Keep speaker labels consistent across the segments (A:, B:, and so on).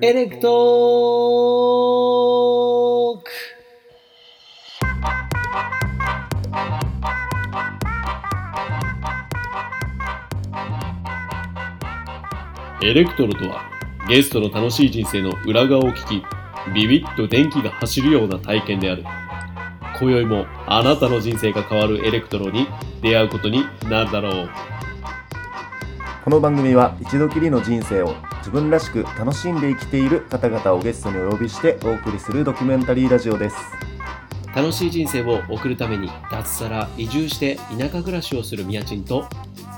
A: エレクトーク
B: エレクトロとはゲストの楽しい人生の裏側を聞きビビッと電気が走るような体験である今宵もあなたの人生が変わるエレクトロに出会うことになるだろう
C: この番組は一度きりの人生を自分らしく楽しんで生きている方々をゲストにお呼びしてお送りするドキュメンタリーラジオです
B: 楽しい人生を送るために脱サラ移住して田舎暮らしをするみやちんと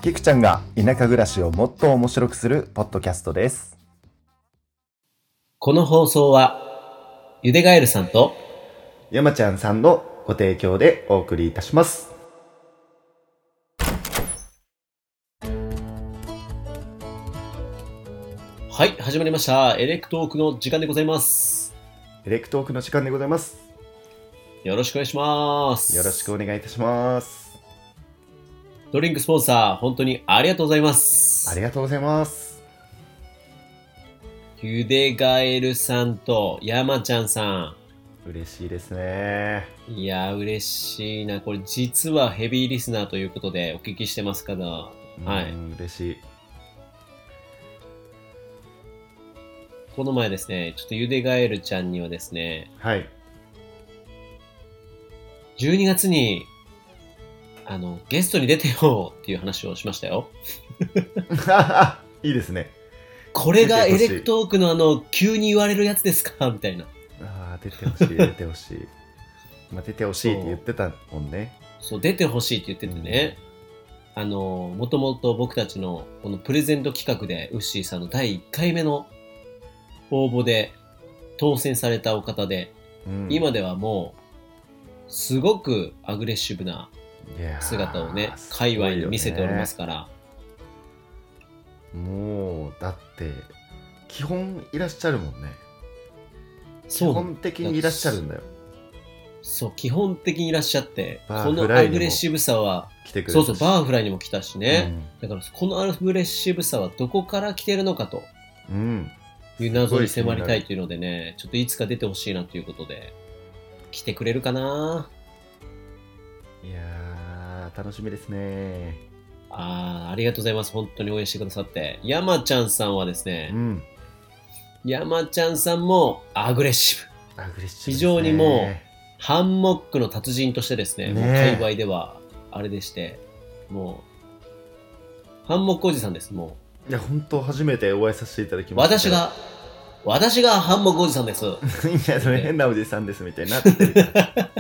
C: キクちゃんが田舎暮らしをもっと面白くするポッドキャストです
B: この放送はゆでがえるさんと
C: 山ちゃんさんのご提供でお送りいたします
B: はい始まりましたエレクトークの時間でございます
C: エレクトークの時間でございます
B: よろしくお願いします
C: よろしくお願いいたします
B: ドリンクスポンサー本当にありがとうございます
C: ありがとうございます
B: ゆでガエルさんと山ちゃんさ
C: 嬉しいですね
B: ん。いやー、嬉しいな。これ実はヘビーリスナーということでお聞きしてますから。はい
C: うん嬉しい
B: この前ですね、ちょっとゆでガエルちゃんにはですね、
C: はい
B: 12月に、あの、ゲストに出てよっていう話をしましたよ。
C: いいですね
B: これが
C: 出て
B: エ
C: ほしい
B: レクトークのあの、急に言われるやつですかみたいな。
C: あー出てほ しい出てほしい、まあ、出てほしいって言ってたもんね
B: そう、出てほしいって言っててね。あの、もともと僕たちのこのプレゼント企画で、ウッシーさんの第1回目の応募で当選されたお方で、
C: うん
B: 今ではもう、すごくアグレッシブない
C: やー
B: 姿をね、
C: すごい
B: 界
C: よね
B: 隈に見せておりますから、
C: もうだって基本いらっしゃるもんね基
B: そうなの
C: 本的にいらっしゃるんだよ
B: そう、基本的にいらっしゃって、こ
C: バー
B: の
C: フライに
B: ア
C: も
B: グレッシブさは、
C: 来てくれ
B: そうそう、
C: ー
B: バーフライにも来たしね、だからこのアグレッシブさはどこから来てるのかと
C: うん、うん
B: いう謎に迫りたい
C: す
B: というのでね、ちょっといつか出てほしいなということで、来てくれるかな
C: ごい気になるいやー楽しみですね
B: あーありがとうございます。本当に応援してくださって。山ちゃんさんはですね
C: う、ん
B: 山ちゃんさんもアグレッシブ。
C: アグレッシブですね
B: 非常にもハンモックの達人としてです
C: ね
B: ね、もう界隈ではあれでして、もう、ハンモックおじさんです、も
C: いや本当初めてお会いさせていただき
B: う。
C: ました
B: 私が、私がハンモックおじさんです。
C: いやそれ変なおじさんですみたいになってるか ら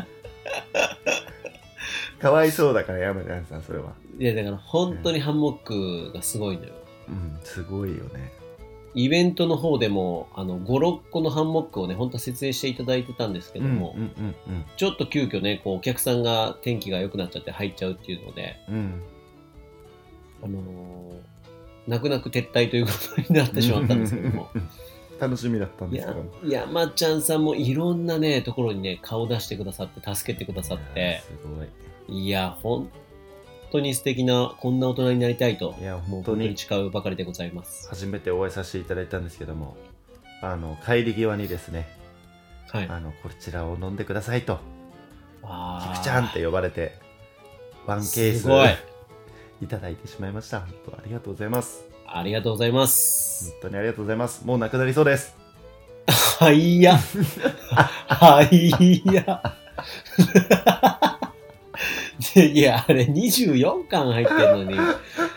C: かわいそうだからやめてさんそれはい
B: や、だから本当にハンモックがすごいのよ。
C: うんすごいよね
B: イベントの方でも、あの、5、6個のハンモックをね、本当は設営していただいてたんですけども、
C: うんうんうん
B: ちょっと急遽ね、こう、お客さんが天気が良くなっちゃって入っちゃうっていうので、
C: うん
B: あのー泣く泣く撤退ということになってしまったんですけども。
C: 楽しみだったん
B: い
C: ですけ
B: や
C: ど
B: 山ちゃんさんもいろんなねところにね顔出してくださって助けてくださっ
C: いや
B: て
C: すごい
B: いや本当に素敵なこんな大人になりたいと
C: いや
B: もう
C: 本当
B: 本当に
C: に
B: 誓うばかりでございます
C: 初めてお会いさせていただいたんですけどもあの帰り際にですね
B: はい
C: あのこちらを飲んでくださいと「
B: あ
C: 菊
B: ー
C: ちゃん」って呼ばれてワンケース
B: すごい
C: いただいてしまいました本当ありがとうございます
B: ありがとうございま
C: 本
B: す
C: 当にありがとうございますもうなくなりそうです
B: はいやはいやでいやあれ24巻入ってるの
C: い
B: に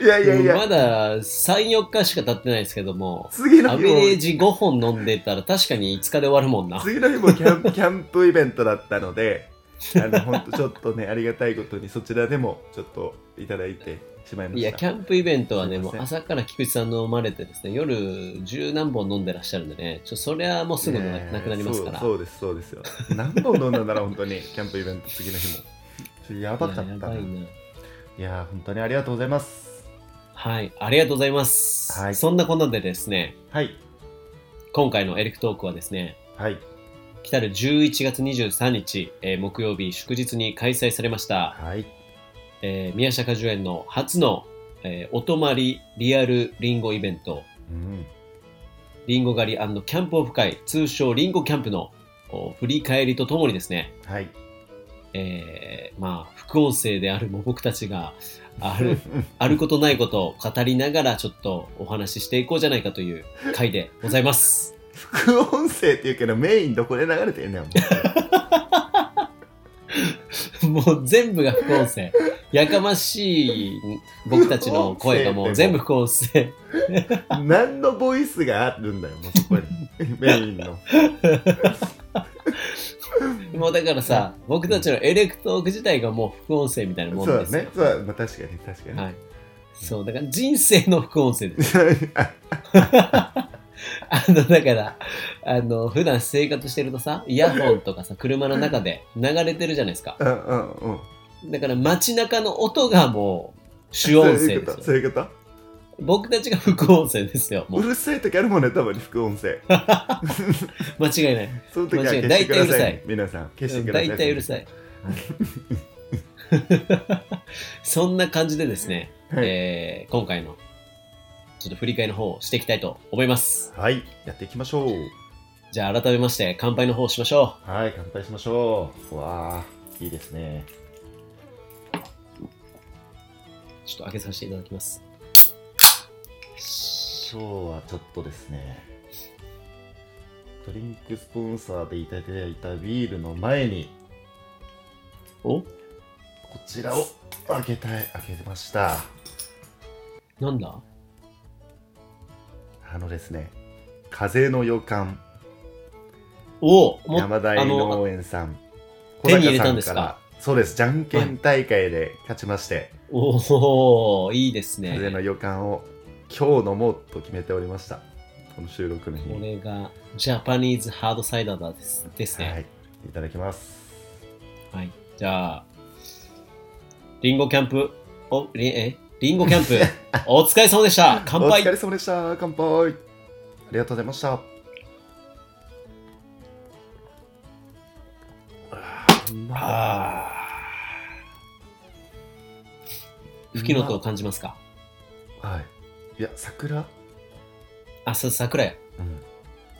C: やいやいや
B: まだ34日しか経ってないですけども
C: 次の
B: ア
C: 日
B: ベレー
C: も
B: ジ5本飲んでたら確かに5日で終わるもんな
C: 次の日もキャン キャンプイベントだったのであの本当ちょっとねありがたいことにそちらでもちょっといただいてしまいま
B: い
C: した
B: や、キャンプイベントはね、
C: すいま
B: もう
C: せん
B: 朝から菊池さんの生まれてですね、夜十何本飲んでらっしゃるんでね、ちょそりゃもうすぐな
C: ねえ
B: なくなりますから。
C: そうそうですそうですよ何本飲んだんだろう本当にキャンプイベント次の日もちょやばかった
B: いや
C: な
B: やば
C: い
B: いな。
C: やー本当にありがとうございます
B: はい、ありがとうございます。
C: はい
B: そんなこんなでですね、
C: はい
B: 今回のエレクトークはですね、
C: はい
B: 来たる11月23日、えー木曜日祝日に開催されました、
C: はい
B: えー宮下果樹園の初の、えーお泊まりリアルリンゴイベント、
C: うん
B: リンゴ狩りキャンプオフ会、通称リンゴキャンプのお振り返りとともにですね、
C: はい。
B: えーまあ、副音声であるも僕たちが、ある、あることないことを語りながらちょっとお話ししていこうじゃないかという回でございます。
C: 副音声っていうけど、メインどこで流れてんねん。も
B: もう全部が副音声。やかましい僕たちの声がもう全部副音声。
C: う 何のボイスがあるんだよ、もうそこ に。メインの。
B: もうだからさ、僕たちのエレクトーク自体がもう副音声みたいなもん
C: そ
B: で
C: う
B: す
C: だ
B: よ
C: ね。そうだ、まあ、確かに、確かに。
B: はい。そう、だから人生の副音声です。
C: あ
B: あの、だから、あの、普段生活してるとさ、イヤホンとかさ、車の中で流れてるじゃないですか。
C: うんうんうん。
B: だから街中の音がもう主音声ですよ。
C: そういうこと
B: 僕たちが副音声ですよ。
C: そういうこと
B: も
C: う
B: う
C: るさい時あるもんね、たまに副音 声。
B: 間違いない。
C: その時は
B: 間違い
C: 消
B: な
C: して
B: い
C: くだ
B: 大体うる
C: さ
B: さ
C: い
B: い。
C: 皆さん、消してください。
B: 大体うるさい。そんな感じでですね、
C: はい
B: えー今回のちょっと振り返りの方をしていきたいと思います。
C: はい、やっていきましょう。
B: じゃあ改めまして乾杯の方をしましょ
C: はい、乾杯しましょう。うわあ、いいですね。
B: う。ちょっと開けさせていただきます。
C: 今日はちょっとですね、ドリンクスポンサーでいただいたビールの前に、
B: お
C: こちらを開けたい、開けました。
B: なんだ
C: あのですね、風の予感、
B: おお
C: 山田
B: あ
C: 井
B: の
C: 農園さん、
B: 手に入れたんで
C: 小高さ
B: すか
C: らそうです、じゃんけん大会で勝ちまして、
B: おおいいです
C: 風の
B: ね。
C: 予感を今日飲もうと決めておりましたこの収録の日
B: こ
C: に
B: れがジャパニーズハードサイダーだですです
C: は
B: ね。
C: いいただきます
B: はい、じゃあ、リンゴキャンプ、おりえリンゴキャン プ、お疲れ様でした。乾
C: お疲
B: 杯
C: れ様でした乾杯ありがとうございましたあーうま
B: あー吹きの音を感じますか
C: はいいや桜、
B: あ、さ桜や。
C: うん、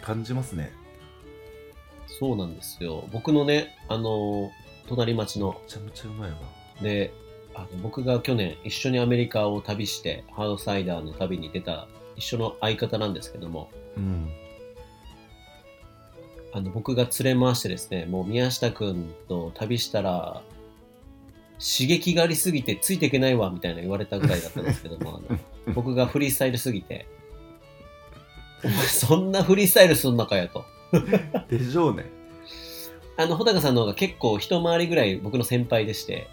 C: 感じますね
B: そうなんですよ。僕のね、あのー、隣町の
C: めちゃめちゃうまいわ
B: であの僕が去年一緒にアメリカを旅してハードサイダーの旅に出た一緒の相方なんですけども
C: うん
B: あの僕が連れ回してですねもう宮下君と旅したら刺激がありすぎてついていけないわみたいな言われたぐらいだったんですけど もあの僕がフリースタイルすぎて お前そんなフリースタイルすんのかよと
C: でしょうね
B: あの穂高さんの方が結構一回りぐらい僕の先輩でして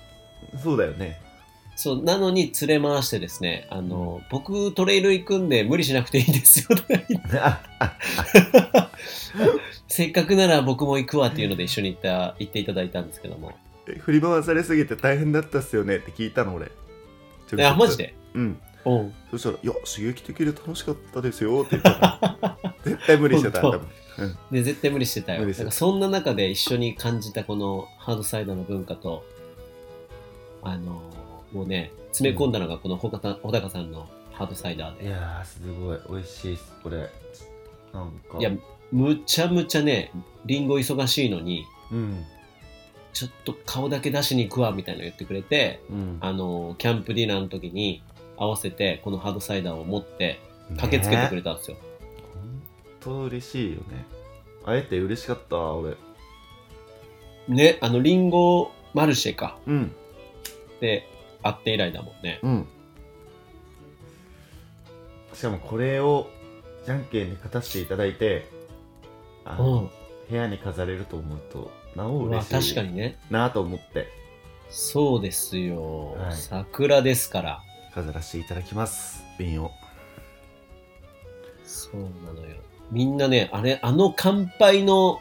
C: そうだよね
B: そう、なのに連れ回してですね、あの、僕トレイル行くんで無理しなくていいですよとか 言って、
C: ああ
B: せっかくなら僕も行くわっていうので一緒に行った、行っていただいたんですけども。
C: 振り回されすぎて大変だったっすよねって聞いたの俺
B: いや、マジで
C: うん
B: うん。
C: そしたら「いや刺激的で楽しかったですよ」って言ってた 絶対無理してた多
B: 本当
C: 分
B: で、絶対無理してたよ。
C: 無理
B: だ
C: し
B: か
C: てた
B: らそんな中で一緒に感じたこのハードサイダーの文化と、あの、もうね、詰め込んだのがこのほかた穂高さんのハードサイダー
C: い
B: で。
C: やーすごい美味しいっすこれなんか
B: いや、むちゃむちゃね、リンゴ忙しいのに、
C: うん
B: ちょっと顔だけ出しに行くわみたいなの言ってくれて、
C: うん
B: あのキャンプディナーの時に合わせてこのハードサイダーを持って駆けつけてく
C: れ
B: れたんですよ、
C: 本当嬉しいよね会えて嬉しかった俺
B: ねあのリンゴマルシェか
C: うん
B: で会って以来だもんね
C: うんしかもこれをじゃんけんに勝たせていただいてあ
B: う
C: の
B: ん
C: 部屋に飾れると思うとなお
B: まあ
C: 嬉
B: 確
C: し
B: か
C: い
B: にね
C: なと思って
B: そうですよ、
C: はい
B: 桜ですから
C: 飾らせていただきます瓶を
B: そうなのよみんなねあれあの乾杯の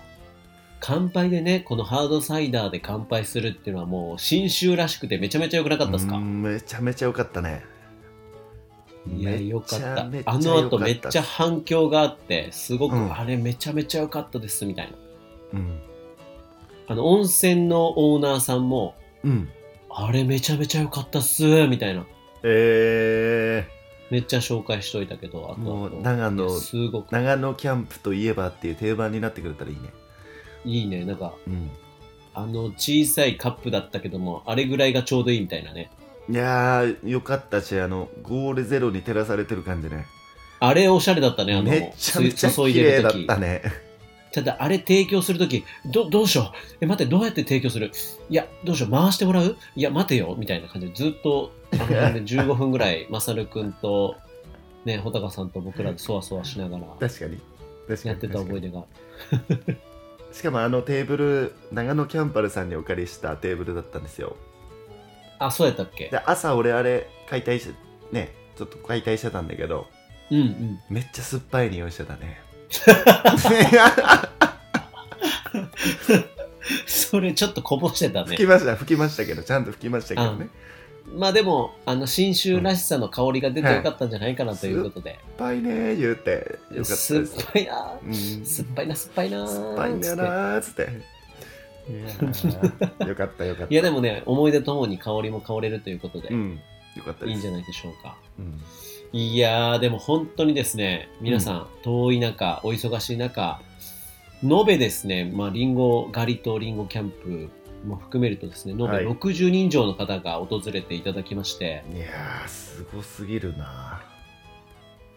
B: 乾杯でねこのハードサイダーで乾杯するっていうのはもう新州らしくてめちゃめちゃ良くなかったですか、
C: うんめちゃめちゃ良かったね
B: いや、よかった
C: めちゃめ。ちゃ
B: あの後めっちゃ
C: 良かた
B: 反響があって、すごく、
C: うん
B: あれめちゃめちゃ良かったです、みたいな。
C: うん、
B: あの、温泉のオーナーさんも、
C: うん、
B: あれめちゃめちゃ良かったっす、みたいな。
C: え
B: めっちゃ紹介しといたけど、あと
C: も
B: は
C: う長野
B: すごく
C: 長野キャンプといえばっていう定番になってくれたらいいね
B: いいね。なんか、
C: うん
B: あの小さいカップだったけども、あれぐらいがちょうどいいみたいなね。
C: いやーよかったしあのゴールゼロに照らされてる感じね
B: あれおしゃれだったね、あの、
C: めっちゃめちゃ
B: つ注
C: 綺
B: いで
C: 麗
B: る
C: だっ
B: 時
C: たね
B: ただ、あれ提供するとき、ど、どうしようえ、待って、どうやって提供するいや、どうしよう回してもらういや、待てよみたいな感じで、ずっと、あの辺で15分ぐらい、まさるくんと、ね、穂高さんと僕らでそわそわしながら、
C: 確かに確かに
B: やってた覚
C: 確
B: え出がある。
C: かにしかもあのテーブル長野キャンパルさんにお借りしたテーブルだったんですよ
B: あ、そうやったっけ
C: で朝俺あれ解体してねちょっと解体してたんだけど
B: うんうん。
C: めっちゃ酸っぱい匂いしてた ね
B: それちょっとこぼしてたね
C: 吹き。ました吹きましたけどちゃんと吹きましたけどね
B: まあでも、あの、新州らしさの香りが出てよかったんじゃないかなということで。
C: 酸っぱいね言うてよかったです
B: 酸っぱいな
C: うん
B: 酸っぱいな、酸っぱいな。
C: 酸っぱいんだよ
B: つって。
C: なーっつっていやーよかったよかった
B: いや、でもね、思い出ともに香りも香れるということで
C: う、んよかった
B: い
C: で
B: いん
C: す
B: じゃないでしょうか。
C: うん
B: いやー、でも本当にですね、皆さん、遠い中、お忙しい中、延べですね、まあ、リンゴ狩りとリンゴキャンプも含めるとですね、延べ
C: はい
B: 60人以上の方が訪れていただきまして、、
C: いやーすごすぎるな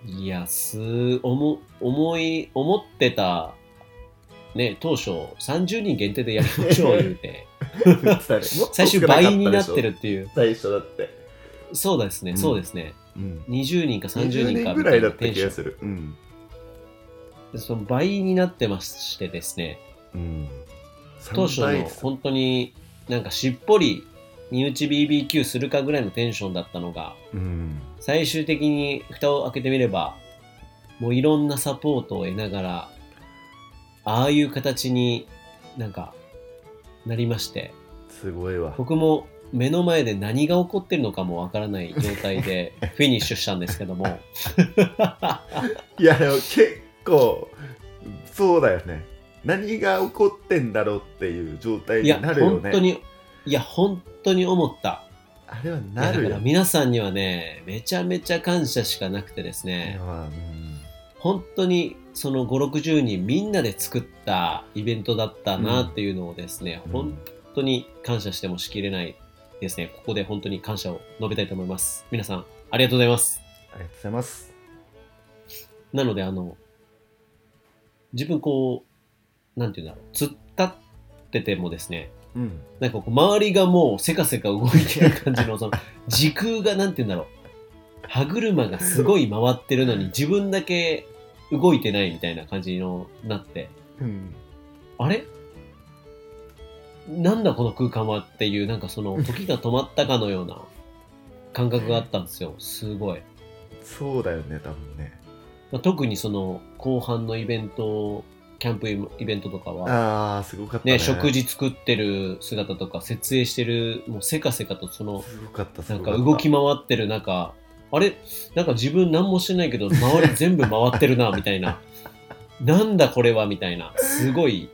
C: い
B: や、す、思、思い、思ってた、ね、当初、30人限定でやりましょう言 うて、 最終倍になってるっていう、
C: 最初だって、
B: そうですね、
C: うん
B: そうですね、
C: うん、
B: 20人か30
C: 20
B: 人
C: 人
B: かみ
C: ぐ
B: た
C: ら
B: い
C: いだ
B: な
C: っ
B: テ
C: た
B: ン
C: 気
B: シ
C: が
B: ョ
C: するうん、
B: ン、その倍になってましてですね、
C: うん、
B: 当初
C: 三
B: の
C: 倍
B: 本当になんかしっぽり身内 BBQ するかぐらいのテンションだったのが
C: うん
B: 最終的に蓋を開けてみればもういろんなサポートを得ながらああいう形になんかなりまして
C: すごいわ
B: 僕も目の前で何が起こってるのかもわからない状態でフィニッシュしたんですけども
C: いやでも結構そうだよね何が起こってんだろうって いう状態
B: い
C: に
B: や
C: なるよ
B: 本
C: ね
B: 当にいや本当に思った
C: あれはい
B: や
C: な
B: だ
C: る
B: か
C: よ
B: ら皆さんにはねめちゃめちゃ感謝しかなくてですね、
C: いやうん
B: 本当にその560人みんなで作ったイベントだったなっていうのをですね、本当に感謝してもしきれないですねここで本当に感謝を述べたいと思います皆さんありがとうございます
C: ありがとうございます
B: なのであの自分こうなんて言うんだろう突っ立っててもですね
C: うん
B: なんかこう周りがもうせかせか動いてる感じのその時空がなんて言うんだろう歯車がすごい回ってるのに自分だけ動いてないみたいな感じのなって
C: うん
B: あれなんだこの空間はっていう、なんかその時が止まったかのような感覚があったんですよ。すごい。
C: そうだよね多分ね
B: まあ、特にその後半のイベント、キャンプイベントとかは、
C: ああすごかったね
B: ね、食事作ってる姿とか、設営してる、もうせかせかとその、
C: すごかったす
B: な
C: ご
B: ん
C: か
B: か
C: った
B: 動き回ってる中、あれなんか自分何もしてないけど、周り全部回っ てるな、みたいな。なんだこれは、みたいな。すごい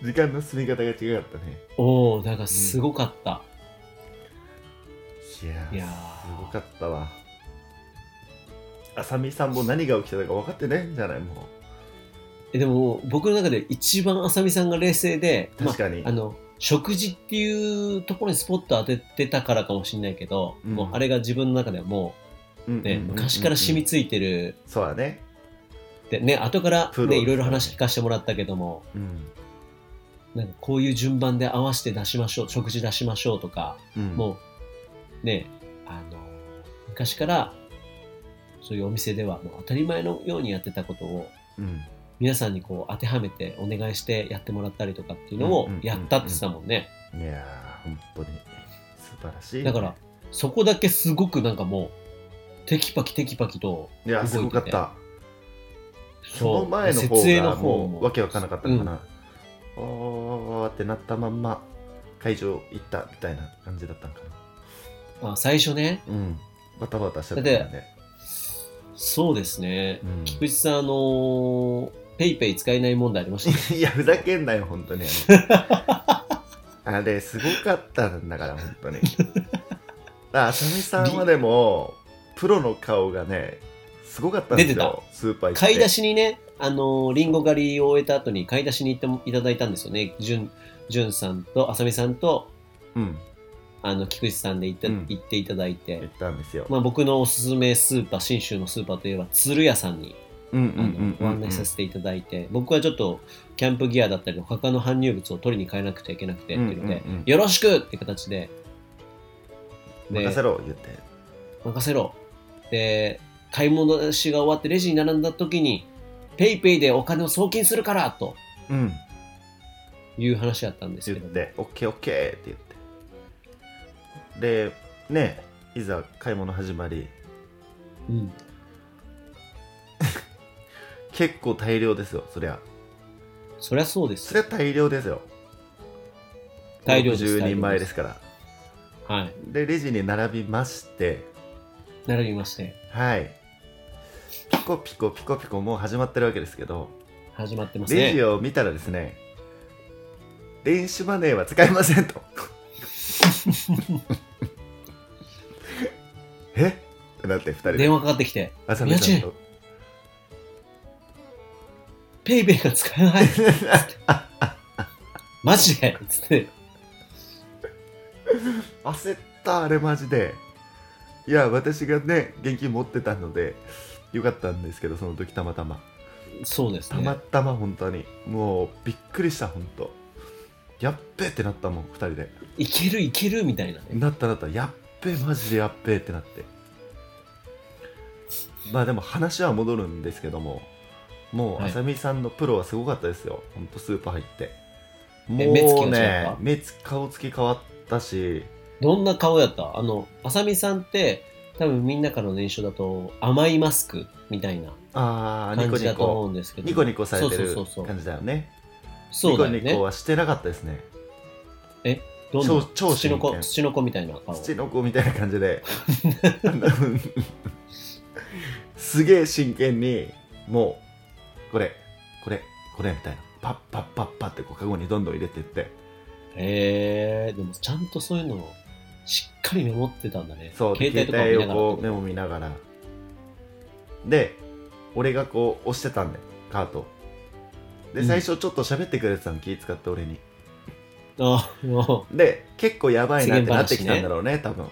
C: 時間の進み方が違かったね
B: おお、だからすごかった。
C: いやー
B: いやー
C: すごかったわあさみさんも何が起きたのか分かってないんじゃないも
B: えでも僕の中で一番浅見さんが冷静で、
C: う
B: まあ
C: 確かに、
B: あの食事っていうところにスポット当ててたからかもしれないけど、
C: うん
B: もうあれが自分の中ではも
C: うんうん
B: う、
C: うん
B: ね
C: うん
B: 昔から染みついてる
C: そうだね
B: でね後から、
C: プロです
B: ね、
C: ね
B: いろいろ話聞かせてもらったけども
C: うん、
B: なんかこういう順番で合わせて出しましょう食事出しましょうとか、
C: うん、
B: もうねあの昔からそういうお店ではもう当たり前のようにやってたことを
C: う、ん、
B: 皆さんにこう当てはめてお願いしてやってもらったりとかっていうの
C: うん
B: を
C: うんうんうん
B: やったって言ってたもんね
C: いやー本当に素晴らしい
B: だからそこだけすごくなんかもうテキパキテキパキと
C: いや
B: 動いてて
C: すごかった
B: そう
C: その前の
B: 設営
C: 方
B: の
C: が
B: 方
C: も
B: も
C: うわけわかんなかったのかな、おーってなったまんま会場行ったみたいな感じだったのか
B: あ最初ね
C: なうんバタバタしちゃったからね
B: そうですね
C: うん
B: 菊池さんあのーペイペイ使えない問題ありました ね
C: いや、ふざけんなよ、本当に。あれ、すごかったんだから、本当に。あ、あさみさんはでも、プロの顔がねすごかったんですよスーパー行って
B: 買い出しにね、あのーリンゴ狩りを終えた後に買い出しに行ってもいただいたんですよね。じゅん、じゅんさんと、あさみさんと、
C: うん
B: あの、菊池さんで行って,、
C: うん
B: 行っていただい、
C: 行ってたんですよ、
B: まあ、僕のおすすめスーパー、信州のスーパーといえば、鶴屋さんに、
C: うん
B: あの、ご案内させていただいて、僕はちょっと、キャンプギアだったり、他の搬入物を取りに帰らなくちゃいけなくて、っていうので、
C: うんうんうん
B: よろしくって形で、で
C: 任せろ言って
B: 任せろ。で、買い物しが終わってレジに並んだ時に、ペイペイでお金を送金するからと
C: うん
B: いう話だったんです
C: 言
B: け
C: っ
B: ど、
C: て「オッケーオッケー」って言ってでねいざ買い物始まり
B: うん、
C: 結構大量ですよそりゃ
B: そりゃそうです
C: そりゃ大量ですよ
B: 大量です
C: 10人
B: 大量
C: 前
B: です
C: ですから
B: はい。
C: でレジに並びまして
B: 並びまして、
C: はいピコピコピコピコもう始まってるわけですけど
B: 始まってます
C: レジ
B: ね。
C: を見たらですね電子マネーは使いません とえってなって2人で
B: 電話かかってきて、
C: 浅見さんと
B: ペイペイが使 えない。マジでつって、
C: 焦ったあれマジでいや私がね現金持ってたのでよかったんですけどその時たまたま
B: そうです
C: たま
B: ね。
C: たま本当にもうびっくりした本当やっべってなったもん2人で
B: いけるいけるみたいなね。
C: なったなったやっべマジでやっべってなってまあでも話は戻るんですけどももう
B: はい
C: 浅見さんのプロはすごかったですよ、ほんとスーパー入って
B: え目つき
C: もう
B: が違う
C: ね
B: か
C: 目つ顔つき変わったし
B: どんな顔やったあの、あさみさんって、多分みんなからの印象だと、甘いマスクみたいな
C: あーニ
B: 感
C: コ
B: じ
C: ニ
B: だと思
C: コ
B: うんですけど。
C: ニコニコされてる
B: そうそうそうそう
C: 感じだよね
B: そうだよ
C: ニコニコ
B: ね。
C: はしてなかったですね
B: どんどん
C: 超超
B: 土の子、
C: 真剣
B: 土の子みたいな顔。
C: 土の子みたいな感じであのすげえ真剣にもうこれこれこれみたいなパッパッパッパッってこうカゴにどんどん入れていって
B: へえ、でもちゃんとそういうのをしっかりメモってたんだね。
C: そう
B: 携
C: で
B: 帯とか
C: 携帯
B: 見なが
C: を
B: ら
C: こうメモ見ながらで俺がこう押してたんだよカートを
B: う
C: で
B: ん
C: 最初ちょっと喋ってくれてたの気使って俺に
B: あも
C: で結構やばいなっ
B: 世
C: て
B: 間話ね
C: なってきたんだろうね多分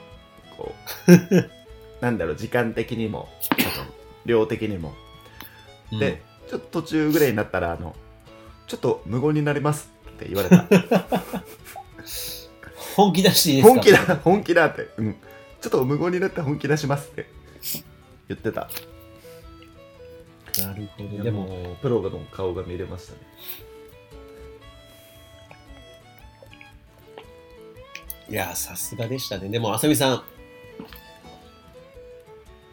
C: こ うなんだろう時間的にも多分量的にも
B: う、
C: で、ちょっと途中ぐらいになったら、あの、ちょっと無言になりますって言われ た。
B: うん本気出していいですか
C: 本気だ、本気だって。うん。ちょっと無言になって本気出しますって言ってた。
B: なるほど。
C: で
B: でも、
C: も、プロの顔が見れましたね。
B: いや、さすがでしたね。でも、あさみさん、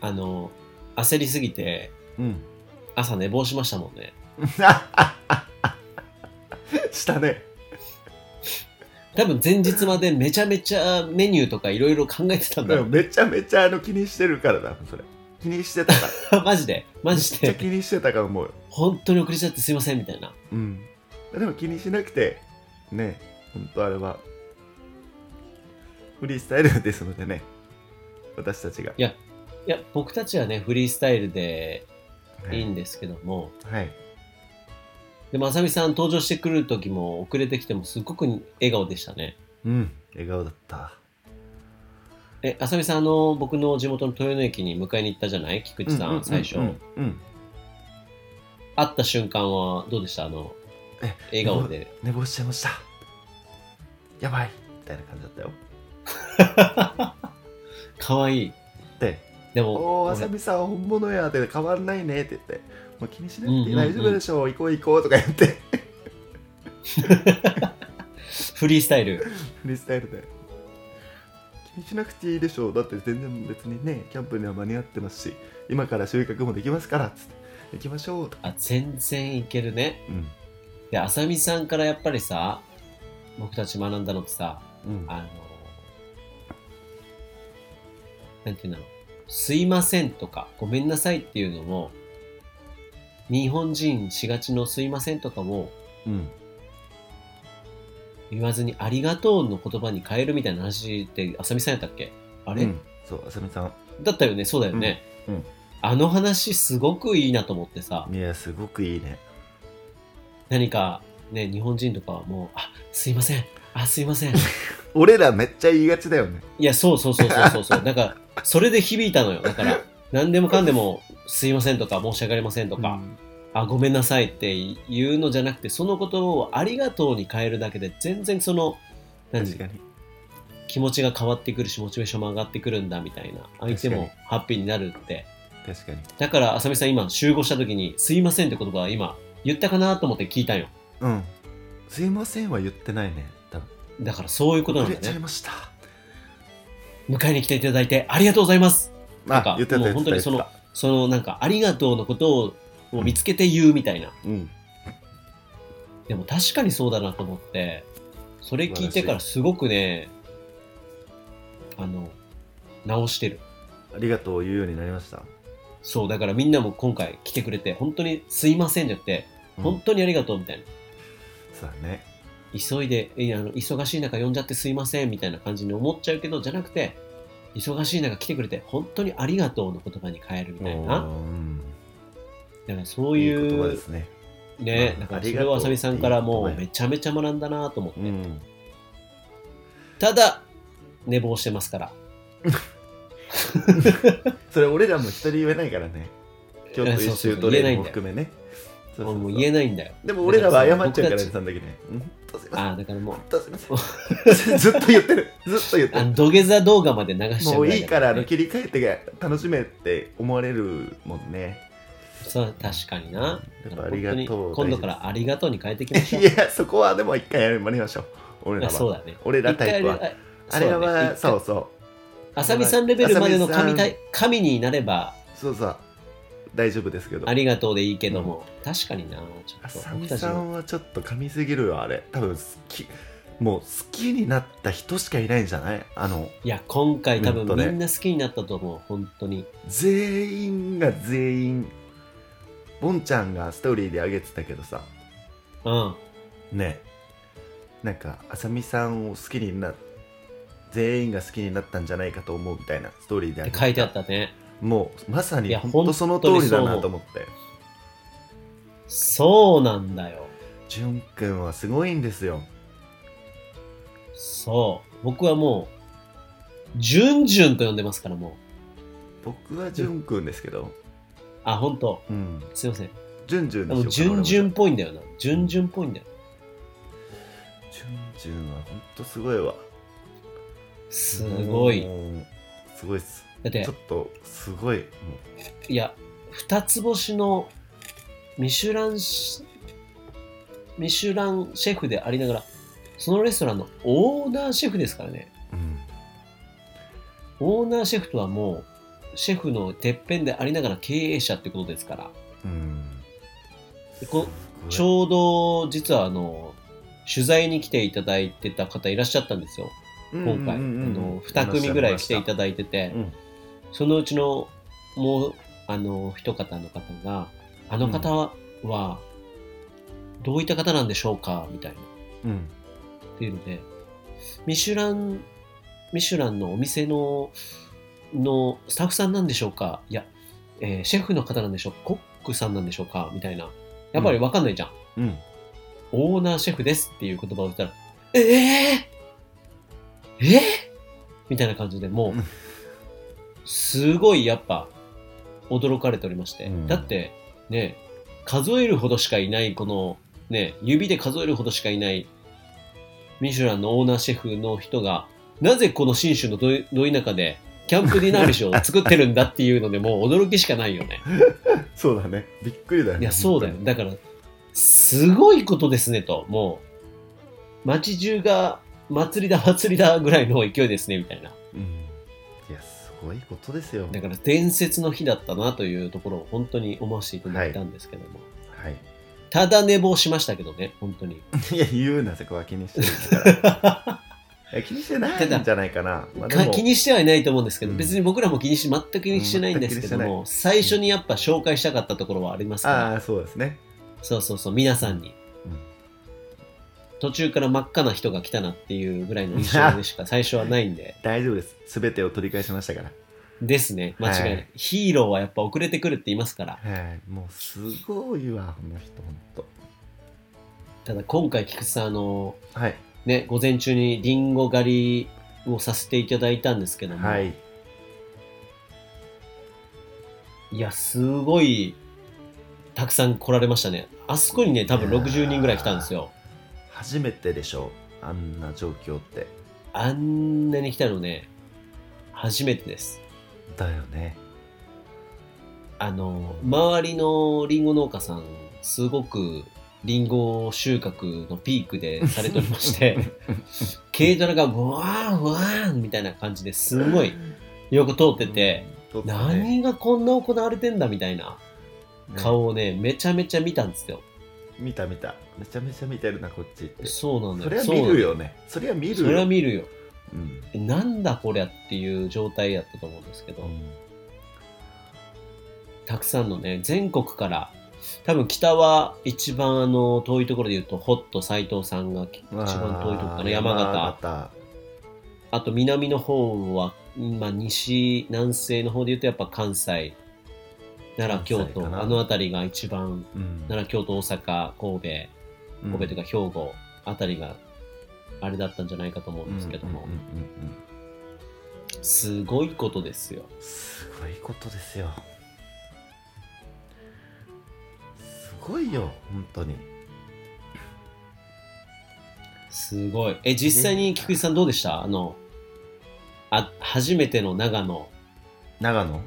B: あの、焦りすぎて、
C: うん。
B: 朝寝坊しましたもんね。
C: したね。
B: 多分前日までめちゃめちゃメニューとかいろいろ考えてたん
C: で
B: だろ
C: も
B: う
C: めちゃめちゃあの気にしてるからだ、それ。気にして たから。
B: マジで、マジ
C: めっちゃ
B: で、
C: 気にしてたから思うよ。
B: 本当に遅れちゃってすいませんみたいな。
C: うん。でも気にしなくて、ね、本当あれは、フリースタイルですのでね、私たちが。
B: いや、僕たちはね、フリースタイルで
C: はい
B: いんですけども、
C: はい。
B: でも、あさみさん登場してくる時も遅れてきてもすっごく笑顔でしたね。
C: うん、笑顔だった。
B: え、あさみさん、あの、僕の地元の豊野駅に迎えに行ったじゃない菊池さん、最初、
C: うん、うん
B: 会った瞬間はどうでしたあの、
C: え
B: 笑顔で。
C: 寝坊しちゃいました。やばいみたいな感じだったよ。
B: かわいい。
C: で、
B: で
C: お
B: も、
C: お、あ
B: 俺
C: さみさん本物やで変わんないねって言って、もう気にしな
B: う
C: く
B: んうんう
C: て
B: ん
C: 大丈夫でしょう、行こう行こうとか言って、
B: フリースタイル。
C: フリースタイルで。気にしなくていいでしょう、だって全然別にね、キャンプには間に合ってますし、今から収穫もできますからっつって、行きましょうとか。
B: あ、全然いけるね。
C: うん。
B: で、あさみさんからやっぱりさ、僕たち学んだのってさ、
C: うん、
B: あの、なんていうの、すいませんとか、ごめんなさいっていうのも、日本人しがちのすいませんとかも
C: うん、
B: 言わずにありがとうの言葉に変えるみたいな話って、あさみさんやったっけあ
C: あ
B: れ、
C: うん、そう、あさみさん、
B: だったよねそうだよね、
C: うんうん
B: あの話すごくいいなと思ってさ
C: いやすごくいいね
B: 何かね日本人とかはもう「あすいませんあすいません」
C: 俺らめっちゃ言いがちだよね
B: いやそうそうそうそうそうそうだからそれで響いたのよだから何でもかんでも「すいません」とか「申し訳ありません」とか、あ「ごめんなさい」って言うのじゃなくてそのことを「ありがとう」に変えるだけで全然その何
C: 確かに
B: 気持ちが変わってくるしモチベーションも上がってくるんだみたいな相手もハッピーになるって
C: 確かに
B: だから浅見さん今集合した時に「すいません」って言葉は今言ったかなと思って聞いたんよ
C: うんすいませんは言ってないね多分
B: だからそういうことなん
C: 売れ
B: だよ
C: ちゃい
B: ね
C: ました
B: 迎えに来ていただいてありがとうございます
C: ま
B: なんか
C: あ言ってた
B: もう
C: 言って
B: 本
C: た
B: 当
C: 言
B: に
C: って
B: その
C: た
B: そのなんか「ありがとう」のことをを見つけて言うみたいな、
C: うん
B: でも確かにそうだなと思ってそれ聞いてからすごくねあの直してる
C: ありがとうを言うようになりました
B: そうだからみんなも今回来てくれて本当に「すいません」じゃなくて
C: うん
B: 本当にありがとうみたいな、
C: そうだね
B: 急いでいやあの忙しい中呼んじゃってすいませんみたいな感じに思っちゃうけどじゃなくて忙しい中来てくれて本当にありがとうの言葉に変えるみたいな
C: うん
B: だからそうい
C: いい言葉で
B: う
C: すね
B: ね
C: うん
B: だか
C: あ
B: らそ
C: りが
B: れ
C: とう
B: をあさみさんからも
C: っ
B: う
C: ていう言葉や
B: めちゃめちゃ学んだなと思って、
C: うん
B: ただ寝坊してますから
C: それ俺らも一人言えないからね京都一周トレーニングも含めねそうそうそう
B: もう言えないんだよ
C: でも俺らは謝っちゃうからねさんだけねうんどうせ
B: ああだからもう
C: どうせますずっと言 ってるずっと言って
B: あ
C: る
B: の土下座動画まで流しちゃ
C: も
B: う
C: う
B: ぐら
C: い
B: い
C: い
B: だ
C: からあの
B: ね
C: 切り替えて楽しめって思われるもんね
B: そう確かにな
C: やっ
B: だ
C: ぱ
B: か
C: あ
B: ら
C: りが
B: 本当
C: とう
B: に今度からありがとうに変えていきましょう
C: いやそこはでも一回やりましょう俺ら
B: あそう
C: は
B: だね
C: 俺らタイプ
B: 一
C: は
B: 回
C: あれは
B: そうだね
C: そうそ
B: あさみさんレベルまでの
C: あさみさ
B: 神
C: ん
B: 対神になれば
C: うそうそう大丈夫ですけど
B: ありがとうでいいけども、確かになちょっと
C: 浅
B: 僕
C: 見
B: たち
C: さ
B: の
C: んはちょっと噛みすぎるよあれ多分好きもう好きになった人しかいないんじゃないあの
B: いや今回多
C: う
B: 分
C: んと
B: み
C: ね
B: んな好きになったと思う本当に
C: 全員が全員ボンちゃんがストーリーで上げてたけどさ
B: うん
C: ねなんかあさみさんを好きにな全員が好きになったんじゃないかと思うみたいなストーリーで
B: っ
C: 上げ
B: て
C: て
B: 書いてあったね
C: もうまさ
B: い
C: に
B: や
C: 本当その通りだなと思って
B: そうなんだよ
C: じゅんくんはすごいんですよ
B: そう僕はもうジュンジュンと呼んでますからも
C: 僕はじゅんくんですけど
B: うあ本当
C: うん
B: すいません
C: じゅんじゅん
B: で
C: にしよう
B: も
C: かな
B: ジュンジュンっぽいんだよなジュンジュンっぽいんだよ
C: ジュンジュンは本当すごいわ。
B: すごい
C: もう。すごいっす。
B: だっ
C: ち
B: て
C: ょっとすごい。も
B: いや二つ星のミシュランしミシュランシェフでありながらそのレストランのオーナーシェフですからね
C: ううん、
B: オーナーシェフとはもうシェフのてっぺんでありながら経営者ってことですから
C: うん。
B: でこち
C: すごい
B: ょうど実はあの取材に来ていただいてた方いらっしゃったんですよ今
C: う
B: 回、
C: んうんうんうん
B: あの2組ぐらい来ていただいてて、
C: うん
B: そのうちのもうあの一方の方が「あの方は,、どういった方なんでしょうか?」みたいな
C: うん。
B: っていうので「ミシュランミシュランのお店ののスタッフさんなんでしょうかいや、えーシェフの方なんでしょうコックさんなんでしょうか?」みたいなやっぱり分かんないじゃん、
C: うん。
B: オーナーシェフですっていう言葉を言ったら、ええええみたいな感じでも
C: うん
B: う、すごいやっぱ、驚かれておりまして。
C: うん
B: だって、ね、数えるほどしかいない、この、ね、指で数えるほどしかいない、ミシュランのオーナーシェフの人が、なぜこの信州のどいど田舎で、キャンプディナー飯を作ってるんだっていうので、もう驚きしかないよね。
C: そうだね。びっくりだよね。
B: いや、そうだよ
C: 本。
B: だから、すごいことですねと、もう、街中が祭りだ、祭りだぐらいの勢いですね、みたいな。
C: 当に。うん。いや、すごいことですよ。
B: だから、伝説の日だったなというところを本当に思わせていただいたんですけども。
C: はい。
B: ただ寝坊しましたけどね、本当に。
C: いや、言うな、そこは気にしてる から。いや気にしてないんじゃないかな。まあで
B: か
C: も
B: 気にしてはいないと思うんですけど、
C: うん
B: 別に僕らも気にし、全く気にしてないんですけど
C: うん全く気
B: も、最初にやっぱ紹介したかったところはありますから、
C: ああ、そうですね。
B: そうそうそう、皆さんに。
C: うん
B: 途中から真っ赤な人が来たなっていうぐらいの印象でしか最初はないんで。
C: 大丈夫です。すべてを取り返しましたから。
B: ですね間違いない、
C: はい
B: ヒーローはやっぱ遅れてくるって言いますから
C: はい、もうすごいわ、この人、ほんと。
B: ただ今回菊池さんあの
C: はい。
B: ね午前中にリンゴ狩りをさせていただいたんですけども、、
C: はいい。
B: やすごいたくさん来られましたねあそこにね多分60人ぐらい来たんですよ
C: 初めてでしょう、あんな状況って。
B: あんなに来たのね初めてです
C: だよね。
B: あの周りのリンゴ農家さんすごくリンゴ収穫のピークでされておりまして 軽トラがゴワーンゴワーンみたいな感じですごいよく通ってて、
C: うん、撮ったね
B: 何がこんな行われてんだみたいな
C: ね
B: 顔をねめちゃめちゃ見たんですよ
C: 見た見た。めちゃめちゃ見てるな、こっちって。そ
B: そうなんだ
C: りゃ
B: そうな
C: 見
B: んだ
C: るよね。そりゃ見るよ。
B: それは見るよ
C: うん。
B: えなんだこりゃっていう状態やったと思うんですけど、
C: うん
B: たくさんのね全国から多分北は一番あの遠いところで言うとホット斎藤さんがき一番遠いところか
C: あ
B: な
C: ー
B: 山形
C: 形
B: あと南の方は、まあ、西南西の方で言うとやっぱ関西奈良京
C: 関西
B: 都
C: かな
B: あの辺りが一番
C: うん
B: 奈良京都大阪神
C: うん
B: 戸神戸というか兵庫辺りがあれだったんじゃないかと思うんですけども、
C: うんうんうんうん
B: すごいことですよ
C: すごいことですよすごいよ本当に
B: すごい。え、実際に菊池さんどうでしたあの、あ、初めての長野、
C: 長野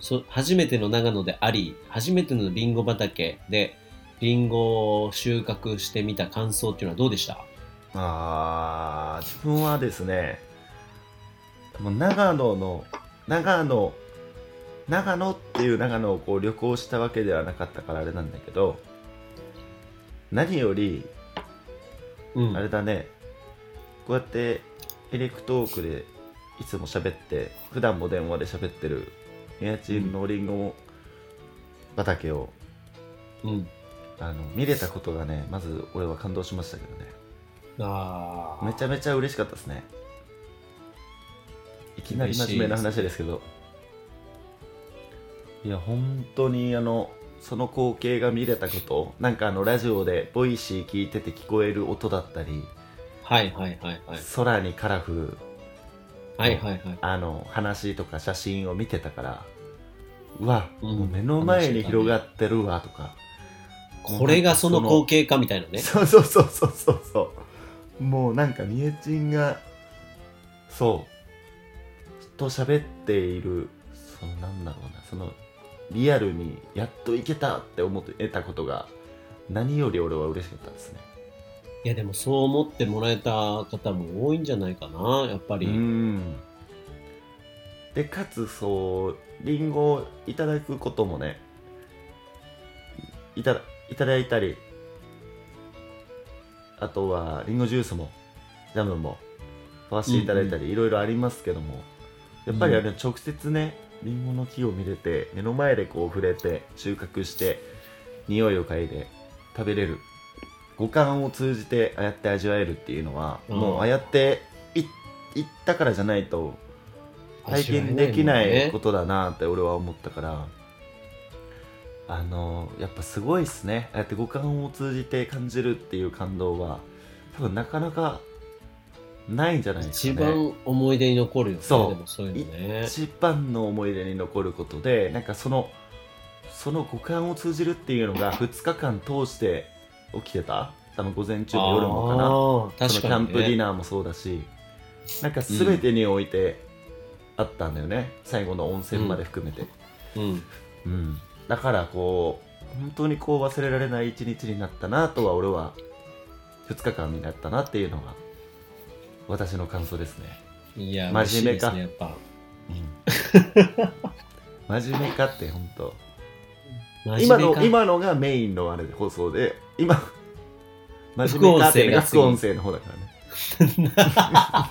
B: そ初めての長野であり、初めてのリンゴ畑で、リンゴを収穫してみた感想っていうのはどうでした
C: あー自分はですねもう長野の長野長野っていう長野をこう旅行したわけではなかったからあれなんだけど何より
B: うん。
C: あれだねこうやってエレクトークでいつも喋って普段も電話で喋ってる宮地のりんご畑を、
B: うん。
C: あの見れたことがねまず俺は感動しましたけどね
B: ああ。
C: めちゃめちゃ嬉しかったですねいきなり真面目な話ですけどいや本当にあのその光景が見れたことなんかあのラジオでボイシー聞いてて聞こえる音だったり、
B: はいはいはいはい。
C: 空にカラフル
B: はいはいはい。
C: あの話とか写真を見てたからうわ、
B: うん
C: もう目の前に広がってるわとか、
B: これがその光景かみたいなね。
C: そうそうそうそうそうそうもうなんかみえちんがそうと喋っているそのなんだろうなそのリアルにやっといけたって思って得たことが何より俺は嬉しかったですね
B: いやでもそう思ってもらえた方も多いんじゃないかな、やっぱり。
C: うんでかつそうりんごをいただくこともねいただいただいたりあとはりんごジュースもジャムも買わせていただいたり、いろいろありますけどもやっぱりあれ直接ねりんごの木を見れて目の前でこう触れて収穫して匂いを嗅いで食べれる五感を通じてああやって味わえるっていうのは、
B: うん
C: もうああやってい行ったからじゃないと体験できないことだなって俺は思ったから、あのやっぱすごいっすねああやって五感を通じて感じるっていう感動は多分なかなかないんじゃないです
B: 一
C: かね
B: 番思い出に残るよね。
C: そう
B: でもそういうのね。
C: 一番の思い出に残ることでなんかそのその五感を通じるっていうのが2日間通して起きてた多分午前中も夜もかな
B: あー
C: その
B: 確
C: キ
B: か
C: ャ
B: に、
C: ン
B: ね、
C: プディナーもそうだし、なんか全てにおいてあったんだよね、最後の温泉まで含めて、
B: うん、
C: うんだからこう本当にこう忘れられない一日になったなとは俺は2日間になったなっていうのが私の感想ですね、
B: いや
C: 真面目か
B: 嬉しいですねやっ
C: 真面目かって本当
B: ぱ
C: 今
B: 真面目
C: の
B: か
C: 今のがメインのあれで放送で今真
B: 副
C: 面目
B: 音
C: かって
B: 声
C: いうの
B: が
C: が
B: つい
C: 副音声の方だからね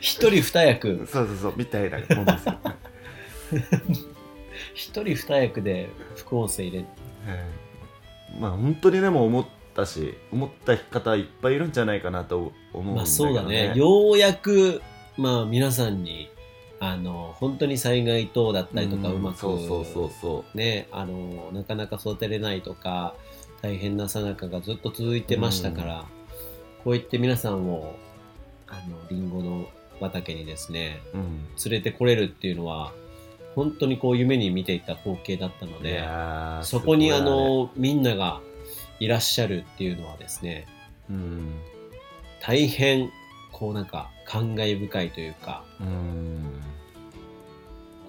B: 一人二役
C: そうそうそうみたいなもんです よ、はい
B: 一人二役で副音声入れ
C: まあ本当にでも思ったし思った方いっぱいいるんじゃないかなと思うんだ
B: まあ
C: けど、
B: そう
C: ね
B: だねようやくまあ皆さんにあの本当に災害等だったりとかうまく、
C: そうそうそうそ
B: ね、あのなかなか育てれないとか大変なさなかがずっと続いてましたから、こういって皆さんをあのリンゴの畑にですね
C: う、うん、
B: 連れてこれるっていうのは本当にこう夢に見ていた光景だったの
C: い
B: で
C: やー
B: そこにあ
C: すごい
B: のみんながいらっしゃるっていうのはですね
C: あれうん
B: 大変こうなんか感慨深いというか
C: うん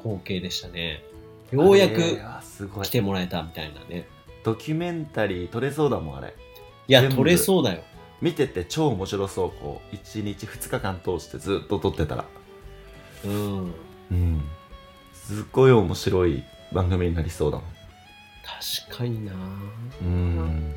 B: 光景でしたねよう
C: あ
B: や
C: れ
B: く
C: はすごい
B: 来てもらえたみたいなね
C: ドキュメンタリー撮れそうだもんあれ
B: いや
C: 全部
B: 取れそうだよ
C: 見てて超面白そうこう1日2日間通してずっと撮ってたら
B: うん
C: うんすっごい面白い番組になりそうだもん
B: 確かにな
C: うん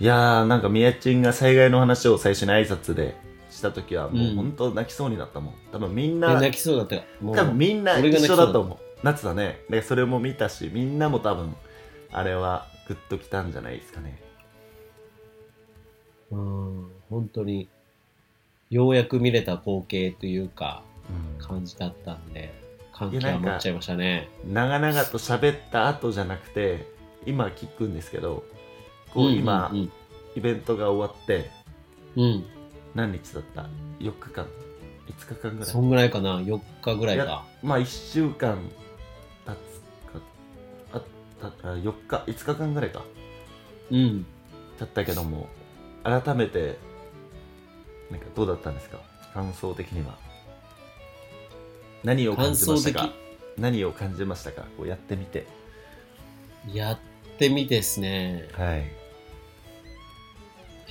C: いやーなんかみやちんが災害の話を最初に挨拶でした時はもううん本当泣きそうになったもん多分みん
B: いや
C: な
B: 泣きそうだったよもう
C: 多分みんな
B: 俺が
C: 一
B: 泣きそ
C: 緒
B: うだ
C: だと思う夏だねでそれも見たしみんなも多分あれはグッときたんじゃないですかね
B: うん本当にようやく見れた光景というか感じだったんで感
C: い
B: 極
C: やなんか
B: まっちゃいましたね
C: 長々と喋った後じゃなくて今聞くんですけどこう
B: うん
C: 今、
B: うん
C: イベントが終わって
B: うん、うん
C: 何日だった4日間5日間ぐら
B: そ
C: い
B: んぐらいかな4日ぐらいか
C: まあ1週間経つかあたあ4日5日間ぐらいか
B: うん
C: 経ったけども改めてなんかどうだったんですか感想的には何を感
B: 感
C: じま
B: 想
C: した
B: 的
C: か何を感じましたかこうやってみて
B: やってみてですね
C: はい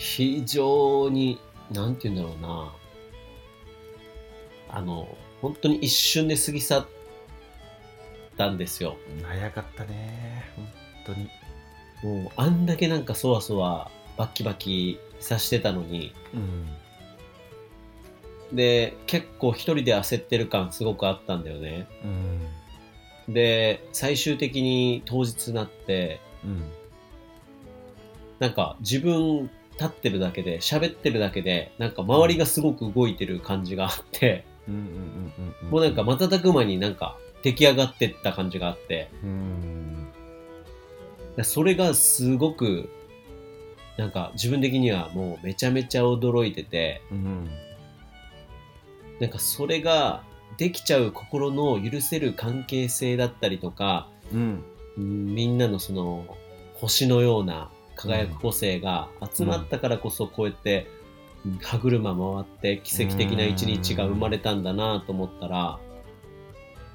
B: 非常になんて言うんだろうなあの本当に一瞬で過ぎ去ったんですよ
C: 早かったね本当に
B: もうあんだけなんかそわそわバキバキさしてたのに
C: うん
B: で結構一人で焦ってる感すごくあったんだよね
C: うん
B: で最終的に当日になって
C: うん
B: なんか自分立ってるだけで喋ってるだけでなんか周りがすごく動いてる感じがあって、
C: うんうんうんうん
B: もうなんか瞬く間になんか出来上がってった感じがあって
C: うん
B: それがすごくなんか自分的にはもうめちゃめちゃ驚いてて
C: うん
B: なんかそれができちゃう心の許せる関係性だったりとか
C: うん
B: うんみんなのその星のような輝く個性が集まったからこそこうやって歯車回って奇跡的な一日が生まれたんだなと思ったら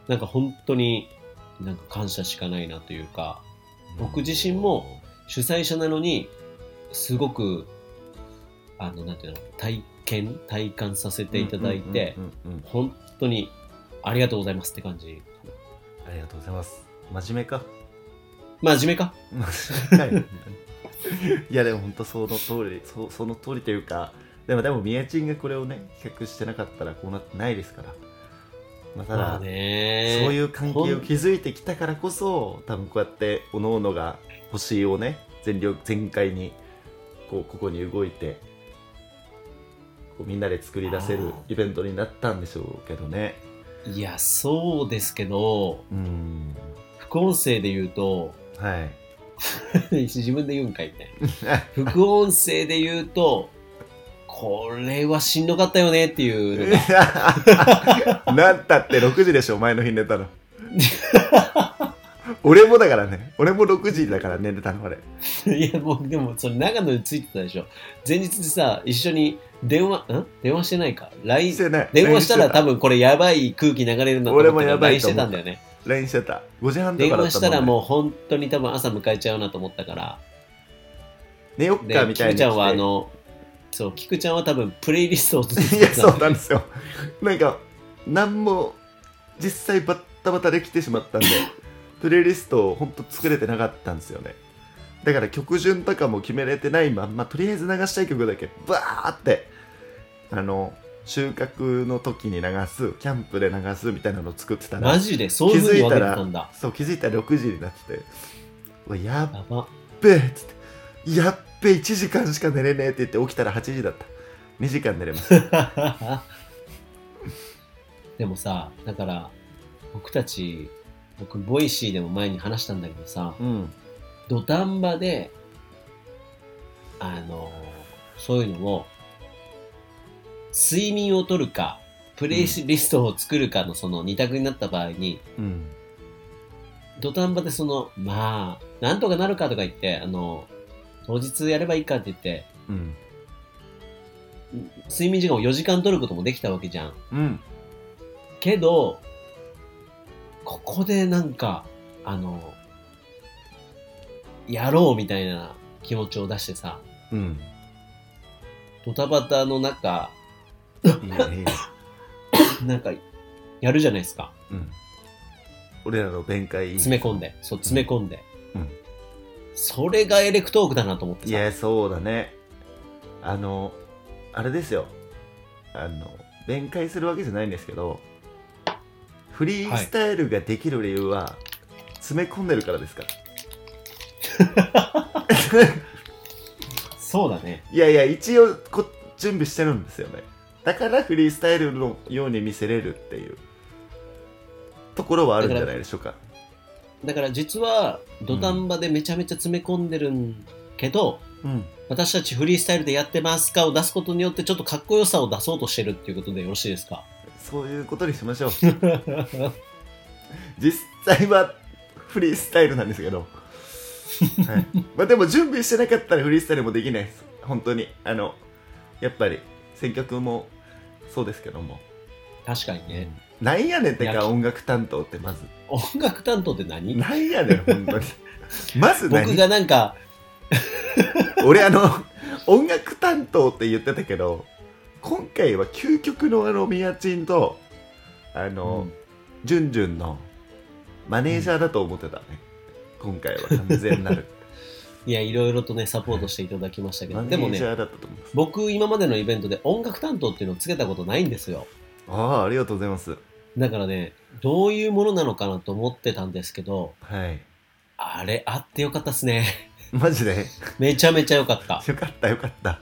B: なんか本当になんか感謝しかないなというか僕自身も主催者なのにすごくあのなんていうの体験体感させていただいて
C: うんうんうんうん
B: 本当にありがとうございますって感じ
C: ありがとうございます真面目か
B: 真面目か
C: 真面目かいいやでも本当その通りそその通りというかでもでもみやちんがこれをね企画してなかったらこうなってないですからまあただ、
B: まあね
C: そういう関係を築いてきたからこそ多分こうやって各々が星をね全力全開にこうここに動いてこうみんなで作り出せる
B: あー
C: イベントになったんでしょうけどね
B: いや、そうですけど、
C: うん
B: 副音声で言うと、
C: はい
B: 自分で言うんかいみたい な。副音声で言うと、これはしんどかったよねっていうのが、
C: なんたって6時でしょ前の日寝たの俺もだからね俺も6時だから寝てたのあれ
B: いや、もう、でも、それ長野についてたでしょ。前日でさ、一緒に電話、ん電話してないか ?LINE
C: し。てない
B: 電話したら多
C: 分
B: 分これやばい空気流れるなと思っ
C: 俺
B: た
C: も
B: から
C: やばい
B: LINE し
C: と
B: て
C: 思った
B: たんだよね。
C: LINE してた5時半とかだったもん
B: 電
C: ね
B: 話したらもう本当に多分朝迎えちゃうなと思ったから。
C: 寝よっ
B: で
C: か、み
B: キ
C: たい
B: ク
C: に
B: ちゃんはあ
C: 来て
B: の、そう、キクちゃんは多分プレイリストをずっと作
C: い
B: って
C: や、
B: た
C: そ
B: んだよ
C: うなんですよ。なんか、何も、実際バッタバタできてしま ったんで、プレイリストを本当作れてなかったんですよね。だから曲順とかも決めれてないまんま、とりあえず流したい曲だけ、バーって、あの、収穫の時に流す、キャンプで流すみたいなのを作ってたら
B: マ、ジでそういうふうに分けてたんだ。
C: そう、気づいたら6時になってて、うわやっ
B: やば。
C: べえっつって、やっべえ、1時間しか寝れねえって言って起きたら8時だった。2時間寝れました。
B: でもさだから僕たち僕ボイシーでも前に話したんだけどさ
C: うん
B: 土壇場であのそういうのを睡眠を取るかプレイリストを作るかのその二択になった場合に、
C: うん
B: 土壇場でそのまあなんとかなるかとか言ってあの当日やればいいかって言って
C: うん
B: 睡眠時間を4時間取ることもできたわけじゃん
C: うん
B: けどここでなんかあのやろうみたいな気持ちを出してさ
C: うん
B: ドタバタの中
C: いいよいいよ
B: なんかやるじゃないですか
C: うん俺らの弁解
B: 詰め込んでそう詰め込んで、
C: うん
B: それがエレクトークだなと思って
C: い
B: さ
C: やそうだねあのあれですよあの弁解するわけじゃないんですけどフリースタイルができる理由は、詰め込んでるからですから
B: そうだね
C: いやいや一応こ準備してるんですよねだからフリースタイルのように見せれるっていうところはあるんじゃないでしょうか
B: だから実は土壇場でめちゃめちゃ詰め込んでるんけど、
C: うん
B: 私たちフリースタイルでやってますかを出すことによってちょっとかっこよさを出そうとしてるっていうことでよろしいですか
C: そういうことにしましょう 実際はフリースタイルなんですけど、はいまあ、でも準備してなかったらフリースタイルもできないです本当にあのやっぱり選曲もそうですけども、
B: 確かにね
C: なんやねんって
B: いや
C: か音楽担当ってまず
B: 音楽担当って何
C: なんやねん本当に まず
B: 僕
C: 何
B: がなんか
C: 俺あの音楽担当って言ってたけど今回は究極のあのミヤチンとあの、ジュンジュンのマネージャーだと思ってたね、今回は完全なる
B: いやいろいろとねサポート していただきましたけ
C: マ
B: ど
C: ネ
B: でも
C: ージ
B: ね
C: ャーだったと思います、
B: 僕今までのイベントで音楽担当っていうのをつけたことないんですよ
C: ああありがとうございます
B: だからねどういうものなのかなと思ってたんですけど
C: はい
B: あれあってよかったっすね
C: マジで
B: めちゃめちゃよかった
C: よかったよかった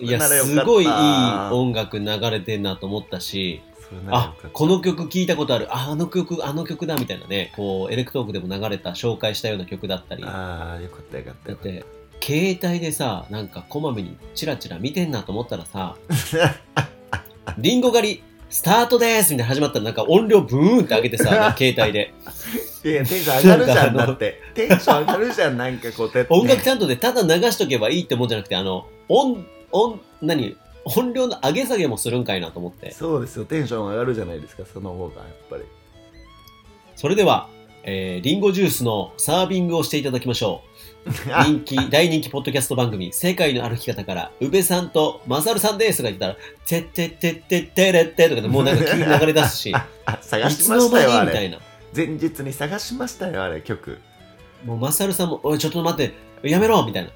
B: いや
C: それならよかっ
B: す
C: た
B: ごいいい音楽流れてんなと思ったし
C: それならよ
B: あ
C: かった
B: この曲聴いたことあるああの曲あの曲だみたいなねこうエレクトークでも流れた紹介したような曲だったりだ
C: ああよかったよかった
B: っ
C: よ かって
B: 携帯でさなんかこまめにチラチラ見てんなと思ったらさ
C: た
B: 「リンゴ狩りスタートです!」みたいな始まったらなんか音量ブーンって上げてさ なんか携帯で
C: いやテンション上がるじゃん
B: なんかあの
C: だってテンション上がるじゃんなんかこうて
B: 音楽担当でただ流しとけばいいってもんじゃなくてあの音音何音量の上げ下げもするんかいなと思って
C: そうですよテンション上がるじゃないですかその方がやっぱり
B: それでは、えーリンゴジュースのサービングをしていただきましょう。
C: あ
B: 人気、大人気ポッドキャスト番組、世界の歩き方から、宇部さんとマサルさんですとか言ったら、てってってってってれってとかでもうなんか急に流れ 出すし、い
C: ああ探し
B: つ
C: ま
B: の
C: した
B: 間
C: よあ
B: にみた
C: れ
B: いな。
C: 前日に探しましたよあれ曲
B: もうマサルさんも、おい、ちょっと待って、やめろみたいな。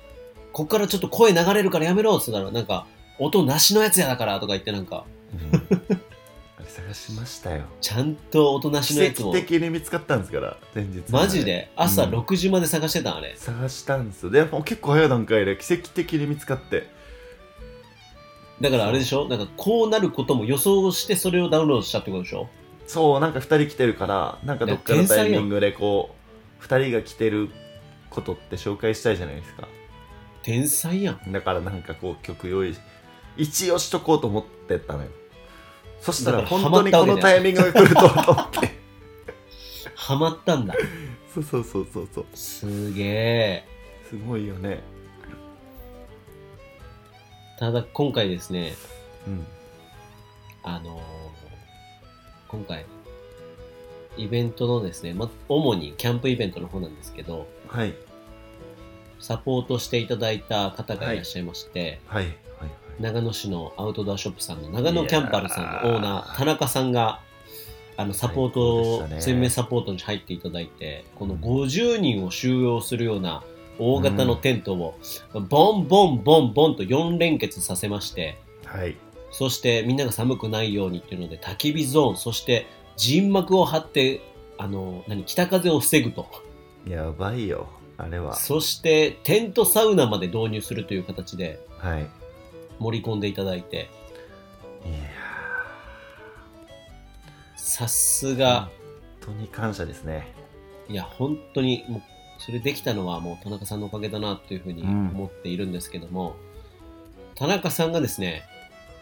B: こっからちょっと声流れるからやめろっつったら、なんか、音なしのやつやだからとか言ってなんか、
C: あれ探しましたよ
B: ちゃんと音なしの
C: 奇
B: やつ
C: 跡
B: を、
C: 的に見つかったんですから前日
B: マジで朝
C: うん
B: 6時まで探してた、あれ。
C: 探したんですよでもう結構早い段階で奇跡的に見つかって
B: だからあれでしょなんかこうなることも予想してそれをダウンロードしたってことでしょ
C: そうなんか2人来てるからなんかどっかの
B: 天才や
C: タイミングでこう2人が来てることって紹介したいじゃないですか
B: 天才やん。
C: だからなんかこう曲用意し一応しとこうと思ってたのよそしたら
B: だから
C: 本
B: ハ
C: 当
B: マっ
C: に
B: た
C: こ
B: わけ
C: の
B: だ
C: タイ
B: よ
C: ミングが来るとは思って
B: ハマったんだ。
C: そうそうそうそうそう
B: すげえ。
C: すごいよね
B: ただ今回ですね、
C: うん
B: あのー今回、イベントのですね、ま、主にキャンプイベントの方なんですけど、
C: はい
B: サポートしていただいた方がいらっしゃいまして、
C: はいはいはい
B: 長野市のアウトドアショップさんの長野キャンパルさんのオーナ
C: いや
B: ー、
C: ー
B: 田中さんが、あの、サポー
C: 最高
B: ト
C: で
B: を、
C: したね
B: 全面サポートに入っていただいて、この50人を収容するような大型のテントを、ボンボンボンボンと4連結させまして、
C: はい
B: そしてみんなが寒くないようにっていうので、焚き火ゾーン、そして人幕を張って、あの、何、北風を防ぐと。
C: やばいよあれは
B: そしてテントサウナまで導入するという形で
C: はいいや
B: 盛り込んでいただいて、さすが、
C: 本当に感謝ですね
B: いや、本当に、もう、それできたのはもう田中さんのおかげだなというふうに
C: うん
B: 思っているんですけども、田中さんがですね、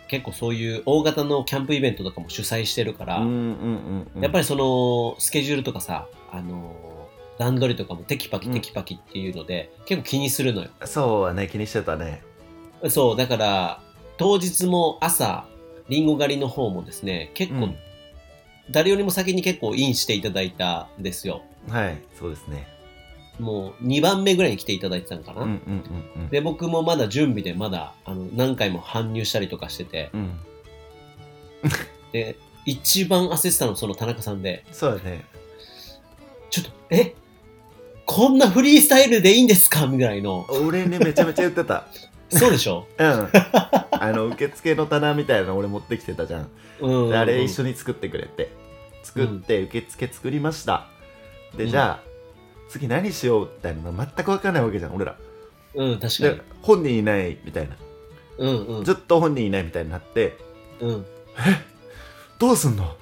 B: 結構そういう大型のキャンプイベントとかも主催してるから、
C: うんうんうん
B: やっ
C: り
B: ぱりそのスケジュールとかさ、あのー段取りとかもテキパキテキパキっていうので、結構気にするのよ。
C: そうはね気にしてたね
B: そう、だから、当日も朝、リンゴ狩りの方もですね、結構、
C: うん
B: 誰よりも先に結構インしていただいたんですよ。
C: はいそうですね
B: もう2番目ぐらいに来ていただいてたのかな。
C: うんうんうんうん
B: で、僕もまだ準備でまだ、あの、何回も搬入したりとかしてて、
C: うん
B: で、一番焦ってたのその田中さんで、
C: そうだね
B: ちょっと、えこんなフリースタイルでいいんですかみたいの。
C: 俺ねめちゃめちゃ言ってた
B: そうで しょ
C: うん あの受付の棚みたいなの俺持ってきてたじゃん
B: う
C: で
B: ん。
C: あれ一緒に作ってくれて作って受付作りました、で
B: うん
C: じゃあ次何しようみたいなの全く分かんないわけじゃん俺ら
B: うん、確か
C: で
B: に。
C: 本人いないみたいな
B: うんうん。
C: ずっと本人いないみたいになって
B: うん。
C: どうすんの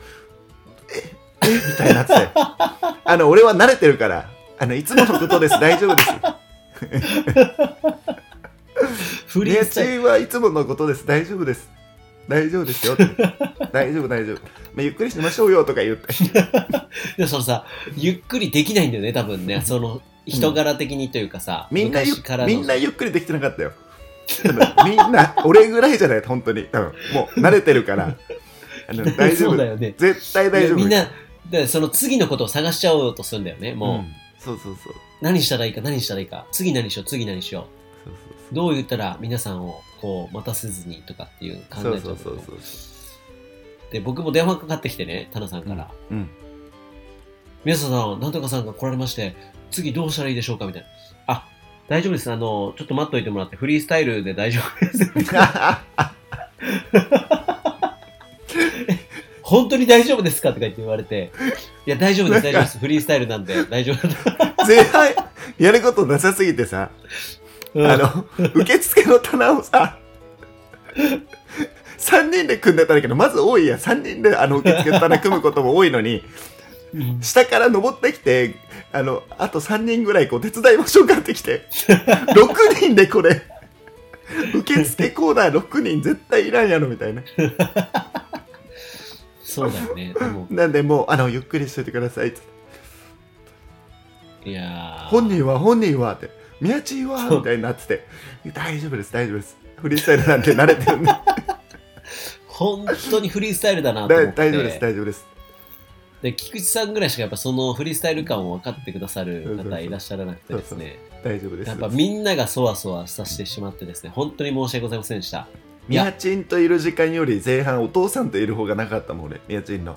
C: ええ みたいになっててあの俺は慣れてるからあのいつものことです大丈 夫です
B: フリー
C: レ
B: ス
C: チ
B: タイル。
C: ンはいつものことです大丈夫です大丈夫ですよって大丈夫大丈夫、まあ、ゆっくりしましょうよとか言 って
B: でもそのさ、ゆっくりできないんだよね、多分ね。その、人柄的にというかさ、
C: みんなゆ
B: 昔からの
C: みんなゆっくりできてなかったよあのみんな俺ぐらいじゃない本当に多分もう慣れてるからあ の大丈
B: そうだ
C: 夫
B: よね。
C: 絶対大丈夫
B: みんな、でその次のことを探しちゃおうとするんだよね。もう、
C: うんそうそうそう
B: 何したらいいか、何したらいいか、次何しよう、次何しよ
C: そう
B: う。どう言ったら皆さんをこう待たせずにとかっていう考えちゃ
C: そううん
B: だ
C: そ
B: よ
C: う
B: ね
C: そうそう
B: で、僕も電話かかってきてね、タナさんから。
C: うん
B: 皆さん、なんとかさんが来られまして、次どうしたらいいでしょうかみたいな。あ、大丈夫です。あの、ちょっと待っといてもらって、フリースタイルで大丈夫 です。本当に大丈夫ですかとか言って言われて、いや、大丈夫です、大丈夫です。フリースタイルなんで、大丈夫だと。
C: 絶対やることなさすぎてさ、
B: うん
C: あの受付の棚をさ3人で組んでたんだけどまず多いやん3人であの受付の棚組むことも多いのに
B: うん
C: 下から登ってきてあのあと3人ぐらいこう手伝いましょうかってきて6人でこれ受付コーナー6人絶対いらんやろみたいな
B: そうだよね。でも、
C: なんでもうあのゆっくりしといてくださいって
B: いやー
C: 本人は本人はって宮地は
B: そう
C: みたいになってて大丈夫です大丈夫ですフリースタイルなんて慣れて るんで
B: 本当にフリースタイルだなと
C: 大
B: 思って。
C: 大丈夫です大丈夫です
B: で菊池さんぐらいしかやっぱそのフリースタイル感を分かってくださる方いらっしゃらなくてですね
C: 大丈夫です
B: やっぱみんながそわそわさせてしまってですね本当に申し訳ございませんでした
C: みやちんといる時間より前半お父さんといる方がなかったもん俺みやちん の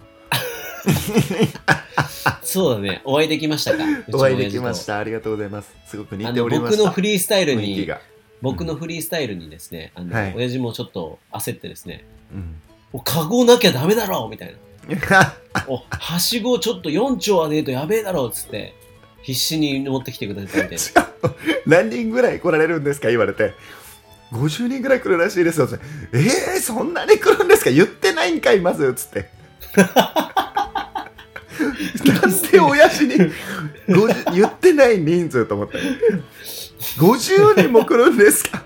B: そうだねお会いできましたか
C: お会いできましたありがとうございますすごく似
B: あ
C: て
B: の
C: おりま
B: 僕
C: した
B: のフリースタイル
C: 雰囲気
B: に
C: が、
B: 僕のフリースタイルにですねあの、
C: はい
B: 親父もちょっと焦ってですね
C: うん、
B: おカゴなきゃダメだろみたいなおはしごちょっと4丁はねえとやべえだろっつって必死に持ってきてくだ さって
C: 何人ぐらい来られるんですか言われて50人ぐらい来るらしいですよつってえー、そんなに来るんですか言ってないんかいまずつってなんで親父に50言ってない人数と思って50人も来るんですか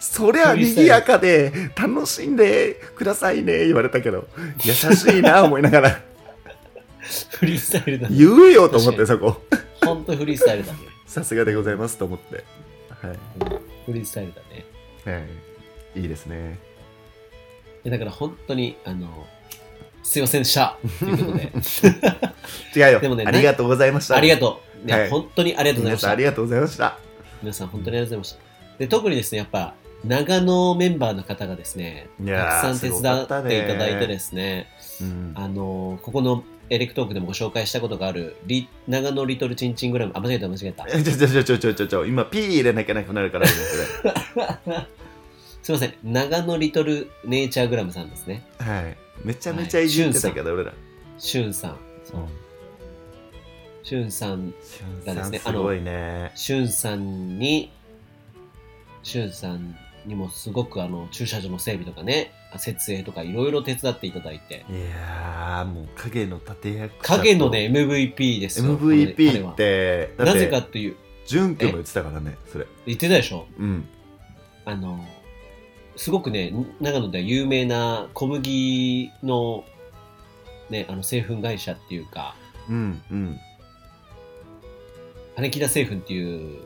C: そりゃ賑やかで楽しんでくださいね言われたけど優しいな思いながら
B: フリースタイルだね
C: 言うよと思ってそこ
B: 本当フリースタイルだね
C: さすがでございますと思って。は
B: フリースタイルだね
C: い。はい。いいですね。
B: いやだから本当にあのすいませんでしたという ことで
C: 違うよ。
B: でもね
C: ありがとうございました。
B: ありが
C: と
B: とう、ね
C: はい
B: 本当にありがとうござ
C: 皆
B: いまし
C: さんあ
B: た
C: りがとうございました。
B: 皆さん本当にありがとうございましたで特にですねやっぱ長野メンバーの方がですね
C: い。
B: たくさん手伝っていただいてですすね
C: うん
B: あのここのエレクトークでもご紹介したことがあるリ長野リトルチンチングラムあ間違えた間違えた
C: えちょちょちょちょちょちょちょ、今、ピー入れなきゃなくなるから、今こ
B: すいません長野リトルネイチャーグラムさんですね
C: れはい。めちゃめちゃいじってたけど、俺ら。
B: しゅんさんそうしゅんさん
C: しゅん
B: がで
C: さ
B: す
C: ん
B: ね
C: すごいね。
B: しゅんさんに、しゅんさんにもすごくあの駐車場の整備とかね、設営とかいろいろ手伝っていただいて、
C: いやーもう影の立役者と
B: 影のね、MVP ですよ。彼は
C: MVP ってだ
B: な
C: っ
B: ぜ
C: て
B: かという、
C: 純君も言ってたからねそれ
B: 言ってたでしょ
C: うん
B: あの、すごくね、長野では有名な小麦の、ね、あの製粉会社っていうか、
C: うんうん
B: 羽木田製粉っていう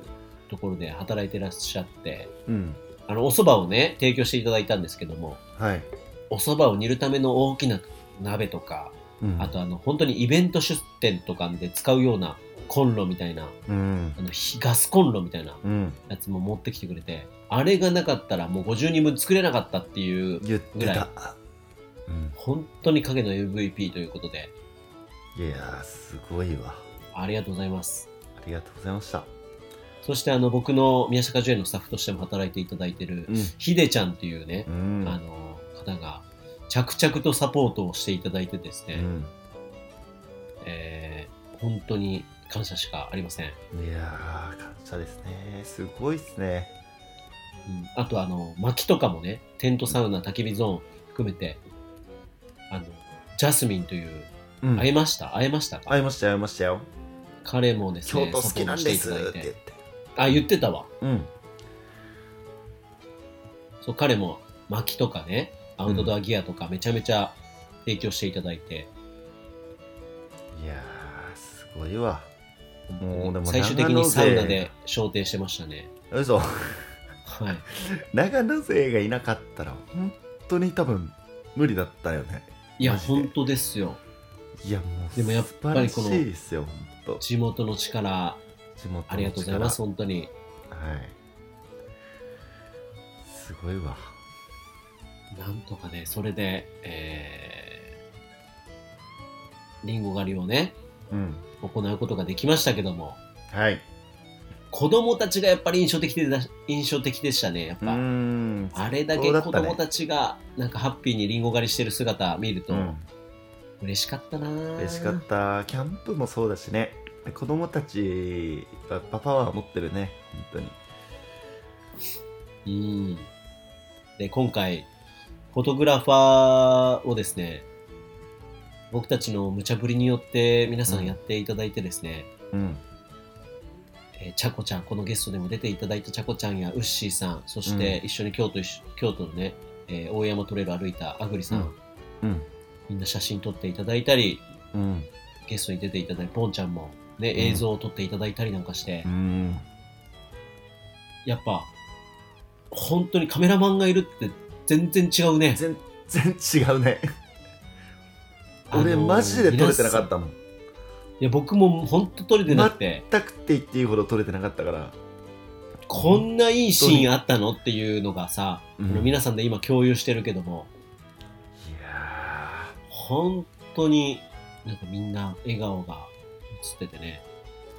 B: ところで働いてらっしゃって、
C: うん
B: あの、お蕎麦をね、提供していただいたんですけども、
C: はい、
B: お蕎麦を煮るための大きな鍋とか、
C: うん、
B: あとあの、本当にイベント出店とかで使うようなコンロみたいな、
C: うん
B: あの、火ガスコンロみたいな
C: うん
B: やつも持ってきてくれて、あれがなかったらもう50人分作れなかったっていう、
C: 言って
B: ぐらい
C: たうん
B: 本当に影の MVP ということで、
C: いやーすごいわ
B: ありがとうございます。
C: ありがとうございました
B: そしてあの僕の宮坂樹園のスタッフとしても働いていただいてるひでちゃんっていうね
C: う、ん
B: あの方が着々とサポートをしていただいてです
C: う
B: ね、
C: ん
B: えー本当に感謝しかありません。
C: いやー感謝ですねすごいっすね
B: うんあとあの薪とかもね、テントサウナ、焚き火ゾーン含めて、あのジャスミンという、
C: うん
B: 会えました会えましたか
C: 会いましたよ会いましたよ
B: 彼もです
C: 京
B: ね、
C: 都好きなんですって言って
B: あ、言ってたわ。
C: うん
B: そう彼も薪とかねアウトドアギアとかめちゃめちゃ提供していただいて、
C: いやーすごいわもうでも
B: 最終的
C: 長
B: に
C: 野勢
B: サウナで招待してましたね
C: 嘘
B: はい
C: 長野勢がいなかったら本当に多分無理だったよね
B: いや
C: マジで
B: 本当ですよ
C: いやもう
B: でもやっぱりこ
C: 素
B: の
C: 晴らしいですよ本当
B: 地元の力
C: 地元の力
B: ありがとうございます本当に
C: はいすごいわ
B: なんとかねそれでえー、リンゴ狩りをね
C: うん
B: 行うことができましたけども
C: はい
B: 子供たちがやっぱり印象的でだ印象的でしたねやっ
C: う
B: ぱ、
C: ーん
B: あれだけ
C: そうだ
B: 子
C: ったね
B: 供たちがなんかハッピーにリンゴ狩りしてる姿見ると
C: うん
B: 嬉しかったなぁ
C: 嬉しかったキャンプもそうだしね子供たちがパパは持ってるね本当に
B: うん。で、今回、フォトグラファーをですね、僕たちの無茶ぶりによって皆さんやっていただいてですね、
C: うん
B: えーちゃこちゃん、このゲストでも出ていただいたちゃこちゃんやウッシーさん、そして
C: う
B: 一緒に京都,、京都のね、えー大山トレイル歩いたあぐりさん、
C: うんうん
B: みんな写真撮っていただいたり、
C: うん
B: ゲストに出ていただいたポンちゃんも、ね、
C: ん
B: 映像を撮っていただいたりなんかして、
C: うん
B: やっぱ、本当にカメラマンがいるって全然違うね。
C: 全然違うね俺
B: あのー
C: マジで撮れてなかったもん
B: いや、僕も本当撮れてなくて、
C: 全くって言っていいほど撮れてなかったから
B: こんないいシーンあったのっていうのがさ、
C: うん
B: あの皆さんで今共有してるけども、
C: いや
B: 本当になんかみんな笑顔が映っててね、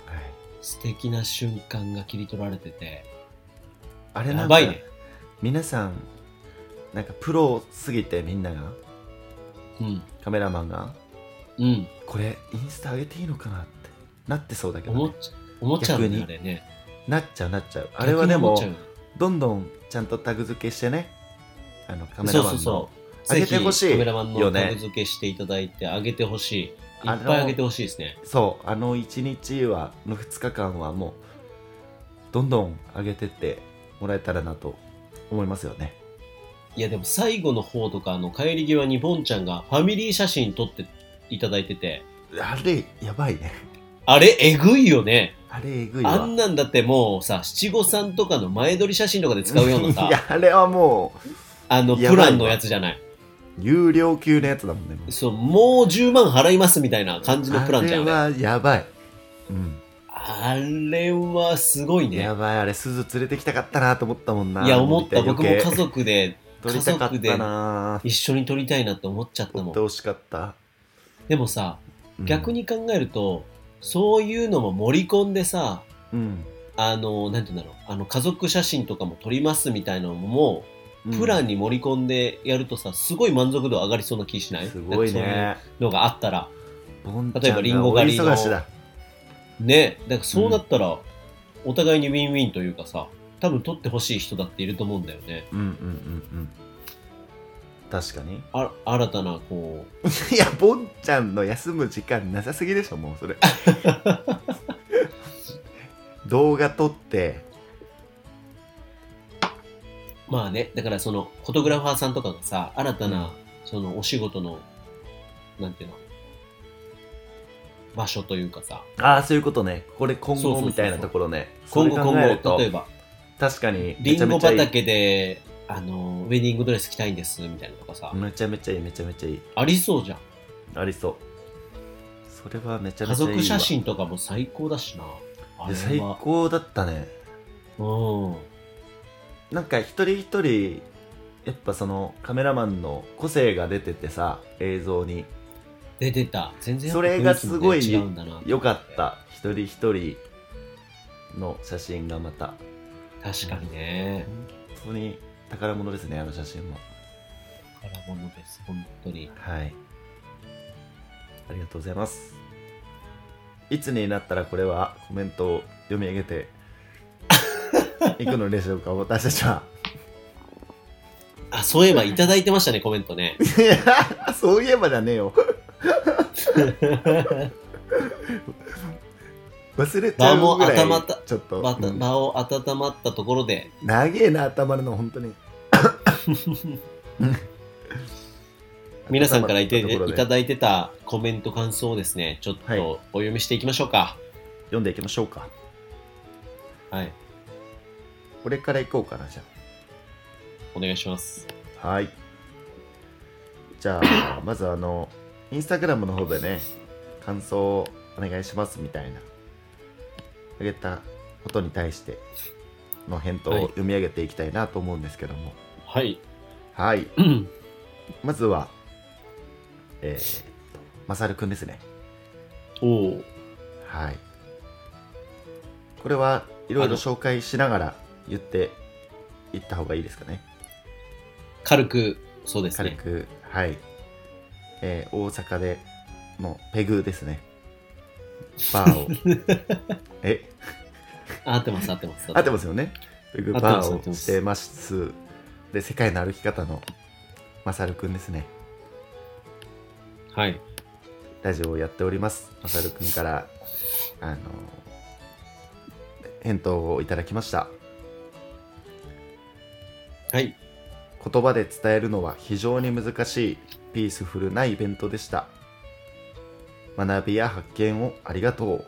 C: ー、はい、
B: 素敵な瞬間が切り取られてて、
C: あれな
B: や
C: んか
B: ばいね。
C: 皆さんなんかプロすぎてみんなが
B: うん、
C: カメラマンが
B: うん、
C: これインスタ上げていいのかなってなってそうだけどね、
B: 思っちゃ思っちゃう
C: 逆
B: ね、
C: に
B: あれね。
C: なっちゃうなっちゃうあれはでも
B: 逆に思っちゃ
C: どんどんちゃんとタグ付けしてねあのカ
B: う
C: メ
B: ねそ
C: ラ
B: う
C: マン
B: そ
C: の
B: うそう。
C: 上げてほしい
B: ぜひカメラマンの
C: よね
B: タグ付けしていただいて、あげてほしい。いっぱ
C: あ
B: い
C: の
B: あげてほしいですね。
C: そうあの1日はの2日間はもうどんどん上げてってもらえたらなと思いますよね
B: いやでも最後の方とかあの帰り際にボンちゃんがファミリー写真撮っていただいてて、
C: あれやばいね
B: あれえぐいよね。
C: あれえぐいわ
B: あんなんだってもうさ、七五三とかの前撮り写真とかで使うようない
C: や
B: さ、
C: あれはもう
B: あのプ
C: やばいわ
B: ランのやつじゃない。
C: 有料級のやつだもんねもう
B: そう、もう10万払いますみたいな感じのプランじゃん。あれ
C: あれはやばいうん、
B: あれはすごいね
C: や。ばいあれ鈴連れてきたかったなと思ったもんない
B: や、思った。僕も家
C: 撮
B: 族で
C: りたかったな
B: 一緒に撮りたいなって思っちゃった
C: 撮
B: も
C: って
B: ん。
C: ほしかった、
B: でもさ、
C: うん
B: 逆に考えると、そういうのも盛り込んでさ、
C: うん、
B: あの、なんて言うんだろう、あの、家族写真とかも撮りますみたいなのも、プラン
C: に
B: に盛り込んでやるとさ、すごい満足度上がりそうな気しない
C: すごい
B: なんか
C: ね
B: そういうのがあったら。
C: ボンちゃんが
B: 例えばリンゴ狩りの
C: 大忙しだ
B: ね、だからそうなったら、お互いにウィンウィンというかさ、多分撮ってほしい人だっていると思うんだよね。
C: うんうんうんうん確かに
B: あ新たなこう
C: いやボンちゃんの休む時間なさすぎでしょもう それ動画撮って
B: まあねだからそのフォトグラファーさんとかがさ新たな、
C: うん
B: そのお仕事のなんていうの場所というかさ
C: ああそういうことねこれ今
B: そう
C: 後
B: そうそう
C: みたいなところね
B: 今後
C: それ
B: 今
C: 考えると
B: 後例えば
C: 確かにめ
B: リ
C: ちゃ
B: ン
C: め
B: ゴ
C: ちゃいい
B: 畑であのウェディングドレス着たいんですみたいなとかさ、
C: めちゃめちゃいいめちゃめちゃいい
B: ありそうじゃん
C: ありそうそれはめちゃ
B: 家
C: めちゃいいわ
B: 族写真とかも最高だしなあ
C: い
B: れ
C: や
B: は
C: 最高だったね
B: うん
C: なんか一人一人やっぱそのカメラマンの個性が出ててさ映像に
B: 出てた全然
C: それが
B: 雰囲気も
C: すごい
B: ね違うんだな
C: 良かった一人一人の写真がまた
B: 確かにね
C: 本当に宝物ですねあの写真も
B: 宝物です本当に
C: はいありがとうございますいつになったらこれはコメントを読み上げて いくのでしょうか私たちは
B: あそういえばいただいてましたねコメントね
C: い やそういえばじゃねえよ 忘れちゃうぐらい
B: 場も頭た
C: ちょっと、
B: また
C: うん
B: 場を温まったところで
C: 長えな頭の本当に
B: 皆さんからいて
C: 頭のとこ
B: い
C: ろ
B: た
C: で
B: だいてたコメント感想をですねちょっ
C: はい
B: とお読みしていきましょうか
C: 読んでいきましょうか
B: はい
C: これから行こうかなじゃ
B: お願いします
C: あはいじゃあ まずあのインスタグラムの方でね感想をお願いしますみたいなあげたことに対しての返答を
B: はい
C: 読み上げていきたいなと思うんですけども
B: はい
C: はい
D: うん
C: まずはえー、まさるくんですね
D: おう
C: はい。これはいろいろ紹介しながら言っていった方がいいですかね。
B: 軽くそうです
C: 軽
B: ね
C: く、はい。えー大阪でのペグですね。バーを。 え、
B: あ合ってます合ってま す
C: 合ってますよね。ペグ
B: 合ってま
C: バ
B: す合っ
C: ー
B: て
C: を
B: ま
C: して
B: す
C: ます。で、世界の歩き方のまさるくんですね。
B: はい
C: ラジオをやっております。まさるくんから、あの、返答をいただきました。
B: はい
C: 言葉で伝えるのは非常に難しいピースフルなイベントでした学びや発見をありがとう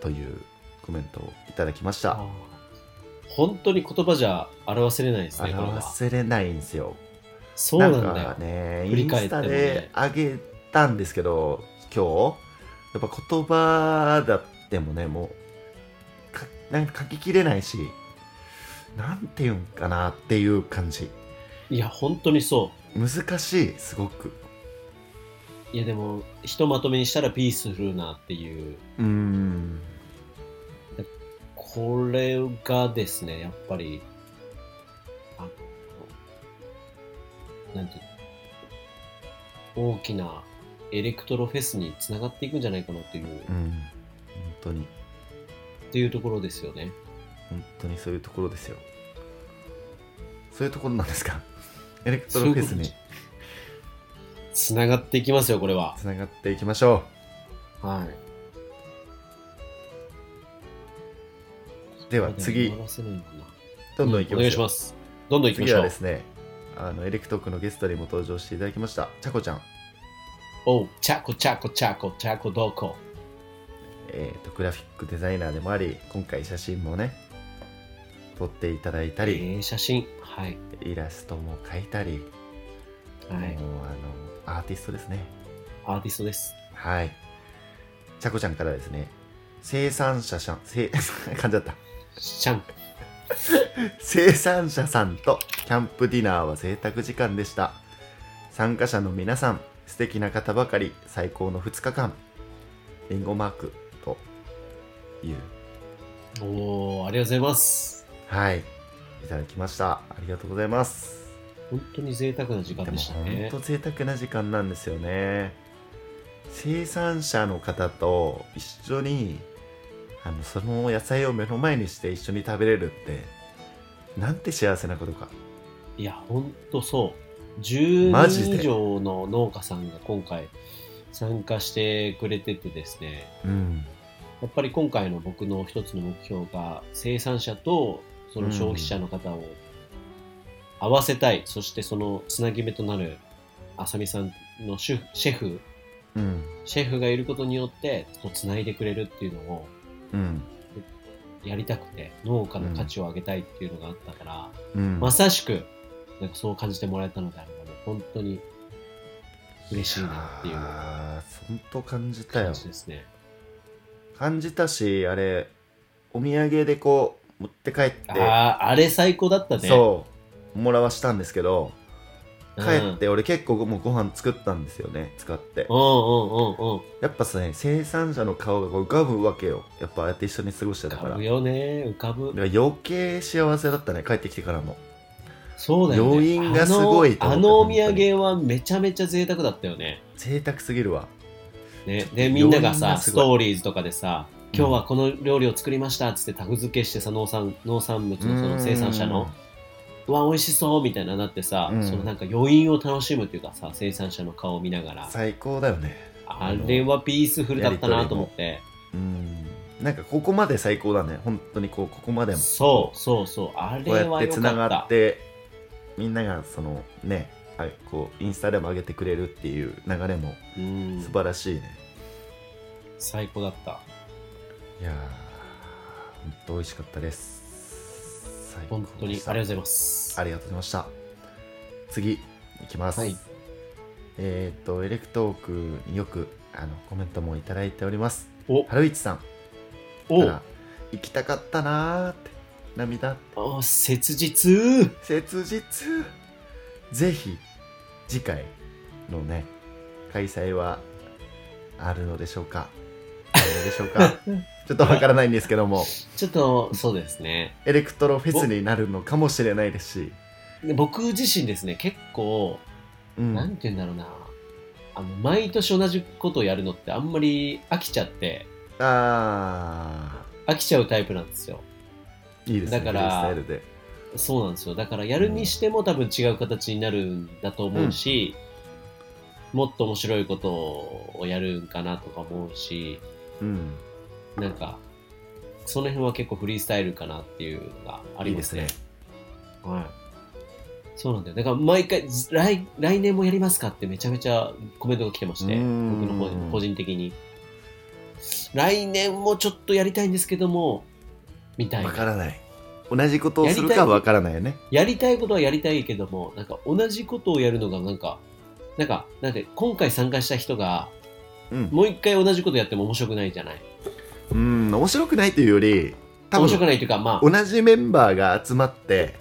C: というコメントをいただきました
B: 本当に言葉じゃ表せれないですねこれは
C: 忘れないんですよ
B: そうなん
C: な
B: だ
C: ん
B: よ
C: かね
B: 振
C: イ
B: り
C: ン
B: 返
C: ス
B: って
C: タ
B: もね
C: であげたんですけど今日やっぱ言葉だってもねもうかなんか書ききれないしなんていうんかなっていう感じ
B: いや本当にそ
C: 難しいすごく
B: ういやでもひとまとめにしたらピースフルなっていう
C: うーん
B: これがですね、やっぱり、あの、なんていうの大きなエレクトロフェスにつながっていくんじゃないかなっていう、っ
C: うん本当に
B: ていうところですよね。
C: 本当にそういうところですよそういうところなんです かエレクト
B: そう
C: ロ
B: いう
C: フ
B: こ
C: ェ
B: と
C: スに
B: つながっていきますよ、これは。
C: つながっていきましょ
B: はい。
C: うでは次
B: まだ終わらせないのかな
C: どんどんいき
B: うお
C: ま
B: 願い
C: し
B: し
C: ょう
B: ます。どんどんいきま
C: 次
B: しょ
C: は
B: う
C: で。すねあのエレクトークのゲストにも登場していただきましたちゃこちゃん、
B: おう、チャコチャコチャコチャコどこ
C: えーとグラフィックデザイナーでもあり今回写真もね撮っていただいた
B: え
C: り、
B: ー、写真。はい。
C: イラストも描いたり、
B: はい。
C: もうあのアーティストですね
B: アーティストです。
C: はい。ちゃこちゃんからですね、生産者さん、生、 噛んじゃった。
B: シャン。
C: 生産者さんとキャンプディナーは贅沢時間でした。参加者の皆さん、素敵な方ばかり、最高の2日間。リンゴマークという、
B: おー、ありがとうございます。
C: はい。いただきました。ありがとうございます。
B: 本当に贅沢な時間
C: で
B: で
C: も
B: した
C: 本
B: ね
C: 当。贅沢な時間なんですよね生産者の方と一緒にあのその野菜を目の前にして一緒に食べれるってなんて幸せなことか
B: いや、ほんとそ10
C: マジ
B: 人
C: で
B: 以上の農家さんが今回参加してくれててですね、
C: うん
B: やっぱり今回の僕の一つの目標が生産者とその消費者の方を合わせたい、そしてそのつなぎ目となる浅見さんのシェフシェフ
C: うん
B: シェフがいることによってこうつないでくれるっていうのを
C: うん
B: やりたくて農家の価値を上げたいっていうのがあったから、
C: うん
B: まさしくなんかそう感じてもらえたのであればもう本当に嬉しいなっていう
C: あー本当感じた
B: 感
C: よ
B: じですね。
C: 感じたしあれお土産でこう持って帰って
B: ああーあれ最高だったね。
C: そうもらわしたんですけど
B: うん
C: 帰って俺結構もうご飯作ったんですよね使って
B: うんうんうんうん。
C: やっぱさね生産者の顔がこう浮かぶわけよやっぱああやって一緒に過ごしてた
B: 浮
C: か
B: からぶよね浮かぶ
C: だから余計幸せだったね帰ってきてからも
B: そうだよね
C: 余韻がすごいと
B: あ
C: 思
B: の
C: った
B: あのお土
C: 本当に
B: 産はめちゃめちゃ贅沢だったよね
C: 贅沢すぎるわ
B: ね
C: ちょっと
B: でみんなが
C: 余韻
B: さ
C: がす
B: ス
C: ごい
B: トーリーズとかでさ今日はこの料理を作りましたっつってタグ付けしてさ農産農産物のその生産者のうわ美味しそうみたいななってさ、
C: うん
B: そのなんか余韻を楽しむっていうかさ生産者の顔を見ながら
C: 最高だよね
B: あれはピースフルだったなと思って
C: うんなんかここまで最高だね本当にこうここまでも
B: そうそうそうあれ
C: こうやっ
B: は
C: て
B: 良
C: つ
B: か
C: な
B: っ
C: が
B: た
C: ってみんながそのねはいこうインスタでも上げてくれるっていう流れも
B: うん
C: 素晴らしいね、
B: 最高だった
C: いやー本当美味しかったです最高
B: 本
C: でした
B: 当にありがとうございます
C: ありがとうございました次いきます、
B: はい
C: えーっとエレクトークによくあのコメントもいただいております
B: お
C: はるいちさん
B: お
C: から行きたかったなーって涙
B: あー切実
C: 切実ぜひ次回のね開催はあるのでしょうかあるのでしょう かちょっとわからないんですけども
B: ちょっとそうですね
C: エレクトロフェスになるのかもしれないですし、
B: で僕自身ですね結構、
C: うん、
B: なんて言うんだろうなあの毎年同じことをやるのってあんまり飽きちゃって
C: あ
B: 飽きちゃうタイプなんですよ
C: ーいいですね
B: だから
C: フリースタイルで
B: そうなんですよだからやるにしても多分違う形になるんだと思うし、もっと面白いことをやるんかなとか思うし
C: うん
B: なんかその辺は結構フリースタイルかなっていうのがありますね
C: いいです
B: はい。そうなんだよ。だから毎回、ず来来年もやりますかってめちゃめちゃコメントが来てまして、
C: うー
B: 僕
C: ん
B: の方でも個人的に。来年もちょっとやりたいんですけども、みたい
C: わか
B: な。
C: らない同じことをするかわからないよね
B: やりたいことはやりたいけども、なんか同じことをやるのがなんか、なんか、なんで今回参加した人が、
C: うん、
B: もう一回同じことやっても面白くないじゃない。
C: うん、面白くないというより多
B: 面白く
C: 分
B: ないというか、まあ、
C: 同じメンバーが集まって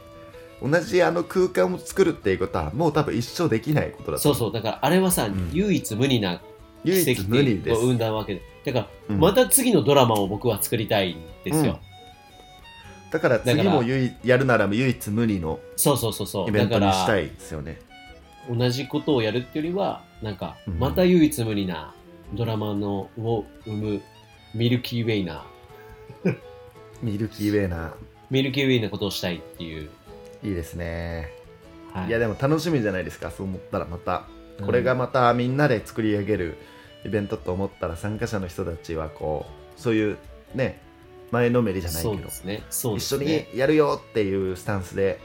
C: 同じあの空間を作るっていうことはもう多分一生できないことだと
B: そう
C: 思
B: そう、だからあれはさ、
C: ん
B: 唯一無二な
C: 唯
B: 奇
C: 一
B: 跡
C: 無二で
B: を
C: す、
B: 生んだわけで。だから、
C: うん
B: また次のドラマを僕は作りたいんですよ。
C: だから次
B: だから
C: も唯一やるなら唯一無二の
B: そうそうそうそう。
C: イベントにした
B: だか
C: いですよね
B: ら、同じことをやるっていうよりは、なんか
C: う、ん
B: また唯一無二なドラマのを生むミルキーウェイな、
C: ミルキーウェイな
B: ミルキーウェイなことをしたいっていう。
C: いいですね、、
B: はいい。
C: やでも楽しみじゃないですかそう思ったらまたこれがまたみんなで作り上げるイベントと思ったら参加者の人たちはこうそういうね前のめりじゃないけ
B: そ
C: ど、
B: うですね。そうで
C: 一緒
B: す
C: に
B: ね。
C: やるよっていうスタンスで、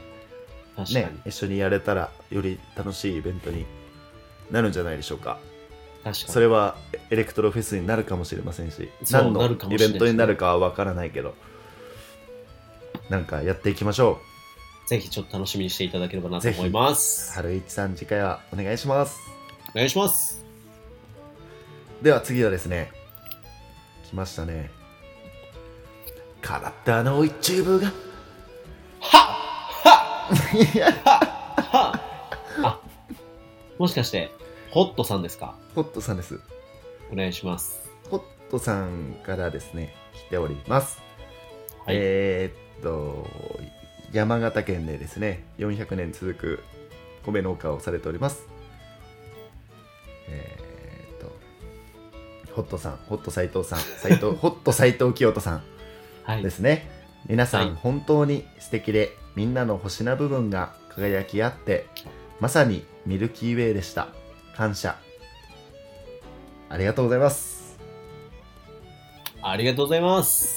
B: 確かに。
C: ね、一緒にやれたらより楽しいイベントになるんじゃないでしょうか
B: 確か
C: そ
B: に。
C: れはエレクトロフェスになるかもしれませんし
B: そう
C: 何の
B: なるかも
C: イ
B: しれな
C: ベ
B: いですね
C: ントになるかは分からないけどなんかやっていきましょ
B: ぜひちょっと楽しみにしていただければなと
C: ぜひ
B: 思いま
C: う
B: す。
C: 春一さん次回はお願いします
B: お願いします。
C: では次はですね来ましたね体の一部が
B: はあ、あもしかして、ホットさんですか
C: ホットさんです
B: お願いします。
C: ホットさんからですね来ております、
B: はい
C: えーっと山形県でですね400年続く米農家をされておりますえーっとホットさんホット斎藤さん斎 藤ホット斎藤清人さん
B: はい
C: で。すね、皆さん、
B: はい
C: 本当に素敵でみんなの星な部分が輝き合ってまさにミルキーウェイでした感謝ありがとうございます
B: ありがとうございます。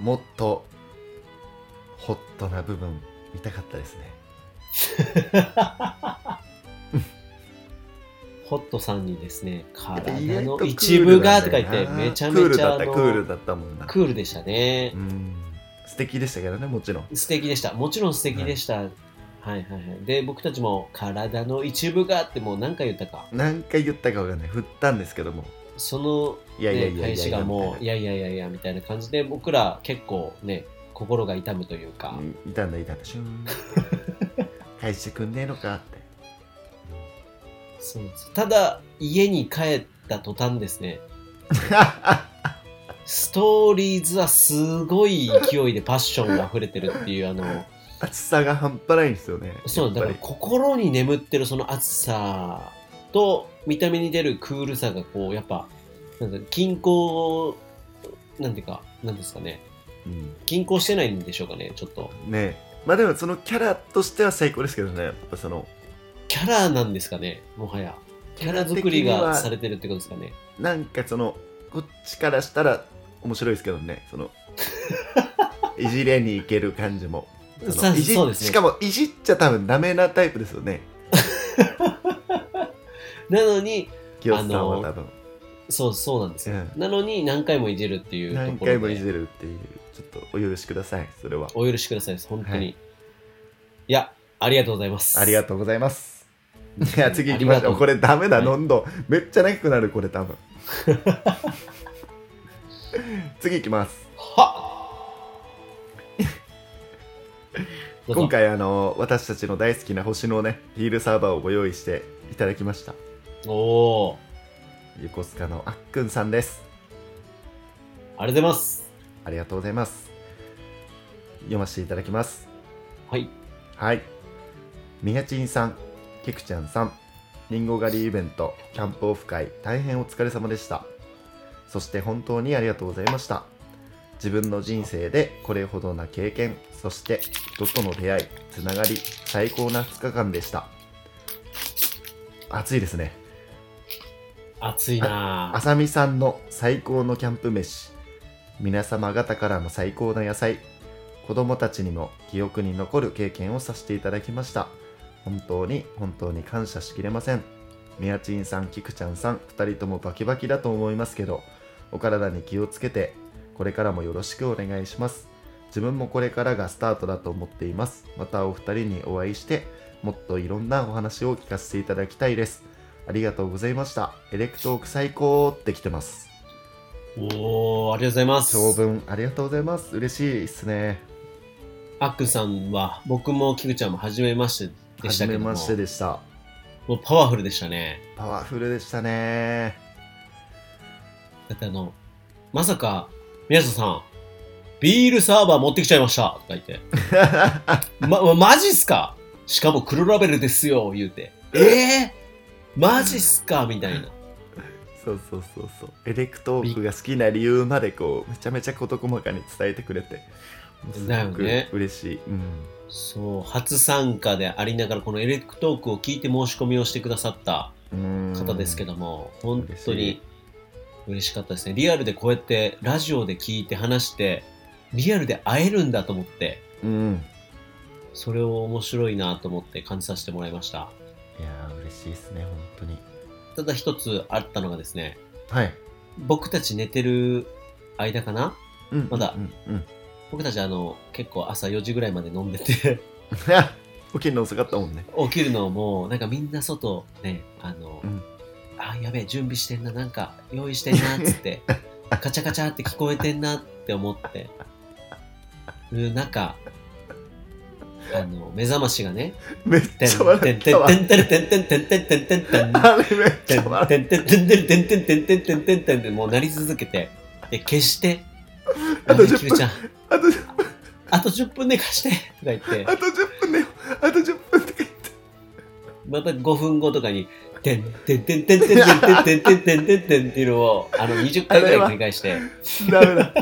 C: もっとホットな部分見たかったですね
B: ホットさんにですね、体
C: 意外と
B: の
C: ク
B: 一
C: ール
B: 部
C: な
B: が
C: ん
B: っ
C: だ
B: て
C: よな
B: 書いて、めちゃ
C: クー
B: め
C: ル
B: ちゃ
C: だ
B: あ
C: った
B: の
C: クールだったもんな
B: クールでしたね
C: う。ん素敵でしたけどねもちろん
B: 素敵でした。もちろん素敵でした。はい、はいはいはいで、僕たちも体の一部がってもう何回言ったか。
C: 何回言ったかわかんない振ったんですけども
B: その
C: いやいや
B: ね
C: いやい
B: 返
C: や
B: し
C: いや
B: がもう、い
C: み
B: やいやいやいやみたいな感じで、僕ら結構ね、心が痛むという
C: たい
B: か
C: な、うんいたんだいたんだシューン返してくんねえのかって
B: そうですただ、家に帰った途端ですね、ストーリーズはすごい勢いでパッションが溢れてるっていう、あの、
C: 厚さが半端ないんですよね
B: そうだ
C: やっぱ
B: から
C: り
B: 心に眠ってるその暑さと見た目に出るクールさがこうやっぱなんか均衡なんていうかなんですかね
C: うん
B: 均衡してないんでしょうかねちょっと
C: ねえまあでもそのキャラとしては最高ですけどねやっぱその
B: キャラなんですかねもはやキャラ作り
C: キャラ的には
B: がされてるってことですかね
C: なんかそのこっちからしたら面白いですけどねそ のいじれにいける感じもの
B: さ
C: いじ
B: そうですね
C: しかもいじっちゃ多分ダメなタイプですよね
B: なのに
C: 清津さんは多分、
B: そうそうなんですよ、
C: う
B: なのに何回もいじるっていうところ
C: 何
B: で
C: 回もいじれるっていうちょっとお許しくださいそれは
B: お許しくださいです本当に、
C: はい
B: い、やありがとうございます
C: ありがとうござい ますじゃあ次行きましょ
B: ありがと
C: う
B: う
C: これダメだ、
B: はい
C: どんどんめっちゃ長くなるこれ多 分次行きます
B: は っどうぞ
C: 今回あの私たちの大好きな星のねヒールサーバーをご用意していただきました
B: おお
C: 横須賀のあっくんさんです
B: ありがとうございます
C: ありがとうございます読ませていただきます
B: はい
C: はいみやちんさんけくちゃんさんりんご狩りイベントキャンプオフ会大変お疲れ様でしたそして本当にありがとうございました自分の人生でこれほどな経験そして人との出会いつながり最高な2日間でした暑いですね
B: 暑いな
C: あ
B: あ
C: さみさんの最高のキャンプ飯皆様方からの最高な野菜子供たちにも記憶に残る経験をさせていただきました本当に本当に感謝しきれませんみやちんさんきくちゃんさん2人ともバキバキだと思いますけどお体に気をつけてこれからもよろしくお願いします自分もこれからがスタートだと思っていますまたお二人にお会いしてもっといろんなお話を聞かせていただきたいですありがとうございました。エレクトーク最高って来てます。
B: おおありがとうございます
C: 長文ありがとうございます。嬉しいですね。
B: あっくんさんは僕も菊ちゃんも初めましてでし
C: 初
B: たけ
C: め
B: ども
C: ましてでした。
B: もうパワフルでしたね
C: パワフルでしたね。
B: だってあのまさか宮下さんビールサーバー持ってきちゃいましたとか言って「ま、まマジっすかしかも黒ラベルですよ」言うて「えー、マジっすか?」みたいな
C: そうそうそうそう。エレクトークが好きな理由までこうめちゃめちゃ事細かに伝えてくれて、す
B: だよ
C: ごく
B: ね
C: 嬉しい。うん。
B: そう初参加でありながらこのエレクトークを聞いて申し込みをしてくださった
C: うん
B: 方ですけども、
C: ん
B: 本当に嬉しかったですねリアルでこうやってラジオで聞いて話してリアルで会えるんだと思って
C: うん。
B: それを面白いなと思って感じさせてもらいました
C: いやー嬉しいですね本当に。
B: ただ一つあったのがですね
C: はい。
B: 僕たち寝てる間かな
C: うん
B: まだ
C: うんうん。
B: 僕たちあの結構朝4時ぐらいまで飲んでて
C: 起きるの遅かったもんね。
B: 起きるのもなんかみんな外ねあの、
C: うん
B: あやべえ準備してんななんか用意してんなっつってカチャカチャって聞こえてんなって思ってる中あの目覚ましがね
C: めっ
B: 「てん
C: ちゃ笑
B: て
C: っ
B: んて
C: た
B: ん
C: わ
B: て。んてんてんてんてんてんてんてんてん」
C: あれめっちゃ笑った。
B: てんてんてんてんてんてんてんてんてんてんてんってもうなり続けてで消して「
C: あ
B: あ
C: と
B: と
C: 10分
B: 10分ちゃん
C: あと
B: あと10分で貸して」とか言って
C: あと10分だよあと10分とか言って
B: また5分後とかに「てんてんてんてんてんてんてんてんてんてんてんてん」っていうのをあの20回ぐらい繰り返して
C: ダメだ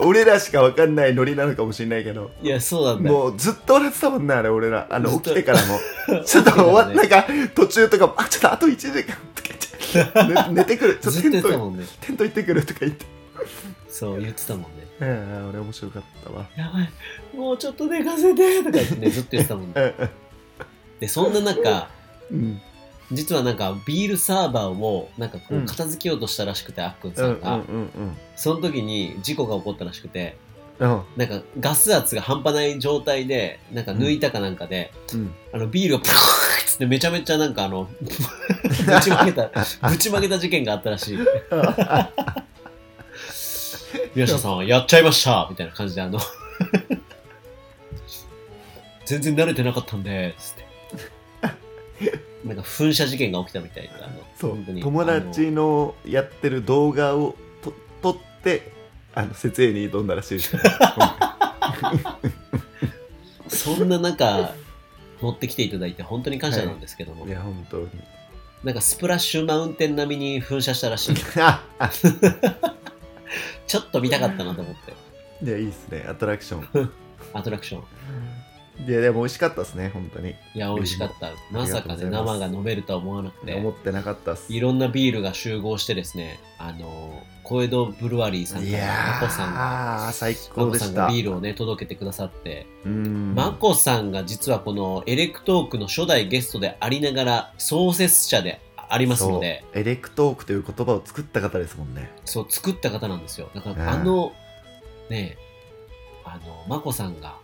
C: 俺らしか分かんないノリなのかもしれないけど
B: いや、そうなんだよ。
C: もうずっと笑ってたもんなあれ俺らあの
B: ずっ
C: 起
B: と
C: きてからもちょっと終わっなんか途中とかもあちょっとあと1時間とか言って寝寝てくるちょっ
B: ず
C: と
B: っと
C: テン
B: やってた
C: ト
B: もんね。
C: テント行ってくるとか言って
B: そう、言ってたもんね。
C: うんうん俺面白かったわ
B: やばい、もうちょっと寝かせてとか言ってね、ずっと言ってたも んね。で、そんな中、
C: うん
B: 実はなんかビールサーバーをなんかこ
C: う
B: うん片付けようとしたらしくて、あっく
C: う
B: ん
C: ん
B: さ
C: うん
B: んが、
C: うん
B: その時に事故が起こったらしくて、
C: うんうん
B: なんかガス圧が半端ない状態で、なんか抜いたかなんかで、
C: うん
B: あのビールがプーッつってめちゃめちゃなんかあの、ぶちま けた、ぶちまけた事件があったらしい。宮下さんはやっちゃいましたみたいな感じであの全然慣れてなかったんでつってなんか噴射事件が起きたみたいなあの
C: そう
B: 本当に
C: 友達のやってる動画をと撮ってあの設営に挑んだらしいですから
B: あのそんな中持ってきていただいて本当に感謝なんですけども、
C: いや本当に
B: なんかスプラッシュマウンテン並みに噴射した らしいちょっと見たかったなと思って
C: いやいいっすねアトラクション
B: アトラクション
C: いやでも美味しかったですね本当に
B: いや美味しかったまさかね
C: ありがとうござ
B: 生
C: います
B: が飲めるとは思わなくて
C: 思ってなかったっす
B: いろんなビールが集合してですね、あの、小江戸ブルワリーさん
C: い
B: から
C: や
B: マコさんが、
C: ー最
B: マ
C: 高
B: コ
C: で
B: さ
C: し
B: んが
C: た
B: ビールをね、届けてくださって、
C: うん
B: マコさんが実はこのエレクトークの初代ゲストでありながら、創設者でありますので、
C: そうエレクトークという言葉を作った方ですもんね
B: そう、作った方なんですよ。だか
C: うん
B: ら、あの、ね、あの、マコさんが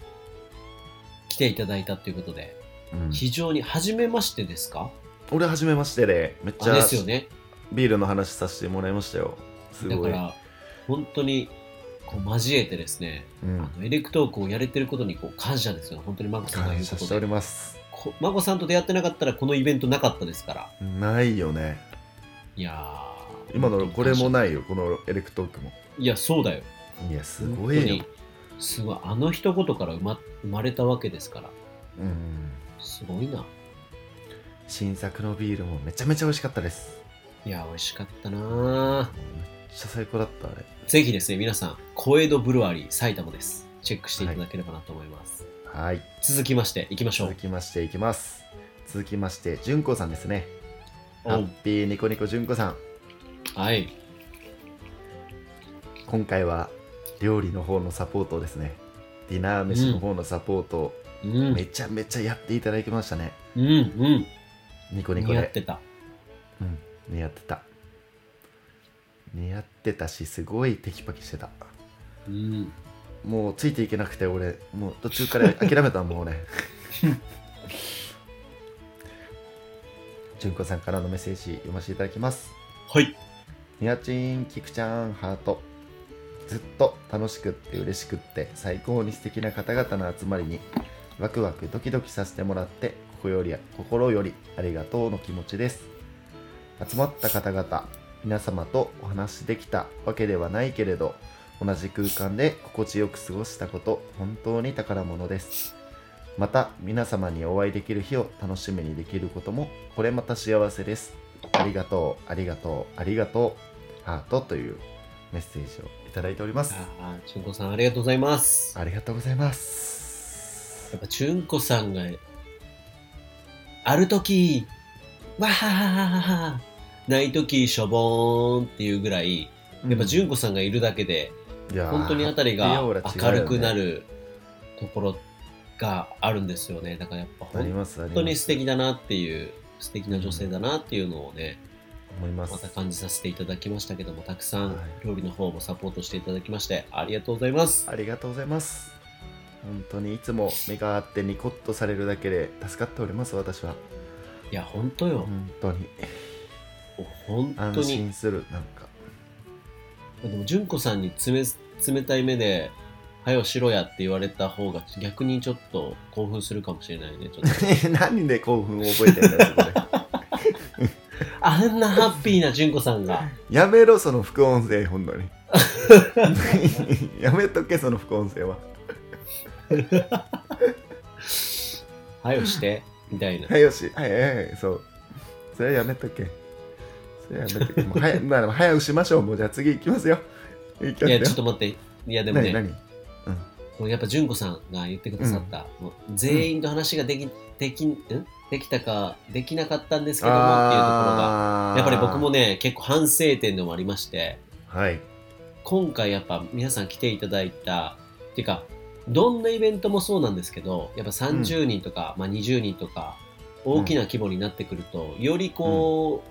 B: 来ていただいたということで、
C: うん
B: 非常に、初めましてですか
C: 俺初めましてでめっち
B: あ
C: ゃ
B: ですよね。
C: ビールの話させてもらいましたよす
B: だ
C: ご
B: か
C: い
B: ら、本当に、こう交えてですね、
C: うん
B: あのエレクトークをやれてることにこう感謝ですよ、本当にマコさんが
C: 感
B: 言うこ
C: 謝し
B: と
C: ており
B: で。
C: ます
B: こマコさんと出会ってなかったら、このイベントなかったですから。
C: ないよね
B: いやー
C: 今のこれも
B: い。
C: ないよこのエレクトークも
B: いや、そうだよ。
C: いやすごいよ
B: 本、当に。すごい。あの一言から生ま生まれたわけですから。
C: うん、
B: すごいな。
C: 新作のビールもめちゃめちゃ美味しかったです
B: いや、美味しかったな
C: めっちゃ最高だったあれ
B: ーぜひですね、皆さん、小江戸ブルワリー埼玉です。チェックしていただければなと思います。
C: はい
B: 続きまして、いきましょ
C: 続
B: う。
C: きましていきます続きまして純子さんですねハ
B: お
C: ッピーニコニコ純子さん
B: はい。
C: 今回は料理の方のサポートですねディナー飯の方のサポートを
B: うん。
C: めちゃめちゃやっていただきましたね、
B: うん。
C: ニコ
B: うん。
C: ニコ
B: 似合
C: で
B: ってた。
C: うん似合ってた似合ってたしすごいテキパキしてた
B: うん。
C: もうついていけなくて俺もう途中から諦めたもうね 純子さんからのメッセージ読ませていただきます
B: はい。
C: ニアチン、キクちゃん、ハート。ずっと楽しくって嬉しくって最高に素敵な方々の集まりにワクワクドキドキさせてもらってここより心よりありがとうの気持ちです。集まった方々、皆様とお話しできたわけではないけれど同じ空間で心地よく過ごしたこと本当に宝物です。また皆様にお会いできる日を楽しみにできることもこれまた幸せです。ありがとう、ありがとう、ありがとう、ハートというメッセージをいただいております。
B: ああ、ちゅんこさん、ありがとうございます。
C: ありがとうございます
B: やっ。ぱ、チュンコさんが、ある時、わはははは、ない時、しょぼーんっていうぐらい、やっぱ、チュンコさんがいるだけで、
C: いやー
B: 本当にあたり
C: ハッピ
B: が
C: ーオーラ違うよね
B: 明るくなるところがあるんですよね。だからやっぱ、
C: あり
B: 本
C: ます、あり
B: 当
C: ま
B: に
C: す。
B: 素敵だなっていう、素敵な女性だなっていうのをね、
C: 思いま。
B: ますた感じさせていただきましたけども、たくさん
C: はい
B: 料理の方もサポートしていただきまして、ありがとうございます。
C: ありがとうございます。本当にいつも目が合ってニコッとされるだけで助かっております、私は。
B: いや、本当よ。
C: 本当に。
B: 本当
C: 安
B: に。
C: 心する、なんか。
B: でも純子さんに冷冷たい目で「はよしろや」って言われた方が逆にちょっと興奮するかもしれないねちょっと
C: 何で興奮を覚えてるんだよ、そこで
B: あんなハッピーな純子さんが
C: やめろ、その副音声、本当に。 やめとけ、その副音声は。
B: 「 はよして」みたい な
C: はいよし、はいはいはい、そう。それはやめとけ。それはやめとけ。もう早まあ、早くしましょう。もうじゃあ次行きますよ。行き
B: い
C: ます
B: や
C: よ
B: ちょっと待っていやでも
C: 何
B: ね
C: 何
B: やっぱ純子さんが言ってくださった、もう全員と話ができできんできたかできなかったんですけどもっていうところ
C: あ
B: が
C: ー
B: やっぱり僕もね結構反省点でもありまして
C: はい
B: 今回やっぱ皆さん来ていただいたっていうかどんなイベントもそうなんですけどやっぱ30人とか、まあ、20人とか大きな規模になってくると、よりこ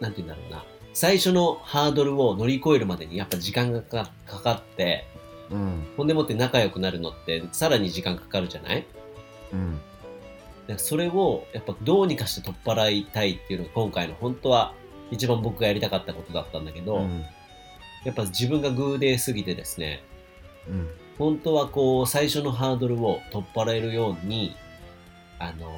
B: う、なんて言うんだろうな最初のハードルを乗り越えるまでにやっぱ時間がかかかって
C: うん
B: ほんでもって仲良くなるのってさらに時間かかるじゃない
C: うん
B: だからそれをやっぱどうにかして取っ払いたいっていうのが今回の本当は一番僕がやりたかったことだったんだけど、
C: うん
B: やっぱ自分がグーデーすぎてですね
C: うん
B: 本当はこう最初のハードルを取っ払えるようにあの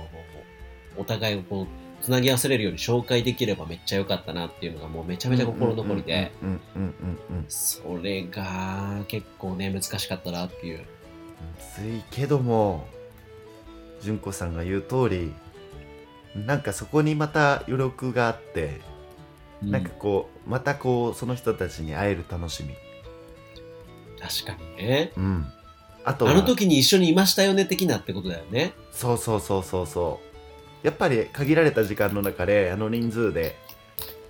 B: お互いをこうつなぎ合わせれるように紹介できればめっちゃ良かったなっていうのがもうめちゃめちゃ心残りで
C: うんうんうんうんうん
B: それが結構ね難しかったなっていう
C: ついけども純子さんが言う通りなんかそこにまた余力があって、なんかこうまたこうその人たちに会える楽しみ
B: 確かにね
C: うんあとは
B: あの時に一緒にいましたよね的なってことだよね
C: そうそうそうそうそうやっぱり限られた時間の中であの人数で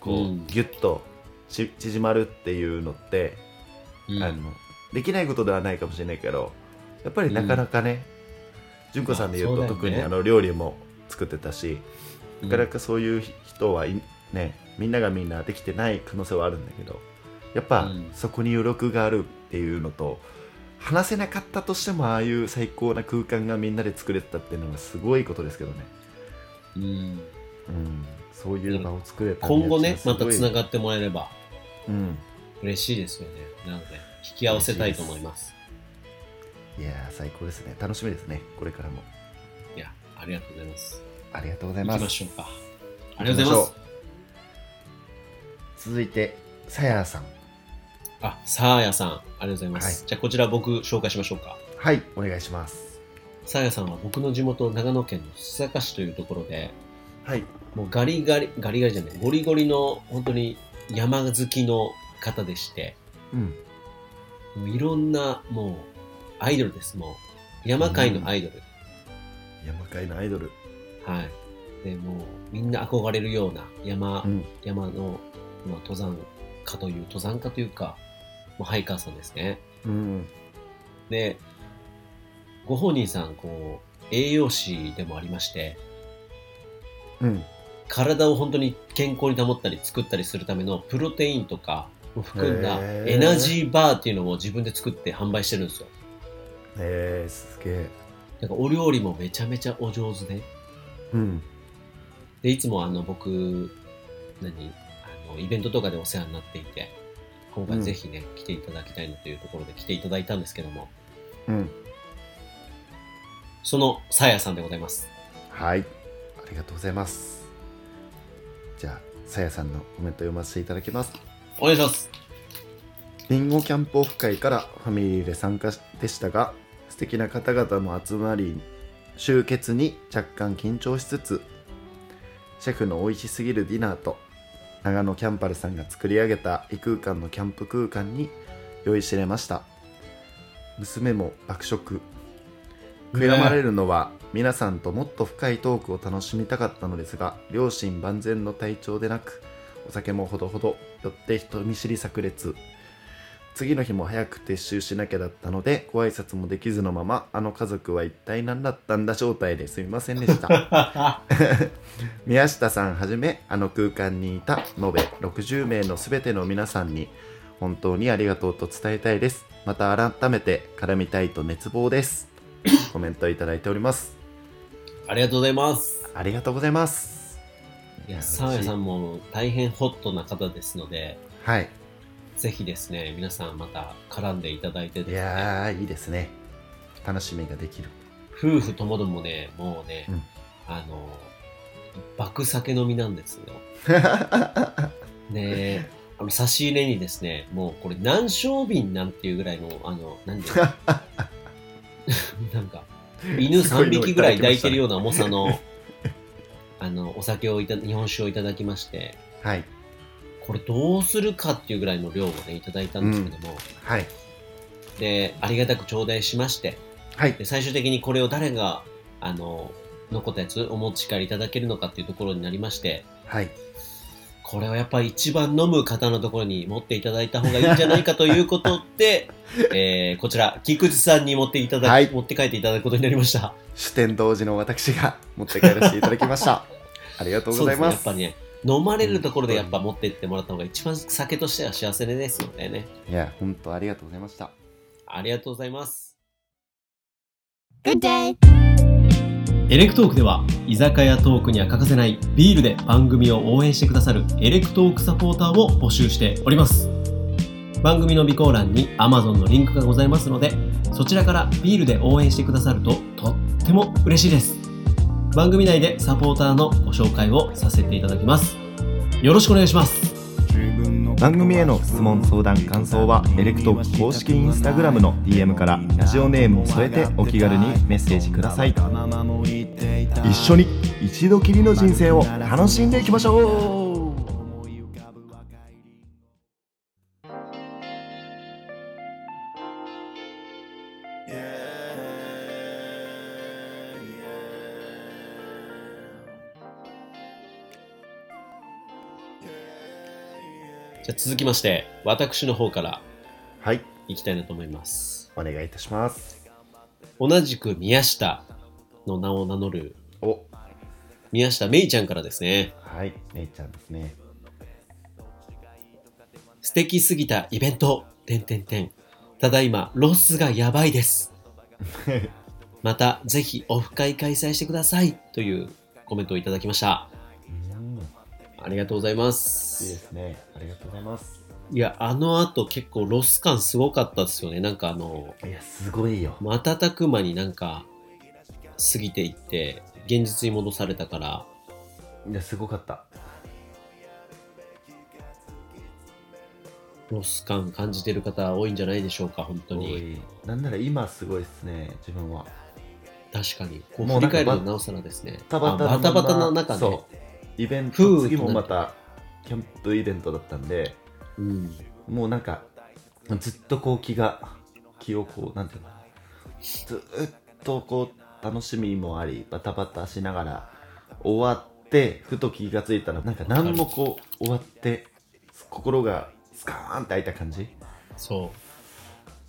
C: こう、
B: うん
C: ギュッとち縮まるっていうのって、
B: うん
C: あのできないことではないかもしれないけどやっぱりなかなかね、純子さんで言うと
B: まあそうだよね
C: 特にあの料理も作ってたし、なかなかそういう人はいねみんながみんなできてない可能性はあるんだけどやっぱ、
B: うん
C: そこに余力があるっていうのと話せなかったとしてもああいう最高な空間がみんなで作れてたっていうのはすごいことですけどね、
B: うん
C: うん、そういう場を作れた
B: 今後ねまたつな
C: っ
B: がってもらえれば
C: うん
B: 嬉しいですよねなので引き合わせたいと思います
C: いやー最高ですね楽しみですねこれからも
B: いやありがとうございます
C: ありがとうござい
B: 行
C: ま
B: き
C: す
B: ましょうかありがとうございます
C: 続いてさやさん
B: あ、サーヤさん、ありがとうございます。じゃあ、こちら僕紹介しましょうか。
C: はいお願いします
B: サーヤさんは僕の地元、長野県の須坂市というところで、
C: はい
B: もうガリガリ、ガリガリじゃない、ゴリゴリの、本当に山好きの方でして、
C: うん
B: もういろんな、もう、アイドルです、もう。山界のアイドル。
C: 山界のアイドル
B: はい。で、もう、みんな憧れるような山、
C: うん
B: 山の、まあ、登山家という、登山家というか、もうハイカーさんですね。
C: うん
B: で、ご本人さん、こう、栄養士でもありまして、
C: うん
B: 体を本当に健康に保ったり作ったりするためのプロテインとかを含んだ
C: へー
B: エナジーバーっていうのを自分で作って販売してるんですよ。
C: えー、すげえ
B: なんかお料理もめちゃめちゃお上手で、
C: うん
B: で、いつもあの僕、何、あの、イベントとかでお世話になっていて、今回ぜひね、来ていただきたいなというところで来ていただいたんですけども、
C: うん
B: そのさやさんでございます。
C: はいありがとうございますじゃあさやさんのコメント読ませていただきます
B: お願い します。
C: リンゴキャンプオフ会からファミリーで参加でしたが素敵な方々も集まり集結に若干緊張しつつシェフの美味しすぎるディナーと長野キャンパルさんが作り上げた異空間のキャンプ空間に酔いしれました娘も爆食悔やまれるのは皆さんともっと深いトークを楽しみたかったのですが両親万全の体調でなくお酒もほどほどよって人見知り炸裂次の日も早く撤収しなきゃだったのでご挨拶もできずのままあの家族は一体何だったんだ状態ですみませんでした宮下さんはじめあの空間にいた延べ60名のすべての皆さんに本当にありがとうと伝えたいですまた改めて絡みたいと熱望です コメントいただいております
B: ありがとうございます。
C: ありがとうございます
B: いや、サーヤさんも大変ホットな方ですので、
C: はい
B: ぜひですね、皆さんまた絡んでいただいて
C: い
B: ですね、
C: やーいいですね楽しみができる
B: 夫婦ともどもね、もうね、
C: うん
B: あの、爆酒飲みなんです よ。で、あの差し入れにですね、もうこれ何升瓶なんていうぐらいの、あの、何 でなんか、犬
C: すごい
B: 3
C: の
B: 匹ぐらい
C: いただ
B: 抱
C: きまし
B: い
C: た
B: て
C: ね
B: るような重さの、あの、お酒をいた、日本酒をいただきまして、
C: はい
B: これどうするかっていうぐらいの量をね、いただいたんですけども、
C: はい
B: で、ありがたく頂戴しまして、
C: はい
B: で最終的にこれを誰が、あの、残ったやつお持ち帰りいただけるのかっていうところになりまして、
C: はい
B: これはやっぱり一番飲む方のところに持っていただいた方がいいんじゃないかということで、 えーこちら、菊池さんに持っていただ、
C: はい
B: 持って帰っていただくことになりました。
C: 主典同時の私が持って帰らせていただきました ありがとうございます
B: そうですね、やっぱね、飲まれるところでやっぱ持ってってもらった方が一番酒としては幸せですのでね。
C: いや本当ありがとうございました
B: ありがとうございます。
A: Good day.
D: エレクトークでは居酒屋トークには欠かせないビールで番組を応援してくださるエレクトークサポーターを募集しております番組の備考欄に Amazon のリンクがございますのでそちらからビールで応援してくださるととっても嬉しいです番組内でサポーターのご紹介をさせていただきますよろしくお願いします
E: 番組への質問相談感想はエレクトーク公式インスタグラムの DM からラジオネームを添えてお気軽にメッセージください
C: 一
E: 一
C: 緒に一度きりの人生を楽しんでいきましょう
B: じゃあ続きまして、私の方から
C: はい
B: いきたいなと思います。
C: お願いいたします
B: 同じく宮下の名を名乗る
C: お
B: 宮下めいちゃんからですね。
C: はいめいちゃんですね
B: 素敵すぎたイベント、てんてんてん。ただいま、ロスがやばい です。また、ぜひ、オフ会開催してください。というコメントをいただきました。
C: うんい
B: ありがとうございま。
C: いですすねありがとうございます
B: いや、あの後結構ロス感すごかったですよね。なんかあの、
C: いやすごいよ
B: 瞬く間になんか、過ぎていって、現実に戻されたから、
C: いやすごかった
B: ロス感感じてる方多いんじゃないでしょうか、本当に。
C: おいなんなら今すごいですね自分は
B: 確かに。こう
C: もう
B: 振
C: なんか
B: り返るとなおさらですね。
C: バタバタのまま
B: あバタバタの中で、
C: そうイベン
B: ふ
C: ト
B: う
C: 次もまたキャンプイベントだったんで
B: うん、
C: もうなんかずっとこう気が気をこうなんていうのずっとこう楽しみもありバタバタしながら終わってふと気がついたらなんか何もこう終わって心がスカーンって開いた感じ
B: そう。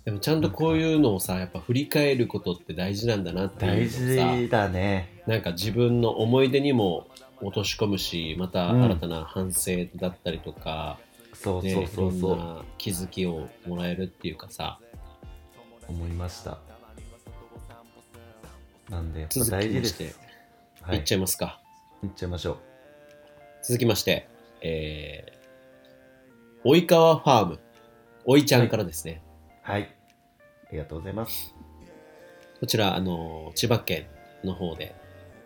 B: でもちゃんとこういうのをさ、やっぱ振り返ることって大事なんだなって
C: 大
B: いうのを
C: 事だね
B: さ、なんか自分の思い出にも落とし込むし、また
C: うん
B: 新たな反省だったりとか、
C: そう
B: ね
C: そうそう
B: い
C: そ
B: ろん
C: う
B: な気づきをもらえるっていうかさ、
C: 思いましたなんでやっぱ
B: 続きま
C: 大事で
B: して
C: す、はい
B: い、っちゃいますか。
C: いっちゃいましょう
B: 続きまして、えー、及川ファーム、おいちゃんからですね。
C: はい。ありがとうございます。
B: こちら、あの、千葉県の方で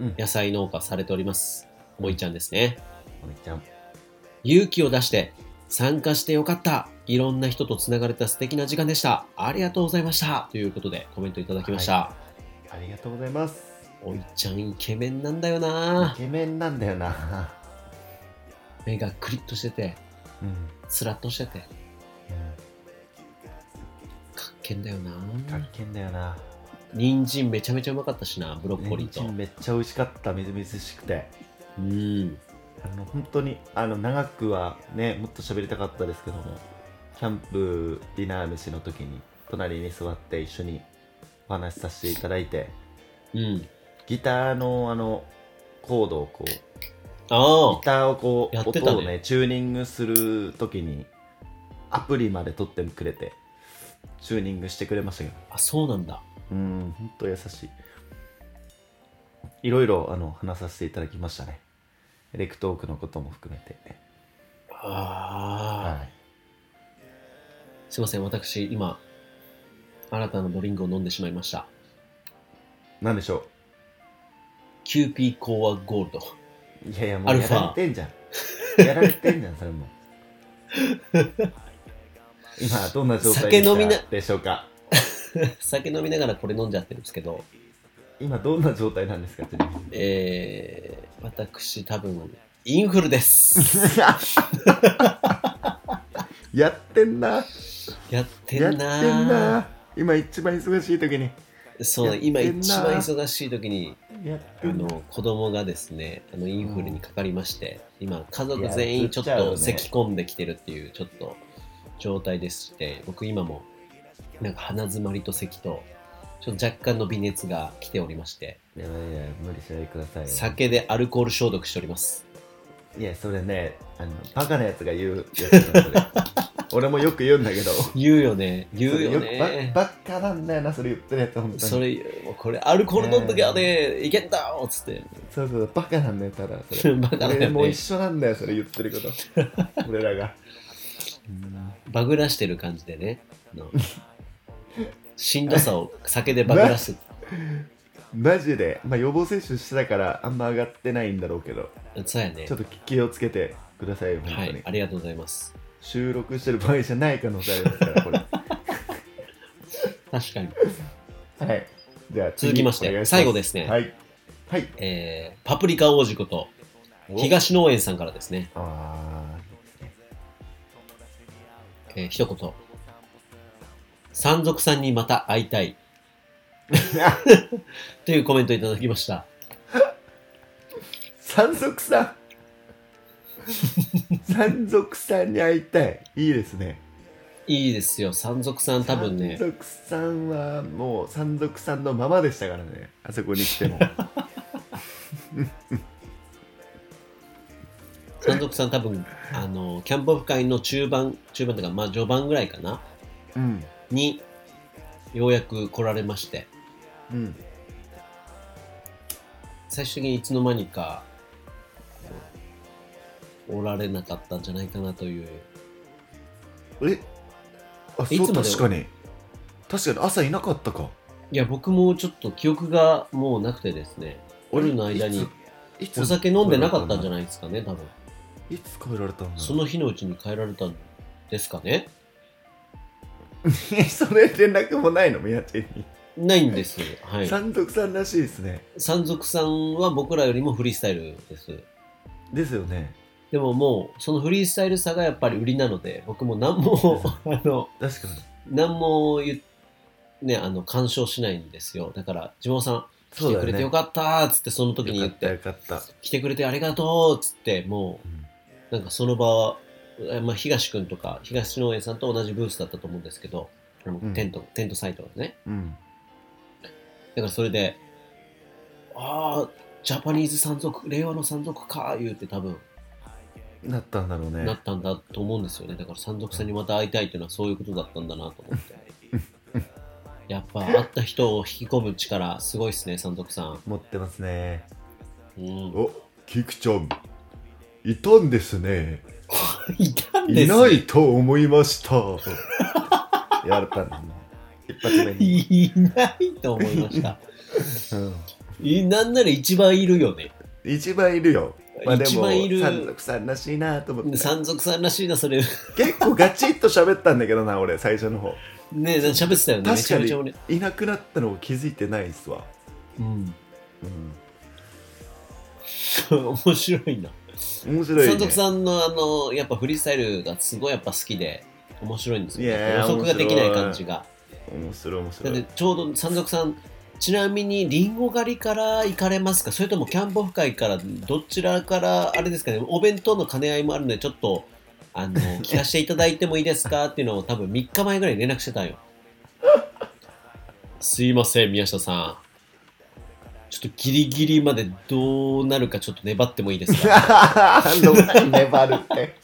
C: うん
B: 野菜農家されております、おいちゃんですね。
C: おみちゃん。
B: 勇気を出して参加してよかったいろんな人とつながれた素敵な時間でしたありがとうございましたということでコメントいただきました、
C: ありがとうございます。
B: おいちゃんイケメンなんだよ
C: イ
B: な
C: ケメンなんだよな。
B: 目がクリッとしてて
C: うん。
B: スラッとしててかっけんだよな
C: かっけんだよな。
B: 人参めちゃめちゃうまかったしなブロッコリー
C: 人
B: と
C: 参めっちゃ美味しかった。みずみずしくて。
B: うん
C: あの本当にあの長くはね、もっと喋りたかったですけども、キャンプディナー飯の時に隣に座って一緒にお話しさせていただいて、
B: うん
C: ギターのあのコードをこう
B: あ
C: ギターをこう、
B: やってたね
C: 音をねチューニングするときにアプリまで取ってくれてチューニングしてくれましたけど
B: ああそうなんだ
C: うん本当優しいいろいろあの話させていただきましたねエレクトークのことも含めて
B: ああ
C: はい
B: すいません私今新たなドリンクを飲んでしまいました
C: 何でしょ
B: キューピーコーアゴールド
C: ういやいやも
B: ア
C: う
B: ル
C: や
B: ファ
C: られてんじゃんやられてんじゃんそれも 今どんな状態で
B: 酒飲みな
C: したでしょうか
B: 酒飲みながらこれ飲んじゃってるんですけど、
C: 今どんな状態なんです かちなみに
B: えー、私多分インフルです
C: やってんな
B: やってんなー
C: やってんな今一番忙しい時に
B: そう、
C: やってん
B: 今
C: な
B: 一番忙しい時に、
C: やっ
B: あ
C: てんな
B: の、子供がですね、あの、インフルにかかりまして、今、家族全
C: いや
B: 員ちょっ
C: ずっとあるね
B: と咳き込んできてるっていう、ちょっと、状態でして、僕今も、なんか鼻詰まりと咳と、ちょっと若干の微熱が来ておりまして、
C: いやいや無理しないでくださいよ
B: 酒でアルコール消毒しております。
C: いやそれねあのバカなやつが言うやつなのそ れ俺もよく言うんだけど
B: 言うよね、言
C: そうれ
B: よ
C: く
B: ね。
C: ばバカなんだよなそれ言ってるやつ本当に
B: それ、もうこれ、アルコール飲んどきゃね、いけんだっつって。
C: そうそうバカなんだよただそれ
B: バカなんだよね
C: 俺もう一緒なんだよそれ言ってる こと俺らが
B: バグらしてる感じでね、あのしんどさを酒でバグらす。
C: マジで、まあ、予防接種してたからあんま上がってないんだろうけど
B: そうやね
C: ちょ。っと気をつけてくださいよ本当
B: は
C: に、
B: い、ありがとうございます。
C: 収録してる場合じゃない可能性ありますからこ れ
B: 確かに。
C: はいじゃあ次
B: 続きまし
C: お願
B: て、
C: い
B: 最後ですね、
C: はいはい
B: えーパプリカ王子こと、
C: お
B: 東農園さんからですね、
C: あー
B: えー一言。山賊さんにまた会いたい。というコメントいただきました。
C: 山賊 さん山賊さんに会いたいいいですね
B: いいですよ、山賊さん多分ね、
C: 山賊さんはもう山賊さんのままでしたからねあそこに来 ても
B: 山賊さん多分、あの、キャンプオフ会の中盤、中盤というか、まあ序盤ぐらいかな、
C: うん
B: に、ようやく来られまして、
C: うん
B: 最終的にいつの間にかおられなかったんじゃないかなという
C: えあ
B: い
C: そ
B: つ
C: う
B: まで
C: 確かに確かに朝いなかったか
B: いや僕もちょっと記憶がもうなくてですね夜の間に
C: いつ
B: お酒飲んでなかったんじゃ
C: ない
B: ないですかね多分
C: いつ帰られたんだ
B: その日のうちに帰られたんですかね
C: それ連絡もないの宮地に、
B: ないんですはい
C: 山賊さんらしいですね
B: 山賊さんは僕らよりもフリースタイルです
C: ですよね
B: でももうそのフリースタイルさがやっぱり売りなので僕も何も あの
C: 確かに
B: 何も言っねあの干渉しないんですよだから地元さん来てくれてよ
C: かっ
B: かったーっつってその時に言って、
C: よかったよかっ
B: 来てくれてありがとうっつってもうなんかその場は、えまあ、東くんとか東農園さんと同じブースだったと思うんですけどあの
C: うん
B: テント、テントサイトですね
C: たうん
B: だからそれで「ああジャパニーズ山賊令和の山賊か」言うて多分
C: なったんだろう
B: な
C: ね
B: ったんだと思うんですよねだから山賊さんにまた会いたいっていうのはそういうことだったんだなと思って やっぱ会った人を引き込む力すごいっすね山賊さん、
C: 持ってますね
B: うん、
C: おキクちゃんいたんですね
B: いたんで
C: い
B: す
C: ないと思いました 言われたんだね一発目に、
B: いないと思い ました。いなんなら一番いるよね。
C: うん、一番いるよまあで
B: 一
C: も
B: 番いる
C: 山賊さんらしいなと思って
B: 山賊さんらしいな、それ。
C: 結構ガチッと喋ったんだけどな俺最初の方
B: ね喋ってたよね。め
C: 確
B: ち
C: か
B: ゃめちゃ俺
C: に。いなくなったのを気づいてないっすわ、
B: うん。
C: うん、
B: 面白いな。
C: 面白い、ね、
B: 山賊さんのあの、やっぱフリースタイルがすごいやっぱ好きで、面白いんですよ
C: いやー
B: ね。予測ができない感じが。
C: 面白い面
B: だ
C: 白
B: っ
C: い
B: て ちょうど山賊さん、ちなみにリンゴ狩りから行かれますかそれともキャンプオフ会からどちらからあれですかねお弁当の兼ね合いもあるのでちょっとあ の聞かせていただいてもいいですかっていうのを多分3日前ぐらいに連絡してたん よすいません宮下さんちょっとギリギリまでどうなるかちょっと粘ってもいいですか
C: どんなに粘るっ て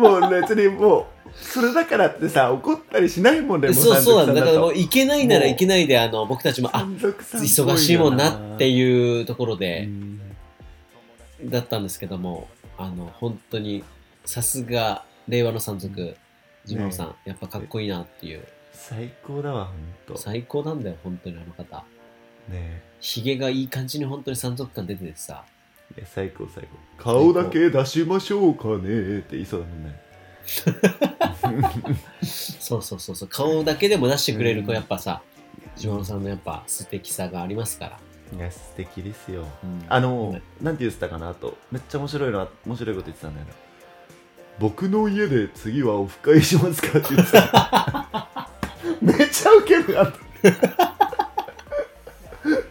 C: もう別にもうそれだからってさ怒ったりしないもんねも
B: そうそうなんだだからも
C: も
B: う行けないなら行けないであの僕たちもあ
C: 山賊さんっぽいよ
B: 忙しいもんなって
C: う
B: いうところで、
C: ん
B: だったんですけどもあの本当にさすが令和の山賊ジモンさん、やっぱかっこいいなっていう
C: 最高だわほんと
B: 最高なんだよ本当にあの方
C: ね
B: ひげがいい感じに本当に山賊感出ててさ
C: えいや最高最高顔だけ出しましょうかねって言いそうだもんね
B: そうそうそうそう顔だけでも出してくれる子
C: うん
B: やっぱさジモンさんのやっぱ素敵さがありますから、
C: いや素敵ですよ
B: うん
C: あの、
B: はい
C: なんて言ってたかなあとめっちゃ面白いの面白いこと言ってたんだ よな僕の家で次はオフ会しますかって言ってた
E: めっちゃウケるあと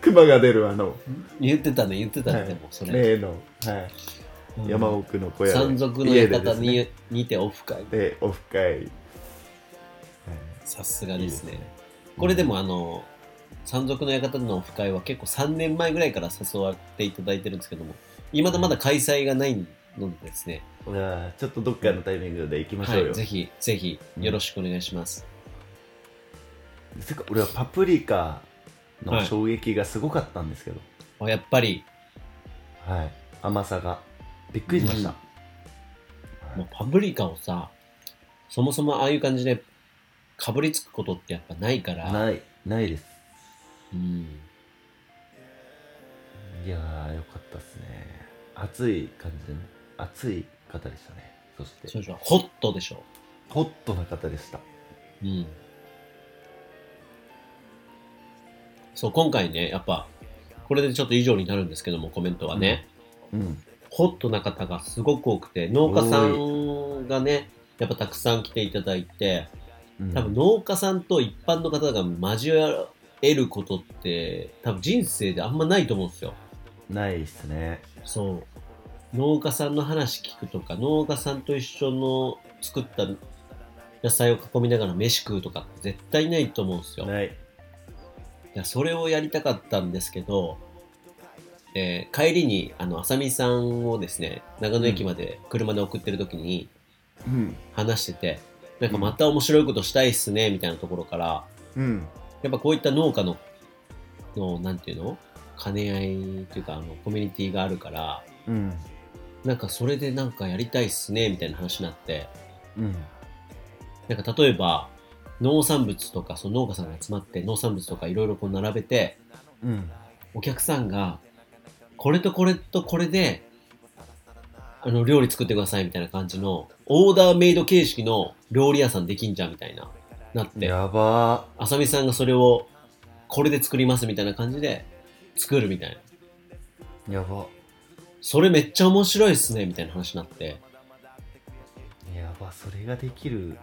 E: 熊が出るあの
B: 言ってたね、言ってたね、
E: はい
B: でもそれ。
E: 例の、はい
B: うん
E: 山奥の小屋で
B: 山賊の
E: 家で
B: 館
E: です
B: に,、
E: ね
B: にてオフ会。
E: でオフ会
B: さすがですね。
E: いい
B: これでもあの、山賊の館のオフ会は結構3年前ぐらいから誘われていただいてるんですけども、いまだまだ開催がないのでですね、
E: いやーちょっとどっかのタイミングで行きまし
B: は
E: ょうよ、
B: い、ぜひ、ぜひ、よろしくお願いします。
E: てか俺はパプリカ
B: は
E: の
B: い
E: 衝撃がすごかったんですけど、
B: あやっぱり、
E: はい甘さがびっくりしました、
B: もうパプリカをさ、そもそもああいう感じでかぶりつくことってやっぱないから、
E: ないないです
B: うん、
E: いやーよかったっすね熱い感じでね熱い方でしたねそして
B: そうでしょ、ホットでしょ。
E: ホットな方でした
B: うん。そう、今回ね、やっぱ、これでちょっと以上になるんですけども、コメントはね、
E: うん
B: ホットな方がすごく多くて、農家さんがね、やっぱたくさん来ていただいて、
E: うん
B: 多分農家さんと一般の方が交わえることって、多分人生であんまないと思うんですよ。
E: ないっすね
B: そう。農家さんの話聞くとか、農家さんと一緒の作った野菜を囲みながら飯食うとかって絶対ないと思うんですよ。
E: ない
B: いや、それをやりたかったんですけど、えー帰りに、あの、あさみさんをですね、長野駅まで車で送ってる時に
E: うん
B: 話してて、なんかまた面白いことしたいっすね、みたいなところから、
E: うん
B: やっぱこういった農家の、の、なんていうの兼ね合いというか、あの、コミュニティがあるから、
E: うん
B: なんかそれでなんかやりたいっすね、みたいな話になって、
E: うん
B: なんか例えば、農産物とか、その農家さんが集まって、農産物とかいろいろこう並べて、
E: うん
B: お客さんが、これとこれとこれで、あの、料理作ってくださいみたいな感じの、オーダーメイド形式の料理屋さんできんじゃんみたいな、なって、
E: やば
B: あさみさんがそれを、これで作りますみたいな感じで、作るみたいな。
E: ーやば
B: それめっちゃ面白いっすね、みたいな話になって。
E: やばそれができる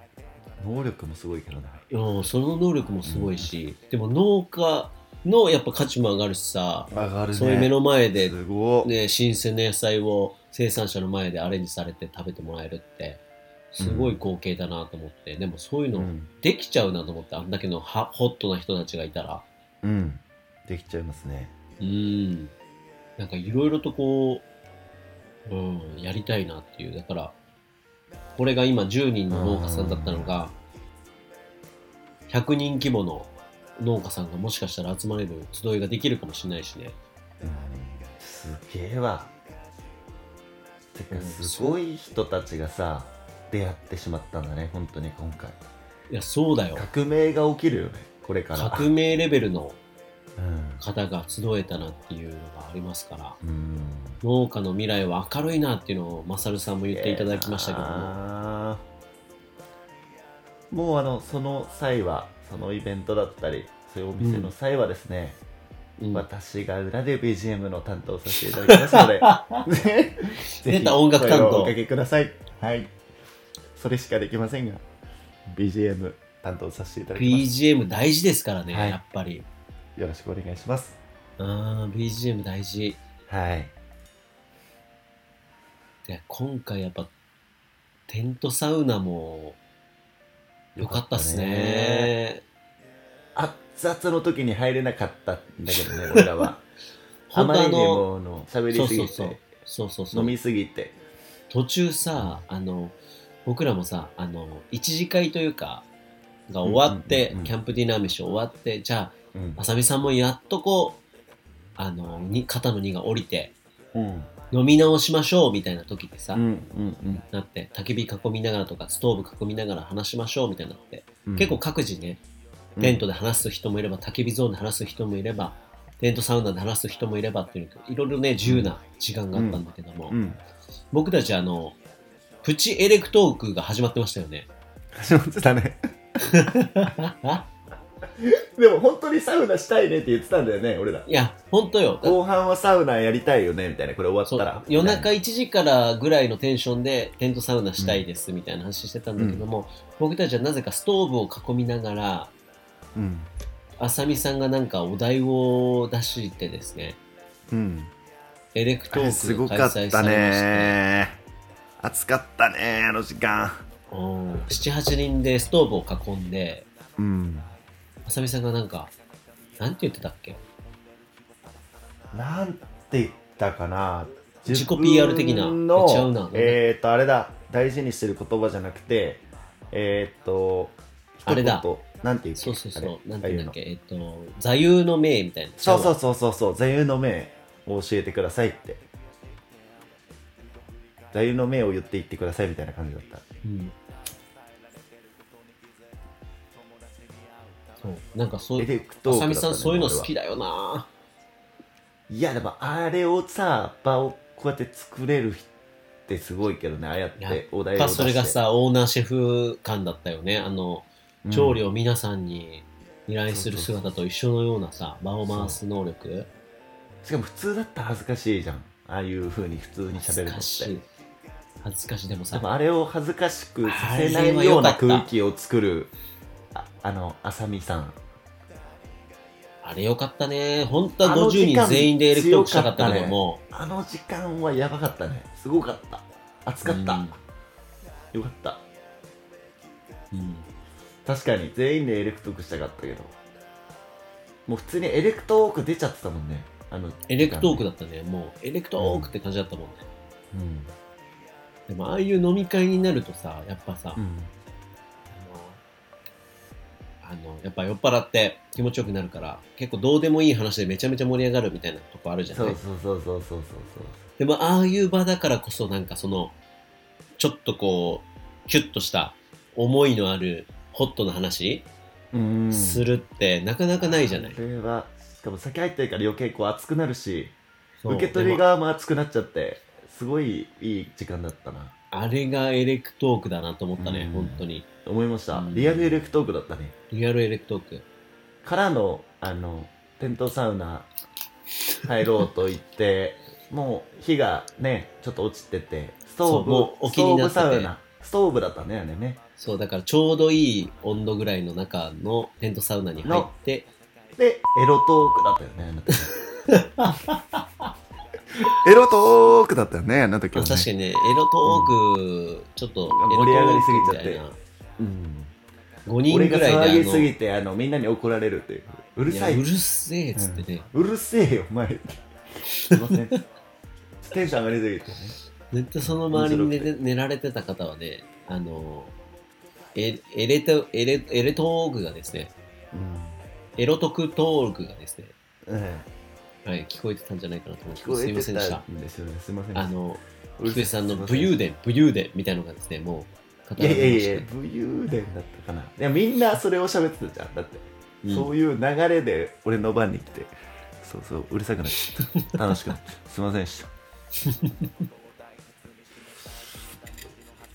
E: 能力もすごいけどな
B: うん、その能力もすごいし、でも農家のやっぱ価値も上がるしさ、
E: 上がるね
B: そういう目の前です
E: ごい
B: ね、新鮮な野菜を生産者の前でアレンジされて食べてもらえるってすごい光景だなと思って、でもそういう
E: う
B: の
E: ん、
B: できちゃうなと思って、あんだけのはホットな人たちがいたら
E: うん、できちゃいますね
B: うんなんかいろいろとこう、うん、やりたいなっていうだからこれが今10人の農家さんだったのが100人規模の農家さんがもしかしたら集まれる集いができるかもしれないしね
E: うんすげえわて
B: う
E: か
B: ん
E: すごい人たちがさ出会ってしまったんだね本当に今回
B: いやそうだよ
E: 革命が起きるよねこれから
B: 革命レベルの
E: うん
B: 方が集えたなっていうのがありますから
E: うん
B: 農家の未来は明るいなっていうのをマサルさんも言っていただきましたけども、
E: ももうあのその際はそのイベントだったりそういうお店の際はですね、
B: うん
E: 私が裏で BGM の担当させていただきます のでぜひ
B: 出た音楽担当
E: 声をおかけくださいはいそれしかできませんが BGM 担当させていただきま
B: BGM 大事ですからね、
E: はい
B: やっぱり
E: すよろしくお願いします
B: あー BGM 大事
E: はい
B: で今回やっぱテントサウナも良かったっすね
E: 熱々の時に入れなかったんだけどね俺らはあ
B: 本
E: まり
B: 当あ
E: に
B: の
E: もあの喋
B: そ
E: り
B: うそう
E: すぎ
B: そう
E: て
B: そうそうそ
E: 飲
B: う
E: みすぎて
B: 途中さあの僕らもさあの一次会というかが終わって、
E: うんうんうんうん
B: キャンプディナー飯終わってじゃあ
E: うん
B: あさみさんもやっとこう、あの、に肩の荷が降りて、
E: うん
B: 飲み直しましょうみたいな時でさ、
E: うんうん
B: なって、焚き火囲みながらとか、ストーブ囲みながら話しましょうみたいになって、
E: うん
B: 結構各自ね、テントで話す人もいれば、焚き火ゾーンで話す人もいれば、テントサウナで話す人もいればっていう、いろいろね、自由な時間があったんだけども、
E: うん
B: 僕たちあの、プチエレクトークが始まってましたよね。
E: 始まってたねでも本当にサウナしたいねって言ってたんだよね俺ら
B: いや、ほんとよ。
E: 後半はサウナやりたいよねみたいなこれ終わ
B: そ
E: ったら
B: う夜中1時からぐらいのテンションでテントサウナしたいですみたいな話してたんだけども、僕たちはなぜかストーブを囲みながら
E: うん
B: あさみさんがなんかお題を出してですね、
E: うん
B: エレク
E: あ
B: ト
E: れ
B: ー
E: す
B: ク
E: ご
B: が開
E: か
B: 催
E: った
B: されまして、
E: ね暑かったねあの時間
B: うん78人でストーブを囲んで、
E: うん
B: あさみさんがなんか、なんて言ってたっけ
E: なんて言ったかな
B: 自己 PR 的な
E: 自分
B: めっちゃ合うな
E: のえー、っとあれだ大事にしてる言葉じゃなくてえー、っと
B: あれだ
E: 一言なんて言うっけ
B: そうそうそ
E: あ
B: う、
E: れ
B: なんて言うんだっ
E: あ
B: け、えっと、座右の銘みたいな。
E: あいうのそうそうそうそうそう座右の銘を教えてくださいって座右の銘を言っていってくださいみたいな感じだった
B: うんそうなんかそうい
E: エ
B: う、
E: レク
B: あ
E: トークだ
B: さみ
E: ったね
B: さんそういうの好き
E: 俺は
B: だよない
E: やでもあれをさ場をこうやって作れる人ってすごいけどねああやっ
B: やって
E: お題
B: や
E: を
B: っぱ
E: 出して
B: それがさ、オーナーシェフ感だったよね。あの、
E: うん
B: 調理を皆さんに依頼する姿と一緒のようなさ、場を回す能力。
E: しかも普通だったら恥ずかしいじゃんああいうふうに普通に喋る
B: 恥ず
E: の
B: か
E: っ
B: してい。恥ずかしい。でも
E: で
B: さ、
E: もあれを恥ずかしくさせないような
B: あれは良かった
E: 空気を作るああのあさみさん
B: あれよかったね。本当は
E: あの時
B: 50人
E: 間
B: 全員でエレクトークしたかったけども、
E: あの時間はやばかったねすごかった暑かった、
B: うん
E: よかった
B: うん
E: 確かに全員でエレクトークしたかったけどもう普通にエレクトーク出ちゃってたもんねあの
B: エレクトークだったね。もう、エレクトークって感じだったもんね。
E: うん
B: でも、ああいう飲み会になるとさ、やっぱさ、
E: うん
B: あの、やっぱ酔っ払って気持ちよくなるから、結構どうでもいい話でめちゃめちゃ盛り上がるみたいなとこあるじゃ
E: そ
B: な
E: う
B: い
E: そうそうそうそうそう
B: でも、ああいう場だからこそ、なんかその、ちょっとこう、キュッとした、思いのある、ホットな話、
E: そううん
B: するって、なかなかないじゃない
E: そ。れはしかも酒入ってるから余計こう熱くなるし
B: そう
E: 受け取り。側も熱くなっちゃってすごいいい時間だったな
B: でもあれがエレクトークだなと思ったね
E: う、ん
B: 本当に。
E: 思いました
B: うん
E: リアルエレクトークだったね
B: リアルエレクトーク。
E: からのあのテントサウナ入ろうと言って もう火がねちょっと落ちててストーブ
B: そうもうお気になってて
E: ストーブサウナストーブだったねあれね
B: そう、だからちょうどいい温度ぐらいの中のテントサウナに入って、
E: でエロトークだったよねあの時エロトークだったよねあの時
B: まあ
E: は、ね、
B: 確かにね、エロトーク、ちょっと、
E: 盛り上がりすぎちゃって
B: エロトークみ
E: うん
B: たいな。5人
E: 俺
B: ぐ
E: が
B: らいであの
E: 騒ぎすぎてあのみんなに怒られるっていううるさい
B: やうるせえっつってね、
E: うるせえよお前すいませんテンション上がりすぎてね
B: ずっとその周りに寝
E: 面
B: て寝られてた方はね、あの、エエレトエレエレトークがですね、エロトクトークがですね、
E: うん、え
B: はい、聞こえてたんじゃないかなと思って、
E: え聞こ
B: すい
E: え
B: ませんで
E: て
B: したた。
E: んですよねすいません
B: あの、
E: うる
B: 菊
E: せえ
B: 池さんの
E: すいませ
B: 武勇伝、武勇伝みたいなのがですね、もう語
E: いや
B: られ
E: い
B: てま
E: やい
B: し
E: やいや
B: て、
E: 武勇伝だったかないやみんなそれを喋ってたじゃんだって、
B: うん
E: そういう流れで俺の番に来てそうそううるさくなっちゃ った楽しくなっちゃったすいませんでした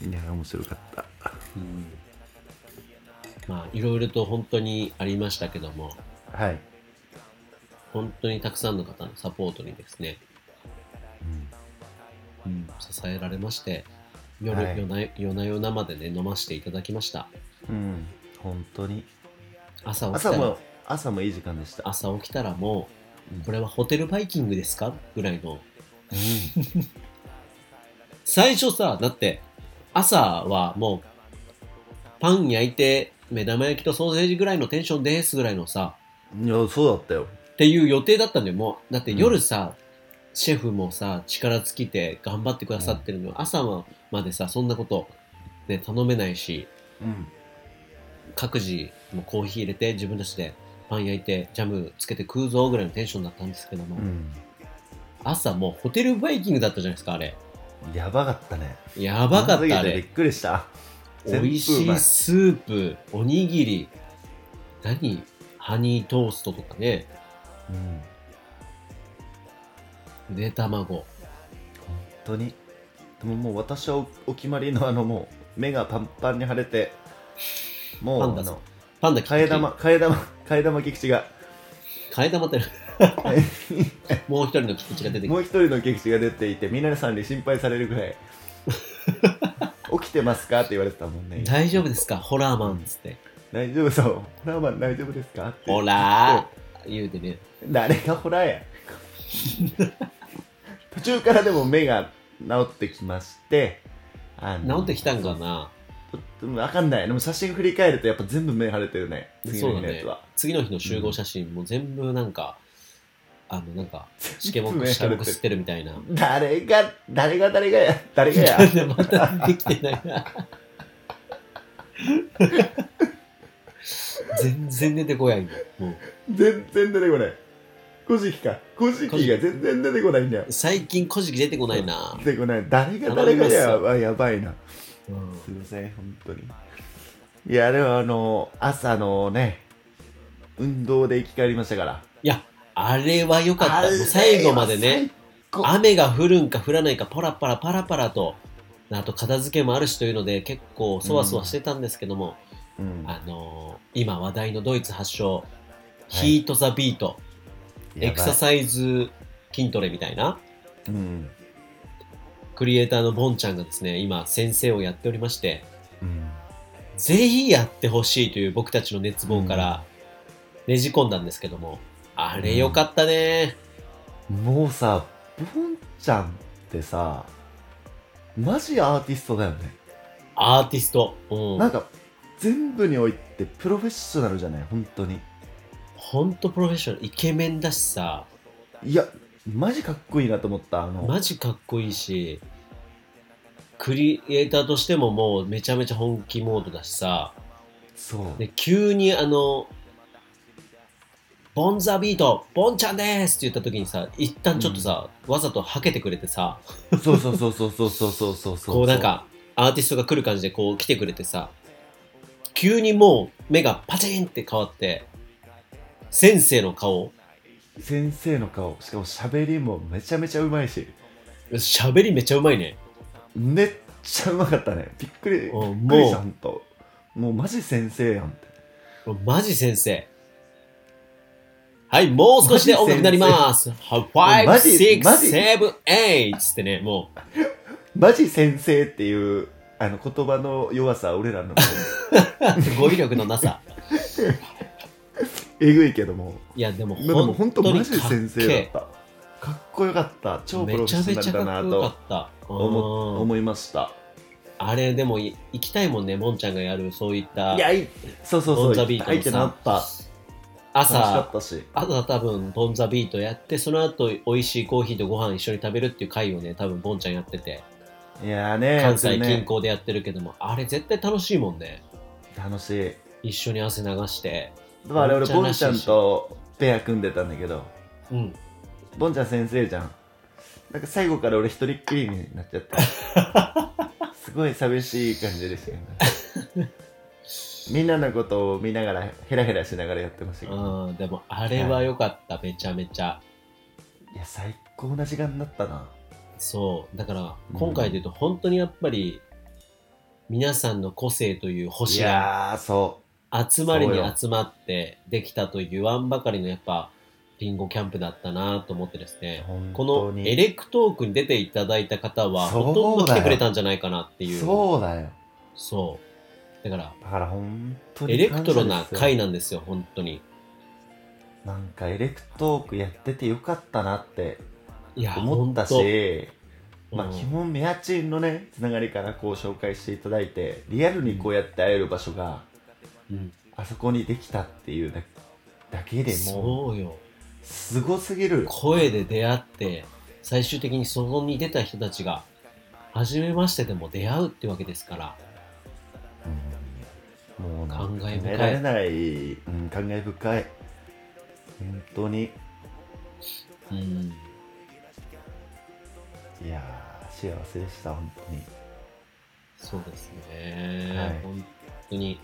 E: いや面白かった
B: うんまあ、いろいろと本当にありましたけども、
E: はい、
B: 本当にたくさんの方のサポートにですね、
E: うん
B: うん、支えられまして夜,、
E: はい
B: 夜な夜な夜なまでね飲ませていただきました
E: うん、本当に
B: 朝起き
E: 朝
B: たら
E: も朝もいい時間でした
B: 朝起きたらも
E: うん
B: うこれはホテルバイキングですかぐらいの
E: うん
B: 最初さだって朝はもうパン焼いて目玉焼きとソーセージぐらいのテンションですぐらいのさ
E: いやそうだったよ
B: っていう予定だったんだよもうだって夜さ、シェフもさ力尽きて頑張ってくださってるの、朝までさそんなこと、ね、頼めないし
E: うん
B: 各自もうコーヒー入れて自分たちでパン焼いてジャムつけて食うぞぐらいのテンションだったんですけども、朝もうホテルバイキングだったじゃないですかあれ
E: やばかったね
B: やばかっ
E: うますぎ
B: たあ
E: てびっ
B: れ
E: くりした
B: 美味しいスープおにぎり何ハニートーストとかね
E: うん本
B: ゆで卵
E: 当にでももう私はおお決まりのあのもう目がパンパンに腫れてもう
B: パンダ
E: あ
B: さん
E: の
B: パンダ
E: 替え 玉替え玉替え玉菊池が
B: 替え玉ってもう一人の菊池が出てき
E: もう一人の菊池が出ていてみなさんに心配されるぐ らい起きてますかって言われてたもんね
B: て大丈夫ですかホラーマンっつって
E: 大丈夫そう。ホラーマン大丈夫ですかって。
B: ほらー言うてる。
E: 誰がホ ラーや。途中からでも目が治ってきまして、あ
B: 治ってきたんかな
E: わかんない。でも写真振り返るとやっぱ全部目腫れてるね。次の日のやつは。
B: 次の日の集合写真も全部なんか、あの、なんか、しけも
E: 全部
B: く、
E: 目
B: しけも
E: 腫れ
B: く
E: てる
B: 吸ってるみたいな。
E: 誰が、誰が誰がや、誰 がや。
B: またできてないな。全然出てこないんだよ。も
E: 全然出てこない。古事記か。古事記が全然出てこないんだよ
B: う。最近、古事記出てこないな。
E: 出てこない。誰が誰がやはやばいな。
B: うん
E: すいません、本当に。いや、でもあの、朝のね、運動で生き返りましたから。
B: あれは良かった。もう
E: あれは
B: 最後までね、
E: 最高
B: 雨が降るんか降らないか、パラパラパラパラと、あと片付けもあるしというので、結構そわそわしてたんですけども、
E: うん
B: あのー今話題のドイツ発祥、
E: い
B: ヒート・ザ・ビート、エクササイズ筋トレみたいな、
E: イうん。
B: クリエイターのボンちゃんがですね、今先生をやっておりまして、
E: うん
B: ぜひやってほしいという僕たちの熱望からねじ込んだんですけども、あれ良かったね。
E: もうさ、ボンちゃんってさ、マジアーティストだよね。
B: アーティスト。うん
E: なんか、全部においてプロフェッショナルじゃない、本当に。
B: ほんとプロフェッショナルイケメンだしさ
E: いや、マジかっこいいなと思った。あの、
B: マジかっこいいしクリエイターとしてももうめちゃめちゃ本気モードだしさ
E: そう。
B: で急にあの「ボンザビートボンちゃんです!」って言った時にさ一旦ちょっとさ、わざとはけてくれてさ
E: そうそうそうそうそうそうそうそうそう。
B: こうなんかアーティストが来る感じでこう来てくれてさ急にもう目がパチンって変わって先生の顔
E: 先生の顔しかも喋りもめちゃめちゃうまいし
B: 喋りめちゃうまいね
E: めっちゃうまかったねびっくりびっ
B: うん
E: くりした
B: もう
E: ほんともうマジ先生やんって
B: マジ先生。はい、もう少しで音楽になります。は5、
E: マジ
B: 6、
E: マジ
B: 7、8つってね、もう、
E: マジ先生っていうあの言葉の弱さ俺らのも う
B: 語彙力のなさ。
E: えぐいけども
B: いや、でも
E: でも
B: 本
E: 本
B: 当
E: 当マ
B: に
E: ジ
B: かっ
E: 先生だったかっこよかった
B: け
E: 超プロ
B: め
E: フ
B: ち
E: ェッ
B: ゃ
E: シ
B: め
E: ョナ
B: ちゃ
E: ルだ
B: か
E: な
B: っこよか
E: と
B: った。
E: 思
B: うん
E: 思いました
B: あれ、でもい行きたいもんね、もんちゃんがやる、そういった
E: いやいそうそう
B: オン
E: そ
B: ザ
E: う
B: ビート
E: 相手なった楽しか
B: 朝
E: っ、たし
B: 朝多分、ボンザビートやって、その後、美味しいコーヒーとご飯一緒に食べるっていう会をね、多分、ボンちゃんやってて、
E: いやーね
B: 関西近
E: ね
B: 郊でやってるけども、あれ絶対楽しいもんね。
E: 楽しい
B: 一緒に汗流して。
E: まああれ俺ボ
B: ボ
E: ン
B: ン
E: ち
B: ち
E: ゃ
B: ゃ
E: ん
B: ん
E: とペア組んでたんだけど
B: うん。
E: ボンちゃん先生じゃんなんか最後から俺一人っきりになっちゃった すごい寂しい感じでしたよねみんなのことを見ながらヘラヘラしながらやってましたけど
B: うん、でもあれは良かった、めちゃめちゃ。
E: いや最高な時間だったな
B: そう、だから
E: うん
B: 今回で言うと、本当にやっぱり、皆さんの個性という
E: い
B: 星が
E: やーそ
B: 集まり
E: そう
B: に
E: よ
B: 集まってできたと言わんばかりのやっぱ、リンゴキャンプだったなと思ってです
E: う
B: ね。
E: 本
B: こ
E: 当
B: のエ
E: に
B: レクトークに出ていただいた方は、
E: そうだよ
B: ほとんど来てくれたんじゃないかなっていう。
E: そうだよ
B: そうだから、
E: だから本当に
B: エレクトロな
E: 感謝ですよ
B: 回なんですよ、本当に。
E: なんかエレクトークやっててよかったなって
B: いや、
E: 思った
B: 本
E: し
B: 当
E: まあ、
B: うん
E: 基本メアチンのねつながりからこう紹介していただいてリアルにこうやって会える場所が
B: うん
E: あそこにできたっていうだだけでもう
B: そうよ。
E: すごすぎる
B: 声で出会って最終的にそこに出た人たちが初めましてでも出会うってわけですから
E: うんもうなんか
B: 感慨深い
E: 考えられない、うん、感慨深い本当に
B: うん
E: いやー幸せでした本当に
B: そうですね、
E: はい
B: 本当に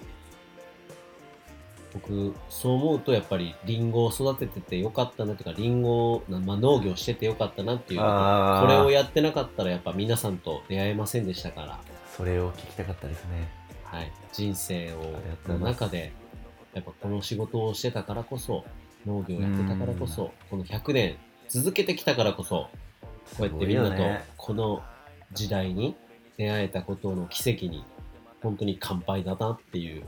B: 僕そう思うとやっぱりリンゴを育てててよかったなとかリンゴを、まあ、農業しててよかったなっていうのと
E: あー
B: これをやってなかったらやっぱ皆さんと出会えませんでしたから
E: それを聞きたかったですね
B: はい、人生を
E: りがとう
B: の
E: ございます
B: 中でやっぱこの仕事をしてたからこそ農業をやってたからこ
E: う
B: そこの100年続けてきたからこそこうやってみんな
E: す
B: と
E: ごいよね
B: この時代に出会えたことの奇跡に本当に乾杯だなっていう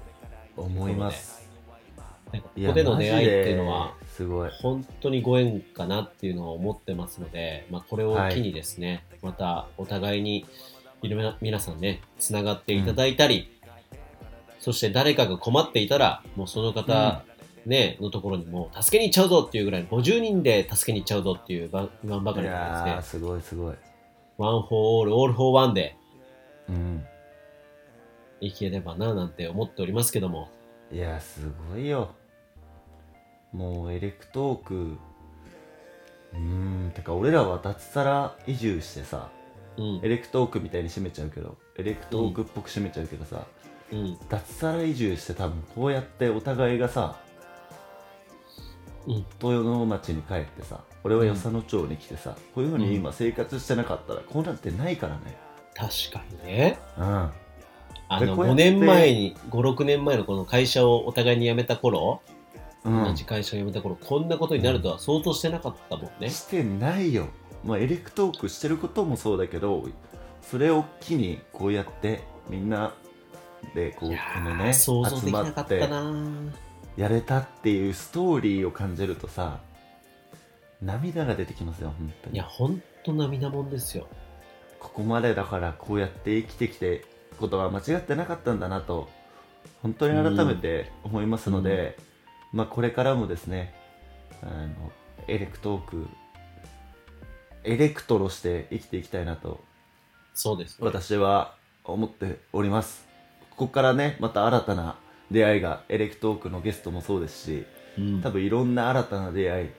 E: 思います
B: なんかこ
E: い
B: こでの
E: マジ
B: 出会いっていうのは
E: すごい
B: 本当にご縁かなっていうのは思ってますので、まあ、これを機にですね、またお互いにいろんな皆さんねつながっていただいたり、そして誰かが困っていたらもうその方、ねのところにもう助けに行っちゃうぞっていうぐらい50人で助けに行っちゃうぞっていう番番ばか
E: い
B: りだったん
E: や
B: で
E: ー
B: すね
E: すごいすごい
B: ワン・フォー・オールオール・フォー・ワンで
E: うん
B: いければななんて思っておりますけども
E: いやすごいよもうエレクトークうーんてか俺らは脱サラ移住してさ
B: うん
E: エレクトークみたいに締めちゃうけどエレクトークっぽく締めちゃうけどさ、
B: うん
E: 脱サラ移住して多分こうやってお互いがさ、
B: うん
E: 豊能町に帰ってさ俺は与謝野町に来てさ、こういうふうに今生活してなかったらこうなってないからね
B: 確かにね
E: うん
B: あ
E: で
B: の
E: こうや
B: 5
E: って
B: 年前に56年前のこの会社をお互いに辞めた頃
E: うん
B: 同じ会社を辞めた頃こんなことになるとは想像してなかったもんね。
E: してないよ、まあ、エレクトークしてることもそうだけどそれを機にこうやってみんなでこう
B: い
E: こ
B: や
E: の
B: ー
E: ね集
B: 想像でき
E: ま
B: なか
E: っ
B: ってたな。
E: やれたっていうストーリーを感じるとさ涙が出てきますよ本当
B: い
E: に
B: やほんと涙もんですよ。
E: ここまでだからこうやって生きてきてことは間違ってなかったんだなと本当に改めて思いますので、まあ、これからもですねあのエレクトークエレクトロして生きていきたいなと
B: そうです、ね。
E: 私は思っておりますここからねまた新たな出会いがエレクトークのゲストもそうですし
B: うん
E: 多分いろんな新たな出会い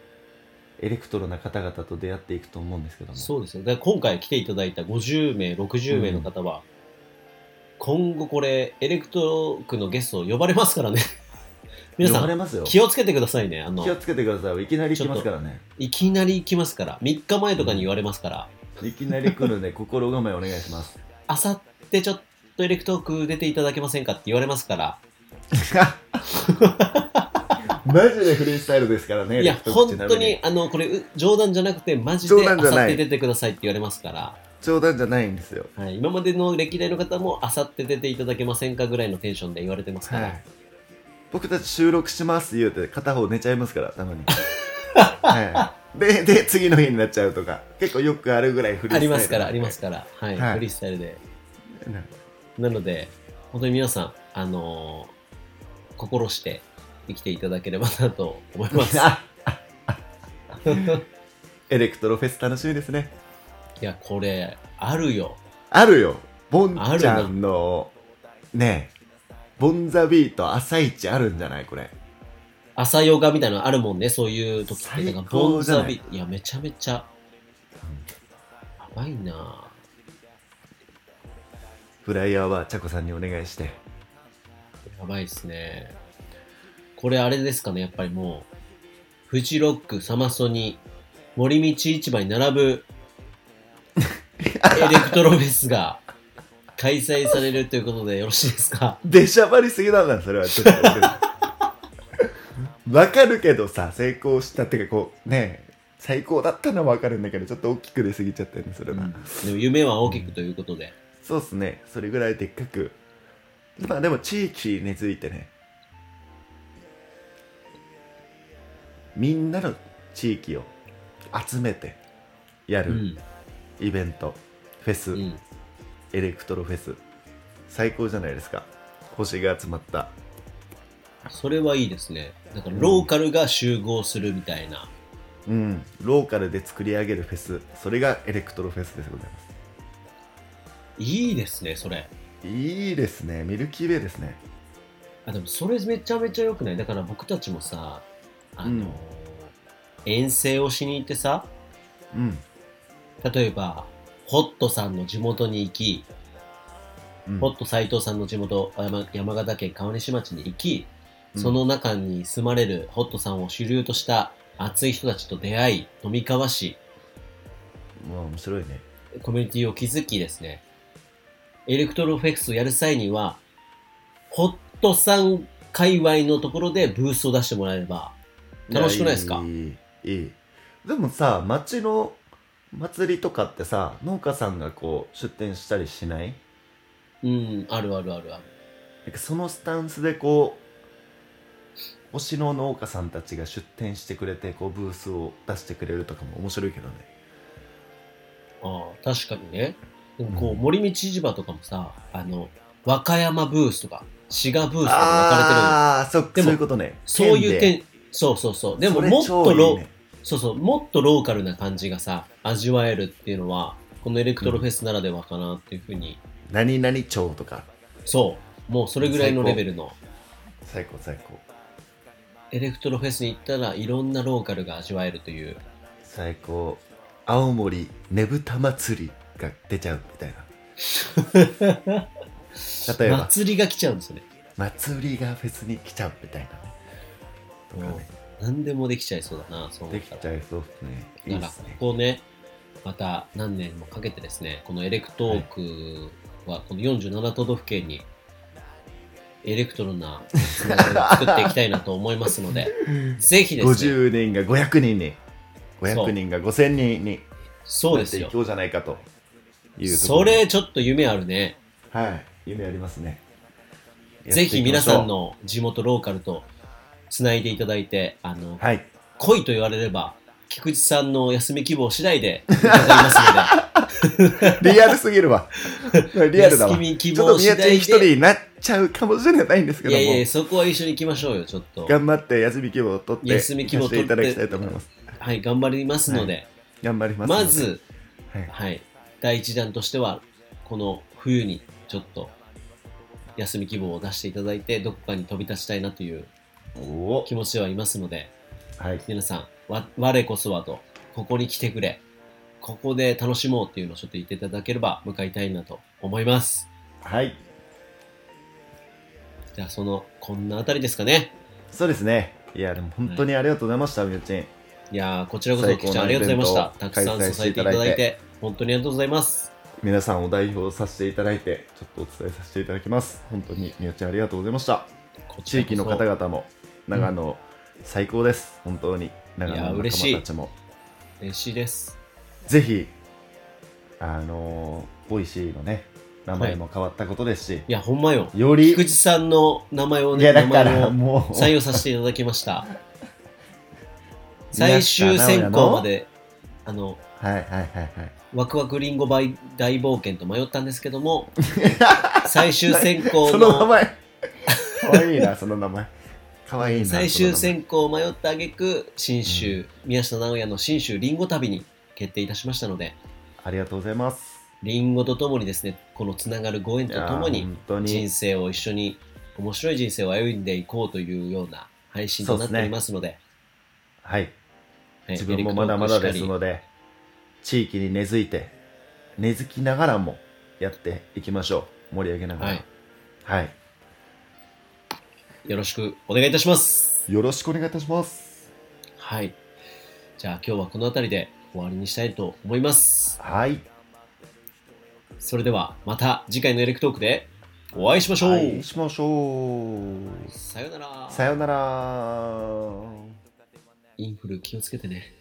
E: エレクトロな方々と出会っていくと思うんですけども
B: そうですね。だから今回来ていただいた50名60名の方は、今後これエレクトークのゲスト呼ばれます からね。皆
E: 呼
B: さ
E: ばれ
B: ん
E: ますよ
B: 気をつけてくださいね。あの
E: 気をつけてくださいいきなり来ますからね
B: いきなり来ますから3日前とかに言われますから。
E: いきなり来るんで心構えお願いします
B: あさってちょっとエレクトーク出ていただけませんかって言われますから、
E: マジでフリースタイルですからね
B: いや、
E: エレクトーク
B: 本
E: ちなみ
B: 当に、あの、これ、う冗談じゃなくて、マジ
E: 冗
B: で、あ
E: 談じゃない
B: さって出てくださいって言われますから、
E: 冗談じゃないんですよ
B: はい、今までの歴代の方も、あさって出ていただけませんかぐらいのテンションで言われてますから、
E: はい僕たち収録します言うて片方寝ちゃいますからたまに、はい、でで次の日になっちゃうとか結構よくあるぐらいフリー
B: あ
E: スタイ
B: り
E: ル
B: ますから、ありますから、はい、
E: はい
B: フリースタイルで。なので、本当に皆さん、あのー心して生きていただければなと思い ます。
E: エレクトロフェス楽しみですね
B: いや、これ、あるよ。
E: あるよボン
B: ある
E: ち
B: な
E: ゃんのねえボンザビート朝一あるんじゃないこれ
B: 朝ヨガみたいなのあるもんね、そういう時って。
E: 最
B: なんかボ
E: 高
B: ン
E: じゃ
B: ザ
E: ない
B: ビいや、めちゃめちゃ。やばいな
E: フライヤーはチャコさんにお願いして
B: やばいですね。これあれですかね、やっぱりもう、フジロック、サマソニ、森道市場に並 ぶ、エレクトロフェスが開催されるということでよろしいですか
E: 出しゃばりすぎだなそれはちょっとわかるけどさ成功したっていうかこうねえ最高だったのはわかるんだけどちょっと大きく出すぎちゃったよねそれは、
B: でも夢は大きくということで、
E: そうっすねそれぐらいでっかくまあでも地域根付いてねみんなの地域を集めてや
B: う
E: る
B: ん、
E: イベント、フェス、
B: うん、
E: エレクトロフェス最高じゃないですか星が集まった
B: それはいいですね。なんかローカルが集合するみたいな。
E: うん、ローカルで作り上げるフェスそれがエレクトロフェスでございま
B: いいですね、それ。
E: すいいですねミルキーウェイですね
B: あでもそれめちゃめちゃ良くないだから僕たちもさあの、
E: うん
B: 遠征をしに行ってさ
E: うん、
B: 例えばホットさんの地元に行き、
E: うん
B: ホット斎藤さんの地元山山形県川西町に行き
E: うん
B: その中に住まれるホットさんを主流とした熱い人たちと出会い飲み交わし
E: まあ面白いね
B: コミュニティを築きですねエレクトロフェクスをやる際にはホットさん界隈のところでブースを出してもらえれば楽しくないですか
E: やいいいいでもさ町の祭りとかってさ農家さんがこう出店したりしない
B: うん、あるあるあるある。
E: なんかそのスタンスでこう推しの農家さんたちが出店してくれてこうブースを出してくれるとかも面白いけどね
B: ああ、確かにね。でもこう、森道市場とかもさ、あの、和歌山ブースとか、滋賀ブースとか分かれてるのよ
E: ああそ
B: でも
E: そういうことね
B: そういう
E: 県で
B: 点、そうそうそう。でも
E: それ
B: もっと
E: 超い
B: ロ
E: いね
B: そうそう、もっとローカルな感じがさ、味わえるっていうのは、このエレクトロフェスならではかなっていうふうに、
E: 何々町とか
B: そう、もうそれぐらいのレベルの、
E: 最高最高
B: エレクトロフェスに行ったらいろんなローカルが味わえるという、
E: 最高青森ねぶた祭りが出ちゃうみたいな例えば
B: 祭りが来ちゃうんですよね。
E: 祭りがフェスに来ちゃうみたいなねとかね
B: 何でもできちゃいそうだな、そう思
E: で
B: っ
E: き
B: たら。
E: ちゃいそうですねいい
B: だ
E: で
B: から
E: す
B: こ
E: ね
B: こをね、また何年もかけてですね、このエレクトークはこの47都道府県にエレクトロなつながりを作っていきたいなと思いますの で、ぜひですね、
E: 50人が500人に
B: そう
E: 500人が5000人に
B: そう
E: な
B: で
E: って
B: す
E: い
B: よ。
E: こうじゃないかというとこ
B: そ
E: ろで
B: れちょっと夢あるね。
E: はい夢ありますね
B: ぜひ皆さん
E: やっ
B: の地元ローカルとつないでいただいて、あの、
E: ていきましょうはい
B: 来いと言われれば、菊池さんのお休み希望次第 で伺いますので、
E: リアルすぎる わリアルだわ
B: お休み希
E: ちょっと
B: 望
E: み
B: 次
E: やちゃん
B: 第
E: 一人
B: で、
E: になっちゃうかもしれないんですけ
B: い
E: ど
B: や
E: も
B: いや、そこは一緒に行きましょうよ、ちょっと。
E: 頑張って休み規模を取って
B: 休み規模を取って
E: 行かせていただきたいと思います
B: はい、頑張りますので、
E: 頑張りますの
B: ま
E: で
B: ず、
E: はい
B: はい、第一弾としては、この冬にちょっと休み希望を出していただいて、どこかに飛び立ちたいなという
E: おー
B: 気持ちではいますので、
E: はい
B: 皆さん、わ我こそはと、ここに来てくれ、ここで楽しもうっていうのをちょっと言っていただければ、向かいたいなと思います。
E: はい
B: じゃあ、その、こんなあたりですかね。
E: そうですねいやでも本当にありがとうございましたみやちん
B: いやーこちらこそ、菊ちゃんあり
E: 最
B: がと
E: 高
B: う
E: のイ
B: ご
E: ベ
B: ざい
E: ン
B: ました。たくさん
E: トを
B: 支えていただい
E: 開催していただい
B: て、本当にありがとうございます。
E: 皆さんを代表させていただいてちょっとお伝えさせていただきます本当にみやちんありがとうございました
B: こち
E: 地
B: らこそ
E: 域の方々も長野最高です本当に長野の
B: 嬉しい
E: 仲間たちも
B: 嬉しいです。
E: ぜひあのーボイシーのね名前も変わったことですし、
B: いや、ほんまよ。
E: より
B: 菊池さんの名前を
E: い
B: ね、
E: や
B: 名
E: だか
B: 前
E: ら
B: を
E: もう
B: 採用させていただきました。最終選考まで、あの、
E: はいはいはいはい
B: ワクワクリンゴ大冒険と迷ったんですけど も、最終選考
E: そ
B: の
E: の 名前かわいいなその名前かわいいな
B: 最終選考を迷った挙句、新州、宮下直哉の新州リンゴ旅に決定いたしましたので、
E: ありがとうございます
B: リンゴとともにですね、このつながるご縁
E: い
B: と
E: やー
B: ともに、
E: 本当
B: 人
E: に
B: 生を一緒に面白い人生を歩んでいこうというような配信となっておりますので
E: はい
B: はい
E: 自分もまだまだですので地域に根付いて根付きながらもやっていきましょう盛り上げながら
B: は
E: はいい、
B: よろしくお願いいたします
E: よろしくお願いいたします
B: はいじゃあ今日はこの辺りで終わりにしたいと思います
E: はい
B: それではまた次回のエレクトークでお会いしましょう、
E: はいしましょう
B: さよなら
E: さよなら
B: インフル気をつけてね